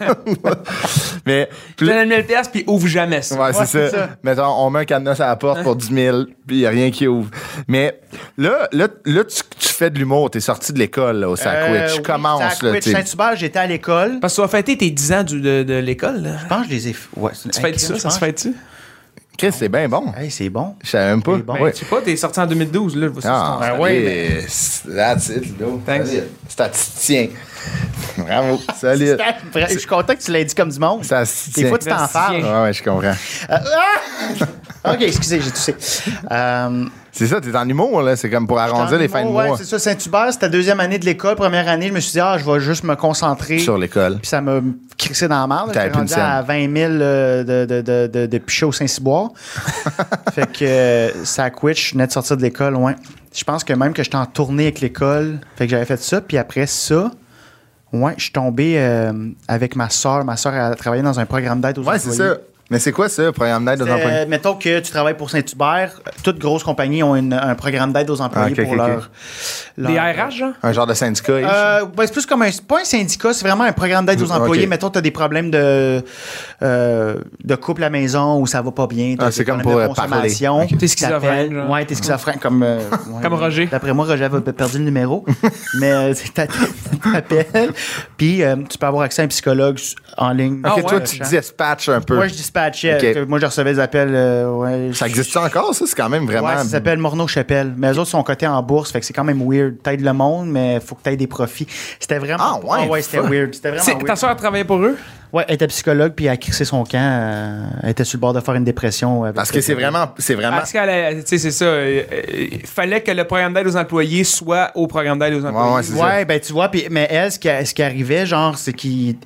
Speaker 1: Mais.
Speaker 2: Je donne 1000 pièces puis ouvre jamais ça.
Speaker 1: Ouais,
Speaker 3: Ouais,
Speaker 1: c'est
Speaker 3: c'est
Speaker 1: ça.
Speaker 3: ça.
Speaker 1: Mettons, on met un cadenas à la porte pour 10 000, puis il n'y a rien qui ouvre. Mais là, là, là tu, tu fais de l'humour. Tu es sorti de l'école là, au Sackwitch.
Speaker 3: Euh,
Speaker 1: tu
Speaker 3: oui,
Speaker 1: commences. Là,
Speaker 3: Sackwitch,
Speaker 1: t'sais.
Speaker 3: Saint-Hubert, j'étais à l'école.
Speaker 2: Parce que tu vas fêter tes 10 ans du- de, de l'école. là.
Speaker 3: Je pense que je les ai. Ouais, c'est-
Speaker 2: Tu
Speaker 3: Hey,
Speaker 2: fêtes
Speaker 3: Chris,
Speaker 2: ça,
Speaker 3: je
Speaker 2: ça se
Speaker 3: pense-
Speaker 2: fête-tu?
Speaker 1: Chris, c'est bien bon.
Speaker 3: Hey, c'est bon.
Speaker 1: Je savais même pas.
Speaker 3: C'est bon.
Speaker 2: Ben,
Speaker 1: Ouais.
Speaker 2: Tu sais pas, t'es sorti en 2012, là. Je vois ça sur
Speaker 1: Ah,
Speaker 2: ton-
Speaker 3: Ben oui,
Speaker 1: Chris, That's it, bro.
Speaker 2: Thanks.
Speaker 1: Solide. Statisticien. Bravo.
Speaker 3: [LAUGHS]
Speaker 1: Solide.
Speaker 3: Bref, Je suis content que tu l'aies dit comme du monde.
Speaker 1: Ça se
Speaker 3: Des
Speaker 1: tient.
Speaker 3: fois, tu t'en
Speaker 2: Merci.
Speaker 3: parles.
Speaker 1: Ouais, ouais, je comprends.
Speaker 3: OK, excusez, j'ai toussé. Euh,
Speaker 1: C'est ça, t'es en humour, là. C'est comme pour arrondir
Speaker 3: dans
Speaker 1: les fins de
Speaker 3: l'humour, ouais,
Speaker 1: mois
Speaker 3: c'est ça, Saint-Hubert, c'était la deuxième année de l'école. Première année, je me suis dit, ah, je vais juste me concentrer.
Speaker 1: sur l'école.
Speaker 3: Puis ça m'a crissé dans la marde.
Speaker 1: T'avais
Speaker 3: J'étais
Speaker 1: plus une
Speaker 3: rendu à 20 000 euh, de, de, de, de, de pichets
Speaker 1: [LAUGHS]
Speaker 3: au Saint-Cyboire. fait que euh, ça a quitté, je venais de sortir de l'école, ouais. Je pense que même que j'étais en tournée avec l'école, fait que j'avais fait ça. Puis après ça, ouais, je suis tombé euh, avec ma soeur. Ma soeur, elle travaillait dans un programme d'aide aux
Speaker 1: Ouais, c'est
Speaker 3: employés.
Speaker 1: ça. Mais c'est quoi ça, programme d'aide aux
Speaker 3: Euh,
Speaker 1: employés?
Speaker 3: mettons que tu travailles pour Saint-Hubert, euh, toutes grosses compagnies ont une- un programme d'aide aux employés
Speaker 1: Ah, ok,
Speaker 3: pour
Speaker 1: ok, ok.
Speaker 3: leur, leur-
Speaker 2: Des RH, genre?
Speaker 1: Un genre de syndicat. ici?
Speaker 3: Euh, ben, c'est plus comme un, c'est pas un syndicat, c'est vraiment un programme d'aide
Speaker 1: Mm,
Speaker 3: aux employés.
Speaker 1: ok.
Speaker 3: Mettons, tu as des problèmes de, euh, de couple à maison où ça va pas bien. t'as
Speaker 1: Ah,
Speaker 3: des
Speaker 1: c'est comme
Speaker 3: problèmes
Speaker 1: pour,
Speaker 3: de
Speaker 1: euh, parler.
Speaker 3: consommation.
Speaker 1: Ok.
Speaker 2: T'es schizophrène, genre.
Speaker 3: Ouais, t'es schizophrène
Speaker 2: [LAUGHS]
Speaker 3: comme, euh, ouais,
Speaker 2: Comme Roger.
Speaker 3: D'après moi, Roger avait perdu
Speaker 1: [LAUGHS]
Speaker 3: le numéro. mais euh, c'est t'a- [LAUGHS] t'appelles. Puis euh, tu peux avoir accès à un psychologue s- en ligne.
Speaker 1: ok,
Speaker 2: Ah, ouais,
Speaker 1: toi, tu
Speaker 2: Jean.
Speaker 1: dispatches un peu.
Speaker 3: Moi, je dispatchais.
Speaker 1: Ok.
Speaker 3: Euh, Moi, je recevais des appels. euh, ouais,
Speaker 1: Ça
Speaker 3: je-
Speaker 1: existe encore, ça? C'est quand même vraiment.
Speaker 3: Ouais, ça s'appelle Morneau Chapelle. Mais eux autres sont cotés en bourse, fait que c'est quand même weird. T'aides le monde, mais faut que t'aies des profits. C'était vraiment.
Speaker 1: Ah ouais,
Speaker 3: c'était
Speaker 1: fuck.
Speaker 3: weird. C'était
Speaker 2: C'est-
Speaker 3: vraiment
Speaker 2: Ta
Speaker 3: weird.
Speaker 2: soeur travaillait pour eux?
Speaker 3: Ouais, elle était psychologue, puis elle a crissé son camp. euh, elle était sur le bord de faire une dépression. avec
Speaker 1: Parce que c'est vraiment. C'est vraiment.
Speaker 2: Parce qu'elle, a- tu sais, c'est ça. euh, euh, Il fallait que le programme d'aide aux employés soit au programme d'aide aux employés.
Speaker 1: ouais, c'est ça.
Speaker 3: Ouais, ben tu vois, puis- mais elle, ce qui, ce qui arrivait, genre, c'est qu'il.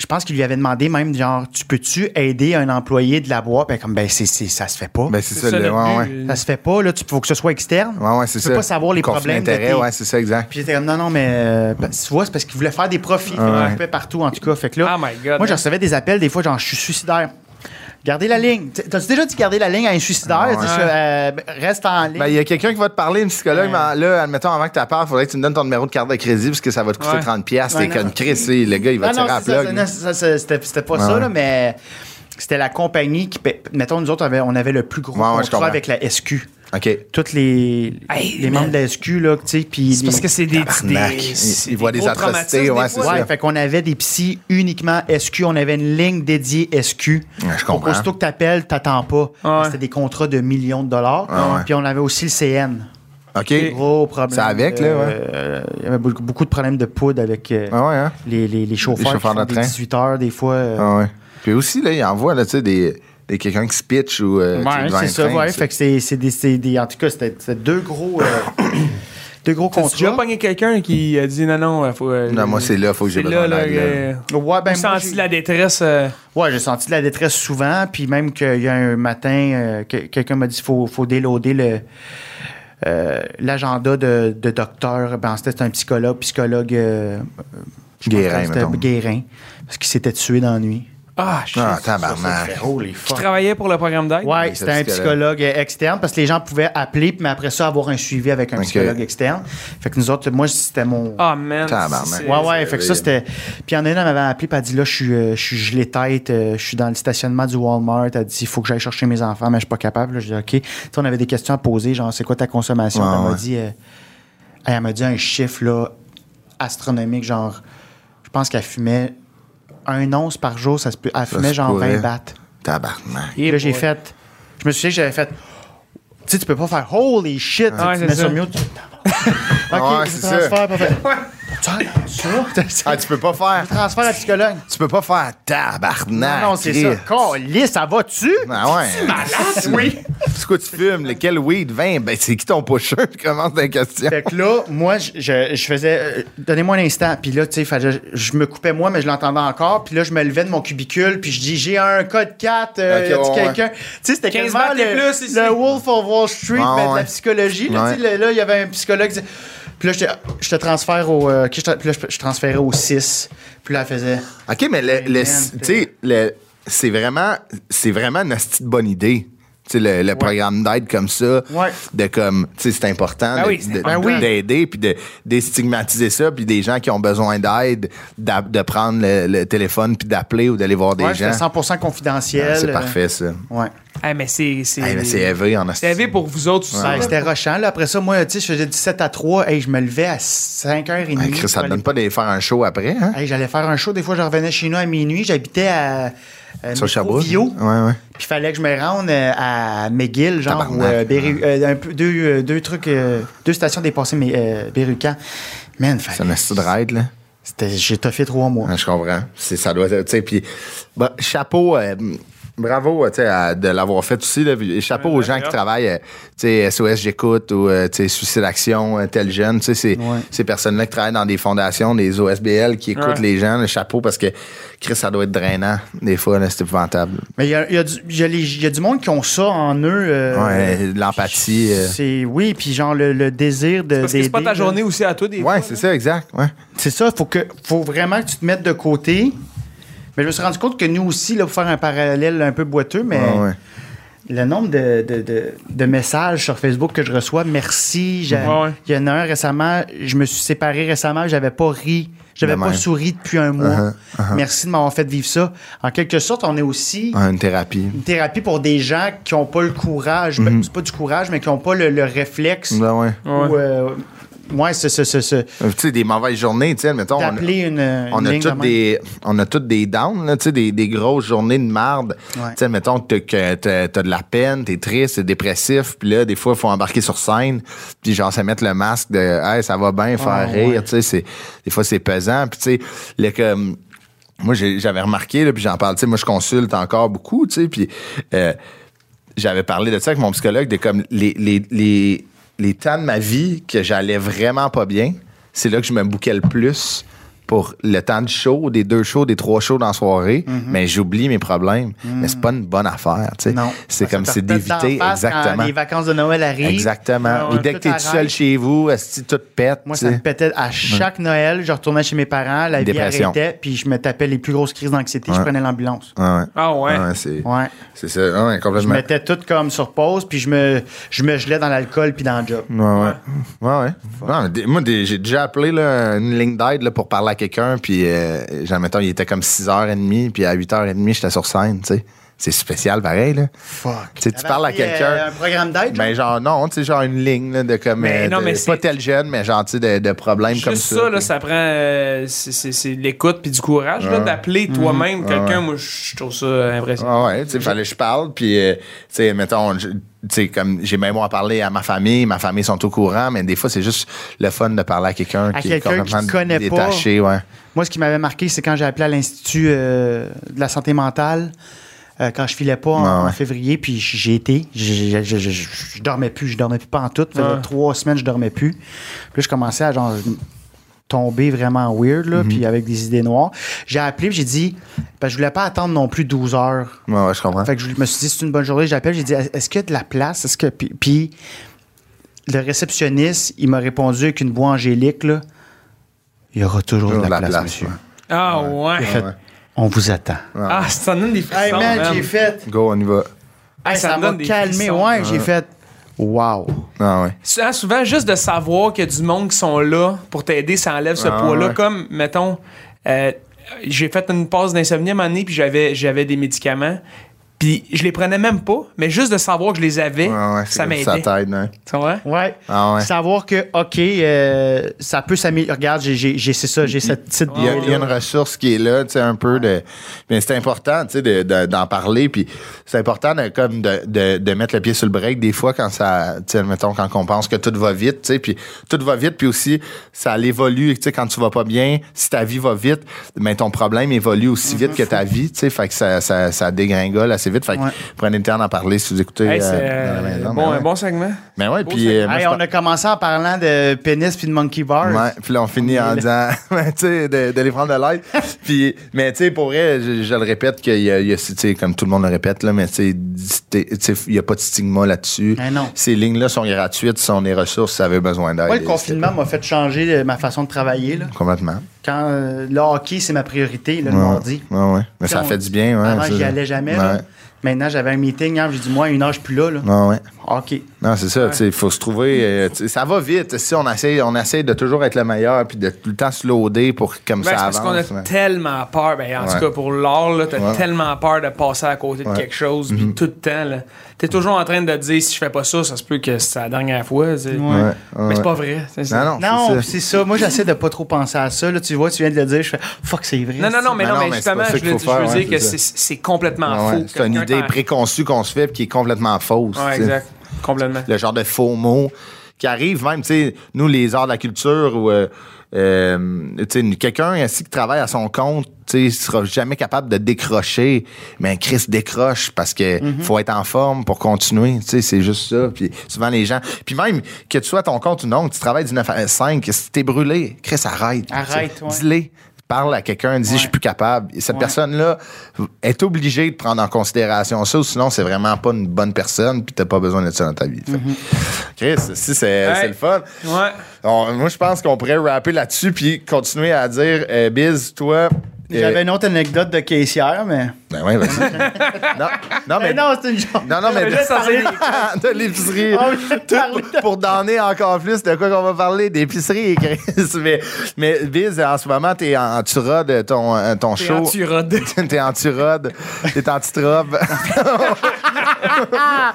Speaker 3: Je pense qu'il lui avait demandé même, genre, tu peux-tu aider un employé de la boîte? Ben, comme, ben, c'est, c'est- ça se fait pas.
Speaker 1: Ben, c'est ça, le. Ouais, ouais.
Speaker 2: but.
Speaker 3: ça se fait pas, là, tu faut que ce soit externe.
Speaker 1: Ouais, ouais, c'est
Speaker 3: tu
Speaker 1: ça.
Speaker 3: peux pas savoir les
Speaker 1: Conflit
Speaker 3: problèmes. de
Speaker 1: d'intérêt,
Speaker 3: tes-
Speaker 1: ouais, c'est ça, exact.
Speaker 3: Puis j'étais comme, non, non, mais euh, ben, tu vois, c'est parce qu'ils voulaient faire des profits. Fait qu'on
Speaker 1: ouais.
Speaker 3: coupait partout, en tout cas. Fait que là,
Speaker 2: Oh my God.
Speaker 3: moi, je recevais des appels, des fois, genre, je suis suicidaire. Gardez la ligne. T'sais, T'as-tu déjà dit garder la ligne à un suicidaire?
Speaker 1: Ouais.
Speaker 3: Tu sais, je, euh, ben, reste en ligne.
Speaker 1: Ben, il y a quelqu'un qui va te parler, une psychologue,
Speaker 3: Ouais.
Speaker 1: mais là, admettons, avant que tu parles, il faudrait que tu me donnes ton numéro de carte de crédit parce que ça va te coûter
Speaker 2: Ouais.
Speaker 1: 30$. pièces
Speaker 3: Ouais,
Speaker 1: T'es
Speaker 3: non. Ah
Speaker 1: comme Chris, lui, le gars, il va
Speaker 3: non, non,
Speaker 1: tirer à la
Speaker 3: c'est ça,
Speaker 1: plug.
Speaker 3: non, ça, ça, c'était c'était pas
Speaker 1: Ouais,
Speaker 3: ça,
Speaker 1: ouais.
Speaker 3: là, mais c'était la compagnie qui. paie- Mettons, nous autres, on avait, on avait le plus gros
Speaker 1: Ouais, ouais, je
Speaker 3: contrat
Speaker 1: comprends.
Speaker 3: avec la SQ.
Speaker 1: OK.
Speaker 3: Toutes les,
Speaker 2: Hey,
Speaker 3: les
Speaker 2: man.
Speaker 3: membres de la SQ, là, tu sais, puis.
Speaker 2: C'est parce que c'est des.
Speaker 1: Tabarnak.
Speaker 2: des-
Speaker 1: Ils-
Speaker 2: c'est
Speaker 1: ils voient des
Speaker 2: gros
Speaker 1: atrocités,
Speaker 2: traumatismes,
Speaker 1: ouais,
Speaker 2: des
Speaker 1: c'est
Speaker 2: fois.
Speaker 1: ça.
Speaker 3: Ouais, fait qu'on avait des psys uniquement SQ. On avait une ligne dédiée SQ.
Speaker 1: Ouais, je comprends.
Speaker 3: Donc, aussitôt que t'appelles, t'attends pas.
Speaker 2: Ah ouais.
Speaker 3: C'était des contrats de millions de dollars.
Speaker 1: Ah ouais.
Speaker 3: Puis on avait aussi le CN.
Speaker 1: OK. Ouais,
Speaker 3: Gros problème.
Speaker 1: Ça avec, là, ouais.
Speaker 3: Euh, Il y avait beaucoup, beaucoup de problèmes de poudre avec euh,
Speaker 1: ouais, hein?
Speaker 3: les, les- les chauffeurs.
Speaker 1: Les chauffeurs
Speaker 3: qui font
Speaker 1: de
Speaker 3: des
Speaker 1: train.
Speaker 3: 18 heures, des fois. euh,
Speaker 1: Ah ouais. Puis aussi, là, il envoie, là, tu sais, des, des quelqu'un qui se pitch ou. euh, tu sais,
Speaker 3: Ouais,
Speaker 1: devant
Speaker 3: c'est
Speaker 1: un
Speaker 3: ça.
Speaker 1: train,
Speaker 3: ouais,
Speaker 1: tu sais.
Speaker 3: fait que c'est c'est des, c'est des- En tout cas, c'était c'était deux gros. euh, [COUGHS] deux gros
Speaker 2: Tu vas
Speaker 3: contrats.
Speaker 2: pogner quelqu'un qui a dit non, non, euh, faut. euh,
Speaker 1: Non, moi, c'est là, faut que j'ai
Speaker 2: C'est
Speaker 1: besoin
Speaker 2: là,
Speaker 1: de
Speaker 2: là.
Speaker 1: la gueule.
Speaker 2: que-
Speaker 3: Ouais, ben,
Speaker 2: Ou
Speaker 3: moi,
Speaker 2: senti
Speaker 3: j'ai-
Speaker 2: la détresse. euh,
Speaker 3: Ouais, j'ai senti de la détresse souvent, puis même qu'il y a un matin, euh, que- quelqu'un m'a dit qu'il faut, faut déloader le. euh, l'agenda de, de docteur, ben, c'était un psychologue, psychologue euh, je pense
Speaker 1: Guérin,
Speaker 3: que c'était
Speaker 1: mettons.
Speaker 3: Guérin, parce qu'il s'était tué dans la nuit.
Speaker 2: Ah, je
Speaker 1: Ah,
Speaker 3: Ça,
Speaker 1: tabarnak.
Speaker 3: c'est- Holy
Speaker 2: Qui
Speaker 3: fuck.
Speaker 2: travaillait pour le programme d'aide?
Speaker 3: Ouais,
Speaker 1: Mais
Speaker 3: c'était un
Speaker 1: c'est
Speaker 3: psychologue euh, externe parce que les gens pouvaient appeler, puis mais après ça, avoir un suivi avec un
Speaker 1: Ok.
Speaker 3: psychologue externe. Fait que nous autres, moi, c'était mon.
Speaker 2: Ah, man.
Speaker 1: Tabarnak.
Speaker 2: c'est-
Speaker 3: Ouais, ouais,
Speaker 1: c'est
Speaker 3: fait que ça,
Speaker 1: vrai.
Speaker 3: c'était. Puis il y en a une, elle m'avait appelé, puis elle dit là, je suis, euh, je suis gelé tête, euh, je suis dans le stationnement du Walmart. Elle dit il faut que j'aille chercher mes enfants, mais je suis pas capable. Là, je dis OK. Tu sais, on avait des questions à poser, genre, c'est quoi ta consommation
Speaker 1: Ouais,
Speaker 3: Puis Elle m'a
Speaker 1: ouais.
Speaker 3: dit euh, elle, elle m'a dit un chiffre, là, astronomique, genre, je pense qu'elle fumait un once par jour, ça se peut. Elle fumait,
Speaker 1: se
Speaker 3: genre,
Speaker 1: pourrait.
Speaker 3: 20 battes.
Speaker 1: Tabarnak.
Speaker 3: Et
Speaker 2: Et
Speaker 3: là, j'ai
Speaker 2: boy.
Speaker 3: fait. Je me suis dit que j'avais fait. Tu sais, tu peux pas faire holy shit.
Speaker 2: Ouais,
Speaker 3: tu
Speaker 2: c'est
Speaker 3: mets
Speaker 2: ça.
Speaker 3: sur mute. Tu...
Speaker 1: Ouais,
Speaker 3: ok,
Speaker 1: c'est
Speaker 3: je
Speaker 1: ça.
Speaker 3: transfère, parfait. Tu regardes ça.
Speaker 1: Ah, tu peux pas faire.
Speaker 3: Transfert à psychologue.
Speaker 1: Tu peux pas faire tabarnak.
Speaker 3: non, c'est
Speaker 1: Ah, Chris.
Speaker 3: ça. Calé, ça va-tu?
Speaker 1: Ah ouais. C'est-
Speaker 2: [LAUGHS]
Speaker 3: oui.
Speaker 1: C'est quoi tu fumes? Lequel weed? 20? Ben, c'est qui ton pusher? Tu commences ta question.
Speaker 3: Fait que là, moi, je, je- je faisais. euh, Donnez-moi un instant. Puis là, tu sais, fallait- je, je me coupais moi, mais je l'entendais encore. Puis là, je me levais de mon cubicule. Puis je dis, j'ai un code 4. euh,
Speaker 1: Ok,
Speaker 3: y a-tu
Speaker 1: ouais, ouais.
Speaker 3: quelqu'un. Tu sais, c'était
Speaker 2: 15
Speaker 3: quasiment
Speaker 2: battes et
Speaker 3: le,
Speaker 2: plus ici.
Speaker 3: le Wolf of Wall Street,
Speaker 1: Ah,
Speaker 3: mais de
Speaker 1: ouais.
Speaker 3: la psychologie. Là, tu sais, le- là, il y avait un psychologue. qui disait- Puis là, je te, je te transfère au. euh, ok, je te- puis là, je, je transférais au 6. Puis là, elle faisait.
Speaker 1: OK, mais le, le-
Speaker 3: man,
Speaker 1: tu sais, le- c'est vraiment, c'est vraiment une hostie de bonne idée. Tu sais, le, le programme d'aide comme ça,
Speaker 3: Ouais.
Speaker 1: de comme, tu sais, c'est important
Speaker 2: Ben
Speaker 1: de-
Speaker 2: oui, c'est
Speaker 1: de-
Speaker 2: important.
Speaker 1: de-
Speaker 3: Ben oui.
Speaker 1: d'aider puis de déstigmatiser ça, puis des gens qui ont besoin d'aide, d'a- de prendre le, le téléphone puis d'appeler ou d'aller voir des
Speaker 3: Ouais,
Speaker 1: gens.
Speaker 3: c'était 100% confidentiel.
Speaker 1: Ah, c'est
Speaker 3: euh,
Speaker 1: parfait, ça.
Speaker 3: Ouais.
Speaker 2: Ah, mais c'est. C'est
Speaker 1: Hey, mais Eh ben, c'est élevé en hostie.
Speaker 2: c'est élevé pour vous autres, aussi.
Speaker 3: Ben,
Speaker 1: Ah.
Speaker 3: c'était rushant. Là. Après ça, moi, tu sais, je faisais 17 à 3. Hey, je me levais à 5h30.
Speaker 1: Hey, Eh, Chris, ça te donne pas d'aller faire un show après, hein?
Speaker 3: Hey, J'allais faire un show. Des fois, je revenais chez nous à minuit. J'habitais à, à
Speaker 1: Sur Sherbrooke.
Speaker 3: Métro-Vio.
Speaker 1: Ouais, ouais.
Speaker 3: Puis il fallait que je me rende euh, à McGill, genre,
Speaker 1: Tabarnak.
Speaker 3: ou euh, Berru- euh, un peu- deux, euh, deux trucs, euh, deux stations dépassées, mais euh, Berrucan. Man,
Speaker 1: C'est un
Speaker 3: fallait.
Speaker 1: hostie de raid, là.
Speaker 3: c'était- J'ai toffé trois mois.
Speaker 1: Ouais, je comprends. C'est- Ça doit être. tu sais, Puis, bah, chapeau. euh, Bravo euh, tu sais, à- de l'avoir fait aussi. là, puis chapeau aux gens qui
Speaker 2: d'ailleurs.
Speaker 1: travaillent, euh, tu sais, SOS J'écoute ou euh, tu sais, Suicide Action, euh, Tel Jeune. tu sais, c'est-
Speaker 3: Ouais.
Speaker 1: Ces personnes-là qui travaillent dans des fondations, des OSBL, qui écoutent
Speaker 2: Ouais.
Speaker 1: les gens. Le chapeau, parce que, Chris, ça doit être drainant. Des fois, là, c'est épouvantable.
Speaker 3: Mais il y a, il y a du- il y a les- il y a du monde qui ont ça en eux. euh,
Speaker 1: Ouais, de l'empathie. euh.
Speaker 3: C'est oui, puis genre le, le désir de.
Speaker 2: Parce que c'est pas
Speaker 3: d'aider,
Speaker 2: ta
Speaker 3: là.
Speaker 2: journée aussi à toi, des
Speaker 1: Ouais,
Speaker 2: fois,
Speaker 1: c'est
Speaker 2: là.
Speaker 1: ça, exact. Ouais.
Speaker 3: C'est ça, faut que faut vraiment que tu te mettes de côté. Mais je me suis rendu compte que nous aussi, là, pour faire un parallèle un peu boiteux, mais
Speaker 1: Ah ouais.
Speaker 3: le nombre de, de- de- de messages sur Facebook que je reçois, merci. j'ai-
Speaker 2: Ouais, ouais.
Speaker 3: Il y en a un récemment, je me suis séparé récemment, j'avais pas ri, j'avais
Speaker 1: De
Speaker 3: pas
Speaker 1: même.
Speaker 3: souri depuis un mois.
Speaker 1: Uh-huh,
Speaker 3: Merci de m'avoir fait vivre ça. En quelque sorte, on est aussi
Speaker 1: Ah, Une thérapie.
Speaker 3: une thérapie pour des gens qui n'ont pas le courage,
Speaker 1: Mm-hmm.
Speaker 3: ben, c'est pas du courage, mais qui n'ont pas le, le réflexe
Speaker 1: Ben ouais.
Speaker 2: Ouais.
Speaker 3: ou euh, ouais, c'est ce, ce, ce,
Speaker 1: Euh, Tu sais, des mauvaises journées, tu sais, mettons. on-
Speaker 3: d'appeler une, une
Speaker 1: on a
Speaker 3: ligne de
Speaker 1: toutes
Speaker 3: même.
Speaker 1: des on a toutes des downs là, tu sais, des, des grosses journées de marde
Speaker 3: Ouais.
Speaker 1: tu sais mettons que t'as- que t'as t'as de la peine t'es triste t'es dépressif puis là des fois faut embarquer sur scène puis genre ça mettre le masque de hey ça va bien faire
Speaker 3: Ah, ouais.
Speaker 1: rire tu sais c'est des fois c'est pesant puis tu sais le comme moi j'ai- j'avais remarqué là, puis j'en parle tu sais moi je consulte encore beaucoup tu sais puis euh, j'avais parlé de ça avec mon psychologue, de comme les, les, les, les temps de ma vie que j'allais vraiment pas bien, c'est là que je me bouquais le plus pour le temps de show, des deux shows, des trois shows dans la soirée,
Speaker 3: Mhm.
Speaker 1: mais j'oublie mes problèmes. Mais c'est pas une bonne affaire, tu sais.
Speaker 3: Non.
Speaker 1: C'est
Speaker 3: Ça
Speaker 1: comme
Speaker 3: te
Speaker 1: c'est
Speaker 3: reflète
Speaker 1: d'éviter,
Speaker 3: d'en face quand
Speaker 1: exactement.
Speaker 3: les vacances de Noël arrivent. Ah
Speaker 1: Exactement.
Speaker 2: Ah
Speaker 3: Ouais,
Speaker 1: Ou dès que
Speaker 3: tout
Speaker 1: t'es tout seul
Speaker 3: arrête.
Speaker 1: chez vous, est-ce que tout pète,
Speaker 3: Moi,
Speaker 1: tu
Speaker 3: ça
Speaker 1: sais.
Speaker 3: me pétait à chaque Noël, je retournais chez mes parents, la vie
Speaker 1: Dépression.
Speaker 3: arrêtait, puis je me tapais les plus grosses crises d'anxiété, je
Speaker 1: Ouais.
Speaker 3: prenais l'ambulance.
Speaker 1: Ah ouais.
Speaker 2: Ah ouais.
Speaker 1: Ah ouais, c'est
Speaker 3: Ouais.
Speaker 1: c'est ça. Ah ouais,
Speaker 3: Je
Speaker 1: complètement.
Speaker 3: mettais tout comme sur pause, puis je me, je me gelais dans l'alcool puis dans le job.
Speaker 1: Ouais, ouais. Ouais, ouais. Non, mais des- moi, des- j'ai déjà appelé là, une ligne d'aide là, pour parler à quelqu'un, puis, euh, genre, mettons, il était comme 6h30, puis à 8h30, j'étais sur scène, tu sais. C'est spécial, pareil, là.
Speaker 3: Fuck. euh,
Speaker 1: Tu sais, tu
Speaker 3: ben,
Speaker 1: parles à quelqu'un.
Speaker 3: Un programme d'aide,
Speaker 1: Ben, genre, non, tu sais, genre une ligne là, de comme.
Speaker 2: Mais
Speaker 1: euh,
Speaker 2: non,
Speaker 1: de-
Speaker 2: mais
Speaker 1: pas
Speaker 2: c'est-
Speaker 1: tel jeune, mais genre, tu sais, de, de problèmes
Speaker 2: Juste
Speaker 1: comme ça.
Speaker 2: ça, là, ça prend euh, c'est- c'est c'est de l'écoute puis du courage là, d'appeler
Speaker 3: Mm-hmm.
Speaker 2: toi-même quelqu'un. Moi, je trouve ça impressionnant.
Speaker 1: Ah ouais, tu sais, fallait que je parle, puis, euh, tu sais, mettons, je- tu sais, comme j'ai même à parler à ma famille, ma famille sont au courant, mais des fois, c'est juste le fun de parler à quelqu'un
Speaker 3: À
Speaker 1: qui
Speaker 3: quelqu'un
Speaker 1: est
Speaker 3: qui
Speaker 1: complètement
Speaker 3: te connaît pas.
Speaker 1: détaché, ouais.
Speaker 3: Moi, ce qui m'avait marqué, c'est quand j'ai appelé à l'Institut euh, de la santé mentale, euh, quand je filais pas en,
Speaker 1: Ah ouais.
Speaker 3: en février, puis j- j'ai été, j- j- j- j- j- je dormais plus, je dormais plus pas en tout. Ça faisait
Speaker 2: Ouais.
Speaker 3: trois semaines, je dormais plus. Puis là, je commençais à genre tomber vraiment weird, là, puis avec des idées noires. J'ai appelé, puis j'ai dit, parce que je voulais pas attendre non plus 12 heures.
Speaker 1: Ouais, ouais, je comprends.
Speaker 3: Fait que je me suis dit, c'est une bonne journée, j'appelle, j'ai dit, est-ce qu'il y a de la place? Est-ce que. Puis, puis le réceptionniste, il m'a répondu avec une voix angélique, là, il y aura toujours, de la, place, monsieur.
Speaker 1: ouais.
Speaker 2: Ah ouais.
Speaker 3: Fait,
Speaker 1: Ouais.
Speaker 3: on vous attend.
Speaker 2: Ah, ça donne des frissons.
Speaker 3: Hey man, j'ai
Speaker 2: man.
Speaker 3: fait.
Speaker 1: Go, on y va.
Speaker 2: Hey,
Speaker 3: ça
Speaker 2: me
Speaker 3: m'a
Speaker 2: donne des
Speaker 3: calmé.
Speaker 2: frissons.
Speaker 3: Ouais, j'ai fait. Wow.
Speaker 1: Ah ouais.
Speaker 2: Souvent, souvent, juste de savoir qu'il y a du monde qui sont là pour t'aider, ça enlève ce
Speaker 1: Ah,
Speaker 2: poids-là.
Speaker 1: ouais.
Speaker 2: Comme, mettons, euh, j'ai fait une pause d'insomnie à un moment donné, puis j'avais, j'avais des médicaments. Puis je les prenais même pas, mais juste de savoir que je les avais,
Speaker 1: Ah ouais, c'est
Speaker 2: ça
Speaker 1: comme
Speaker 2: m'aidait.
Speaker 1: Ça t'aide, hein.
Speaker 2: Tu comprends?
Speaker 3: Ouais.
Speaker 1: Ah ouais.
Speaker 3: Savoir que, OK, euh, ça peut s'améliorer. Regarde, j'ai- j'ai j'ai- c'est ça, j'ai cette petite
Speaker 1: Il y, a,
Speaker 3: bulle-là.
Speaker 1: il y a une ressource qui est là, tu sais, un peu de. Mais c'est important, tu sais, de- de- d'en parler. Puis c'est important de, comme de, de- de mettre le pied sur le break des fois quand ça. Tu sais, mettons, quand on pense que tout va vite, tu sais. Puis tout va vite, puis aussi, ça l'évolue. Tu sais, quand tu vas pas bien, si ta vie va vite, mais ton problème évolue aussi vite que
Speaker 2: Mm-hmm.
Speaker 1: ta vie, tu sais. Fait que ça, ça, ça dégringole assez vite. Fait que
Speaker 3: Ouais.
Speaker 1: prenez le temps d'en parler si vous écoutez.
Speaker 2: Hey, c'est
Speaker 1: euh, dans la
Speaker 2: euh,
Speaker 1: maison,
Speaker 2: bon,
Speaker 1: mais
Speaker 2: un
Speaker 1: ouais.
Speaker 2: bon segment.
Speaker 1: Mais ouais,
Speaker 2: beau
Speaker 1: puis.
Speaker 2: segment.
Speaker 1: euh, moi, je
Speaker 3: Hey,
Speaker 1: pense-
Speaker 3: on a commencé en parlant de pénis puis de monkey bars.
Speaker 1: Ouais, puis là, on finit en disant, [LAUGHS] ben, tu sais, de, de les prendre de
Speaker 3: [LAUGHS]
Speaker 1: l'aide. puis, mais tu sais, pour vrai, je, je le répète, qu'il y a, il y a- tu sais, comme tout le monde le répète, là, mais tu sais, dis- t'es- tu sais, il n'y a pas de stigma là-dessus.
Speaker 3: Ben non.
Speaker 1: Ces lignes-là sont gratuites, sont des ressources, ça avait besoin d'aide.
Speaker 3: Moi, le confinement m'a fait changer euh, ma façon de travailler. Là.
Speaker 1: Complètement.
Speaker 3: Quand euh, le hockey, c'est ma priorité, là, le
Speaker 1: Ouais,
Speaker 3: mardi.
Speaker 1: ouais, ouais. Mais ça
Speaker 3: On-
Speaker 1: fait du bien, ouais.
Speaker 3: Avant,
Speaker 1: ça.
Speaker 3: j'y allais jamais. là.
Speaker 1: Ouais.
Speaker 3: Maintenant, j'avais un meeting. hier, J'ai dit, moi, une heure, je suis plus là. là.
Speaker 1: Ouais, ouais.
Speaker 3: OK.
Speaker 1: Non, c'est ça, tu sais, il faut se trouver. euh, tu sais, ça va vite. Si on essaye, on essaye de toujours être le meilleur puis de tout le temps se loader pour que comme
Speaker 2: Ben, c'est
Speaker 1: ça
Speaker 2: parce qu'on a
Speaker 1: avance. mais-
Speaker 2: tellement peur, ben, en
Speaker 1: Ouais.
Speaker 2: tout cas pour l'or, là, t'as
Speaker 1: Ouais.
Speaker 2: tellement peur de passer à côté de
Speaker 1: Ouais. Mm-hmm.
Speaker 2: quelque chose, puis tout le temps, là, t'es toujours en train de te dire si je fais pas ça, ça se peut que c'est la dernière fois. tu sais.
Speaker 1: Ouais, ouais,
Speaker 2: Mais c'est
Speaker 1: ouais.
Speaker 2: pas vrai. c'est ça.
Speaker 1: Non, non,
Speaker 3: Non,
Speaker 1: c'est
Speaker 3: pis
Speaker 1: ça.
Speaker 3: c'est ça. Moi, j'essaie de pas trop penser à ça. Là, tu vois, tu viens de le dire, je fais fuck, c'est vrai.
Speaker 2: Non, non, non, mais
Speaker 1: Ben
Speaker 2: non,
Speaker 1: non, mais
Speaker 2: mais
Speaker 1: c'est
Speaker 2: justement,
Speaker 1: pas ça
Speaker 2: je
Speaker 1: qu'il
Speaker 2: veux,
Speaker 1: faut
Speaker 2: je veux
Speaker 1: faire,
Speaker 2: dire
Speaker 1: ouais,
Speaker 2: que
Speaker 1: c'est
Speaker 2: c'est c'est complètement
Speaker 1: Ah ouais,
Speaker 2: faux.
Speaker 1: C'est une
Speaker 2: Quelqu'un
Speaker 1: idée
Speaker 2: t'en-
Speaker 1: préconçue qu'on se fait puis qui est complètement fausse.
Speaker 2: Ouais,
Speaker 1: tu sais.
Speaker 2: exact. Complètement.
Speaker 1: Le genre de faux mots qui arrive même, tu sais, nous, les arts de la culture, ou euh, euh, tu sais, quelqu'un ainsi qui travaille à son compte, tu sais, il sera jamais capable de décrocher. Mais Chris décroche parce que
Speaker 2: Mhm.
Speaker 1: faut être en forme pour continuer. Tu sais, c'est juste ça. Puis souvent, les gens... Puis même, que tu sois à ton compte ou non, que tu travailles du 9 à 5, si t'es brûlé, Chris, arrête. tu sais.
Speaker 3: Arrête, ouais.
Speaker 1: Dis-le. Parle à quelqu'un, dis je suis plus capable. Et cette
Speaker 3: Ouais.
Speaker 1: personne-là est obligée de prendre en considération ça, ou sinon c'est vraiment pas une bonne personne, puis t'as pas besoin de ça dans ta vie. Fait que- Chris, si c'est
Speaker 2: Hey.
Speaker 1: c'est le fun.
Speaker 2: Ouais.
Speaker 1: On- moi, je pense qu'on pourrait rapper là-dessus, puis continuer à dire, euh, Biz, toi,
Speaker 3: J'avais une autre anecdote de caissière, mais.
Speaker 1: Ben oui, vas-y. non, non, mais.
Speaker 3: Mais non, c'est une joke. [LAUGHS] Oh,
Speaker 1: Non, non, mais
Speaker 2: Mais
Speaker 1: de,
Speaker 2: laisse parler
Speaker 1: de l'épicerie.
Speaker 3: On
Speaker 1: [LAUGHS]
Speaker 3: vient de parler de-
Speaker 1: pour donner encore plus de quoi qu'on va parler, d'épicerie, [LAUGHS] Chris. Mais, mais Biz, en ce moment, t'es en, en tueras de ton, euh, ton
Speaker 2: T'es
Speaker 1: show.
Speaker 2: en turode.
Speaker 1: [LAUGHS] T'es en turode, t'es en petite [LAUGHS] robe.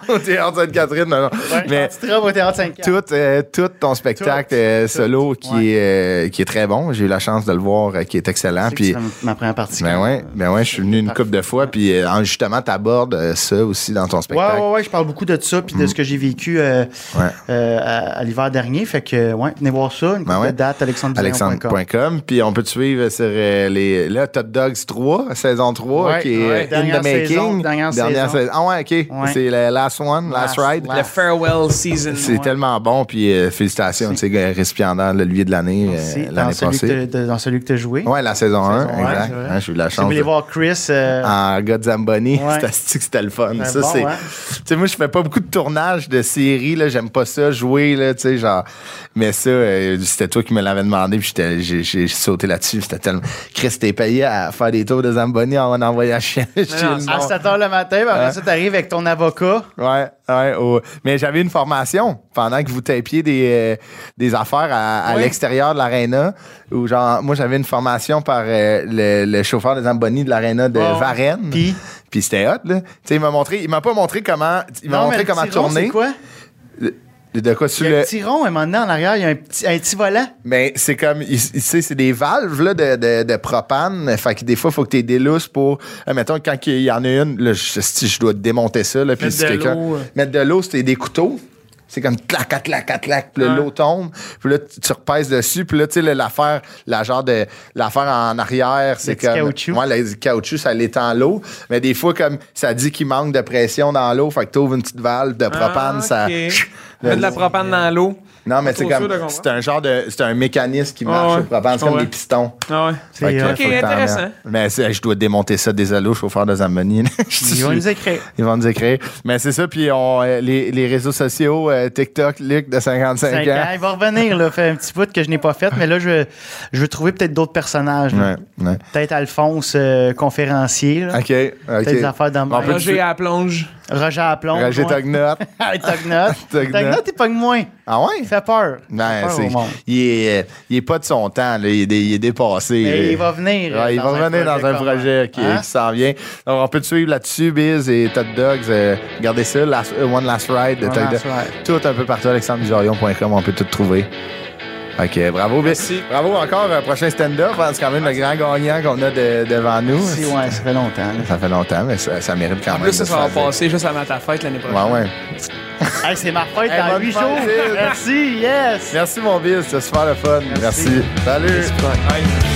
Speaker 1: Au théâtre Sainte-Catherine, non, non. Mais
Speaker 3: Tu te rends au théâtre 5
Speaker 1: tout, euh, tout ton spectacle euh, solo qui,
Speaker 3: ouais.
Speaker 1: est, euh, qui est très bon, j'ai eu la chance de le voir, euh, qui est excellent. Puis,
Speaker 3: ma première partie.
Speaker 1: ben ouais, ben ouais, je suis venu une
Speaker 3: Parfait.
Speaker 1: couple de fois, puis euh, en- justement, t'abordes euh, ça aussi dans ton
Speaker 3: Ouais,
Speaker 1: spectacle. Hmm.
Speaker 3: ouais, ouais, je parle beaucoup de ça puis de ce que j'ai vécu euh,
Speaker 1: Ouais.
Speaker 3: euh, à, à l'hiver dernier. Fait que, ouais, venez voir ça. Une
Speaker 1: Ben
Speaker 3: couple
Speaker 1: ouais.
Speaker 3: de date, alexandre.com.
Speaker 1: Alexandre.com. Puis on peut te suivre sur euh, les, là, Top Dogs 3, saison 3,
Speaker 3: Ouais,
Speaker 1: qui est
Speaker 3: ouais.
Speaker 1: in
Speaker 3: Dernière
Speaker 1: the making.
Speaker 3: saison, dernière saison.
Speaker 1: Ah ouais, OK. C'est la last one, last,
Speaker 3: Last-
Speaker 1: ride.
Speaker 3: last.
Speaker 2: Le farewell season.
Speaker 1: C'est tellement bon. Puis euh, félicitations, tu sais, récipiendaire de l'huile de l'année euh,
Speaker 3: dans,
Speaker 1: l'année
Speaker 3: celui que
Speaker 1: passée.
Speaker 3: t'as- de- dans celui que tu as joué.
Speaker 1: Ouais, la saison 1,
Speaker 3: un,
Speaker 1: exact.
Speaker 3: c'est vrai.
Speaker 1: Hein, J'ai eu la
Speaker 3: Si vous
Speaker 1: chance.
Speaker 3: voulez
Speaker 1: de- Ah.
Speaker 3: voir Chris, euh,
Speaker 1: en [LAUGHS] Godzamboni.
Speaker 3: Ouais.
Speaker 1: C'était c'est-tu que c'était le fun.
Speaker 3: C'était
Speaker 1: Ça,
Speaker 3: bon,
Speaker 1: c'est.
Speaker 3: hein?
Speaker 1: Tu sais, moi, je fais pas beaucoup de tournages de séries, là. J'aime pas ça, jouer, là, tu sais, genre. Mais ça, euh, c'était toi qui me l'avais demandé, puis j'étais- j'ai- j'ai sauté là-dessus. C'était tellement. Chris, t'es payé à faire des tours de Zamboni en envoyant chien. Je dis,
Speaker 2: non,
Speaker 3: à
Speaker 1: non.
Speaker 3: 7 h le matin, puis
Speaker 1: Ah.
Speaker 3: après ça, t'arrives avec ton avocat.
Speaker 1: [LAUGHS] Ouais, ouais. au- Mais j'avais une formation pendant que vous tapiez des, euh, des affaires à, à
Speaker 3: Oui.
Speaker 1: l'extérieur de l'aréna. Où genre, moi, j'avais une formation par euh, le, le chauffeur des Zamboni de l'aréna de
Speaker 3: Bon.
Speaker 1: Varennes.
Speaker 3: Puis?
Speaker 1: Puis c'était hot, là. Tu sais, il m'a montré, il m'a pas montré comment, il m'a
Speaker 3: Non, mais
Speaker 1: montré
Speaker 3: le
Speaker 1: comment
Speaker 3: petit rond,
Speaker 1: tourner.
Speaker 3: C'est quoi?
Speaker 1: De quoi sur
Speaker 3: Il y a
Speaker 1: le.
Speaker 3: un petit rond, un moment donné, en arrière, il y a un petit, un petit volant.
Speaker 1: Mais c'est comme, il- il- tu sais, c'est des valves là, de, de, de propane. Fait que des fois, il faut que tu délousses pour. euh, mettons, quand il y en a une, là, je, si je dois démonter ça. Là, puis
Speaker 2: Mettre
Speaker 1: si
Speaker 2: de
Speaker 1: quelqu'un-
Speaker 2: l'eau.
Speaker 1: Mettre de l'eau, c'est des couteaux. C'est comme clac, clac, clac, clac, clac. Puis là,
Speaker 2: Ouais.
Speaker 1: l'eau tombe. Puis là, tu tu repèses dessus. Puis là, tu sais, là, l'affaire, la genre de. L'affaire en arrière, c'est
Speaker 3: petit
Speaker 1: comme.
Speaker 3: caoutchouc.
Speaker 1: Ouais, le caoutchouc, ça l'étend l'eau. Mais des fois, comme ça dit qu'il manque de pression dans l'eau, fait que tu ouvres une petite valve de propane, ça.
Speaker 2: Ah, Mets de la propane dans l'eau.
Speaker 1: Non, mais
Speaker 2: Pas
Speaker 1: c'est
Speaker 2: trop sûr
Speaker 1: comme.
Speaker 2: de comprendre. Ah
Speaker 1: C'est un genre de. C'est un mécanisme qui marche
Speaker 2: ouais.
Speaker 1: au propane. C'est comme
Speaker 2: Ouais.
Speaker 1: des pistons.
Speaker 2: Ah ouais.
Speaker 3: C'est,
Speaker 1: Fait que,
Speaker 3: euh,
Speaker 1: faut que t'en
Speaker 2: intéressant.
Speaker 1: mettes. Mais c'est- je dois démonter ça, désolé, au chauffeur de Zamboni. [LAUGHS] Je-
Speaker 3: Ils vont nous
Speaker 1: [LAUGHS]
Speaker 3: écrire.
Speaker 1: Ils vont nous écrire. Mais c'est ça, puis on, euh, les, les réseaux sociaux, euh, TikTok, Luc de 55
Speaker 3: Cinq ans,
Speaker 1: ans.
Speaker 3: Il va revenir, là. Fait un petit bout que je n'ai pas fait, mais là, je, je veux trouver peut-être d'autres personnages. là.
Speaker 1: Ouais, ouais.
Speaker 3: Peut-être Alphonse, euh, conférencier. là.
Speaker 1: OK, OK.
Speaker 3: Peut-être des affaires dans
Speaker 1: On peut
Speaker 2: Roger à la plonge.
Speaker 3: Roger Aplomb.
Speaker 1: Roger
Speaker 3: [LAUGHS]
Speaker 1: Tognot.
Speaker 3: Tognot.
Speaker 1: [LAUGHS] Tognott.
Speaker 3: Tognot, il pogne moins.
Speaker 1: Ah ouais?
Speaker 3: Il fait peur. Il fait
Speaker 1: Ben,
Speaker 3: peur
Speaker 1: c'est,
Speaker 3: au monde.
Speaker 1: il, est, euh, il est pas de son temps, là. Il, est, dé- il est dépassé. là.
Speaker 3: Mais il va venir. euh,
Speaker 1: Ouais, il va Ah, revenir dans un projet qui,
Speaker 3: Hein?
Speaker 1: qui s'en vient. Donc, on peut te suivre là-dessus, Biz et Todd Dogs. euh, regardez ça, Last- euh, One Last Ride de
Speaker 3: One
Speaker 1: Todd
Speaker 3: Last
Speaker 1: Dogs.
Speaker 3: Ride.
Speaker 1: Tout un peu partout, alexandredujorion.com, on peut tout trouver. OK, bravo, Biz.
Speaker 2: Merci.
Speaker 1: Bravo encore, euh, prochain stand-up. hein, C'est quand même le grand gagnant qu'on a de- devant nous.
Speaker 3: Si, ouais, ça fait longtemps. là.
Speaker 1: Ça fait longtemps, mais ça, ça mérite quand
Speaker 2: En
Speaker 1: même.
Speaker 2: plus, ça,
Speaker 1: de
Speaker 2: ça va
Speaker 1: se faire
Speaker 2: passer juste avant ta fête l'année
Speaker 1: dire.
Speaker 2: prochaine.
Speaker 1: Ouais, ouais.
Speaker 3: Hey, c'est ma fête
Speaker 1: Hey,
Speaker 3: dans
Speaker 1: bonne
Speaker 3: 8
Speaker 1: fête,
Speaker 3: jours.
Speaker 1: Gilles.
Speaker 3: Merci, yes.
Speaker 1: Merci, mon Biz. C'était super le fun. Merci.
Speaker 3: Merci.
Speaker 1: Salut.
Speaker 3: Merci.
Speaker 2: Ouais.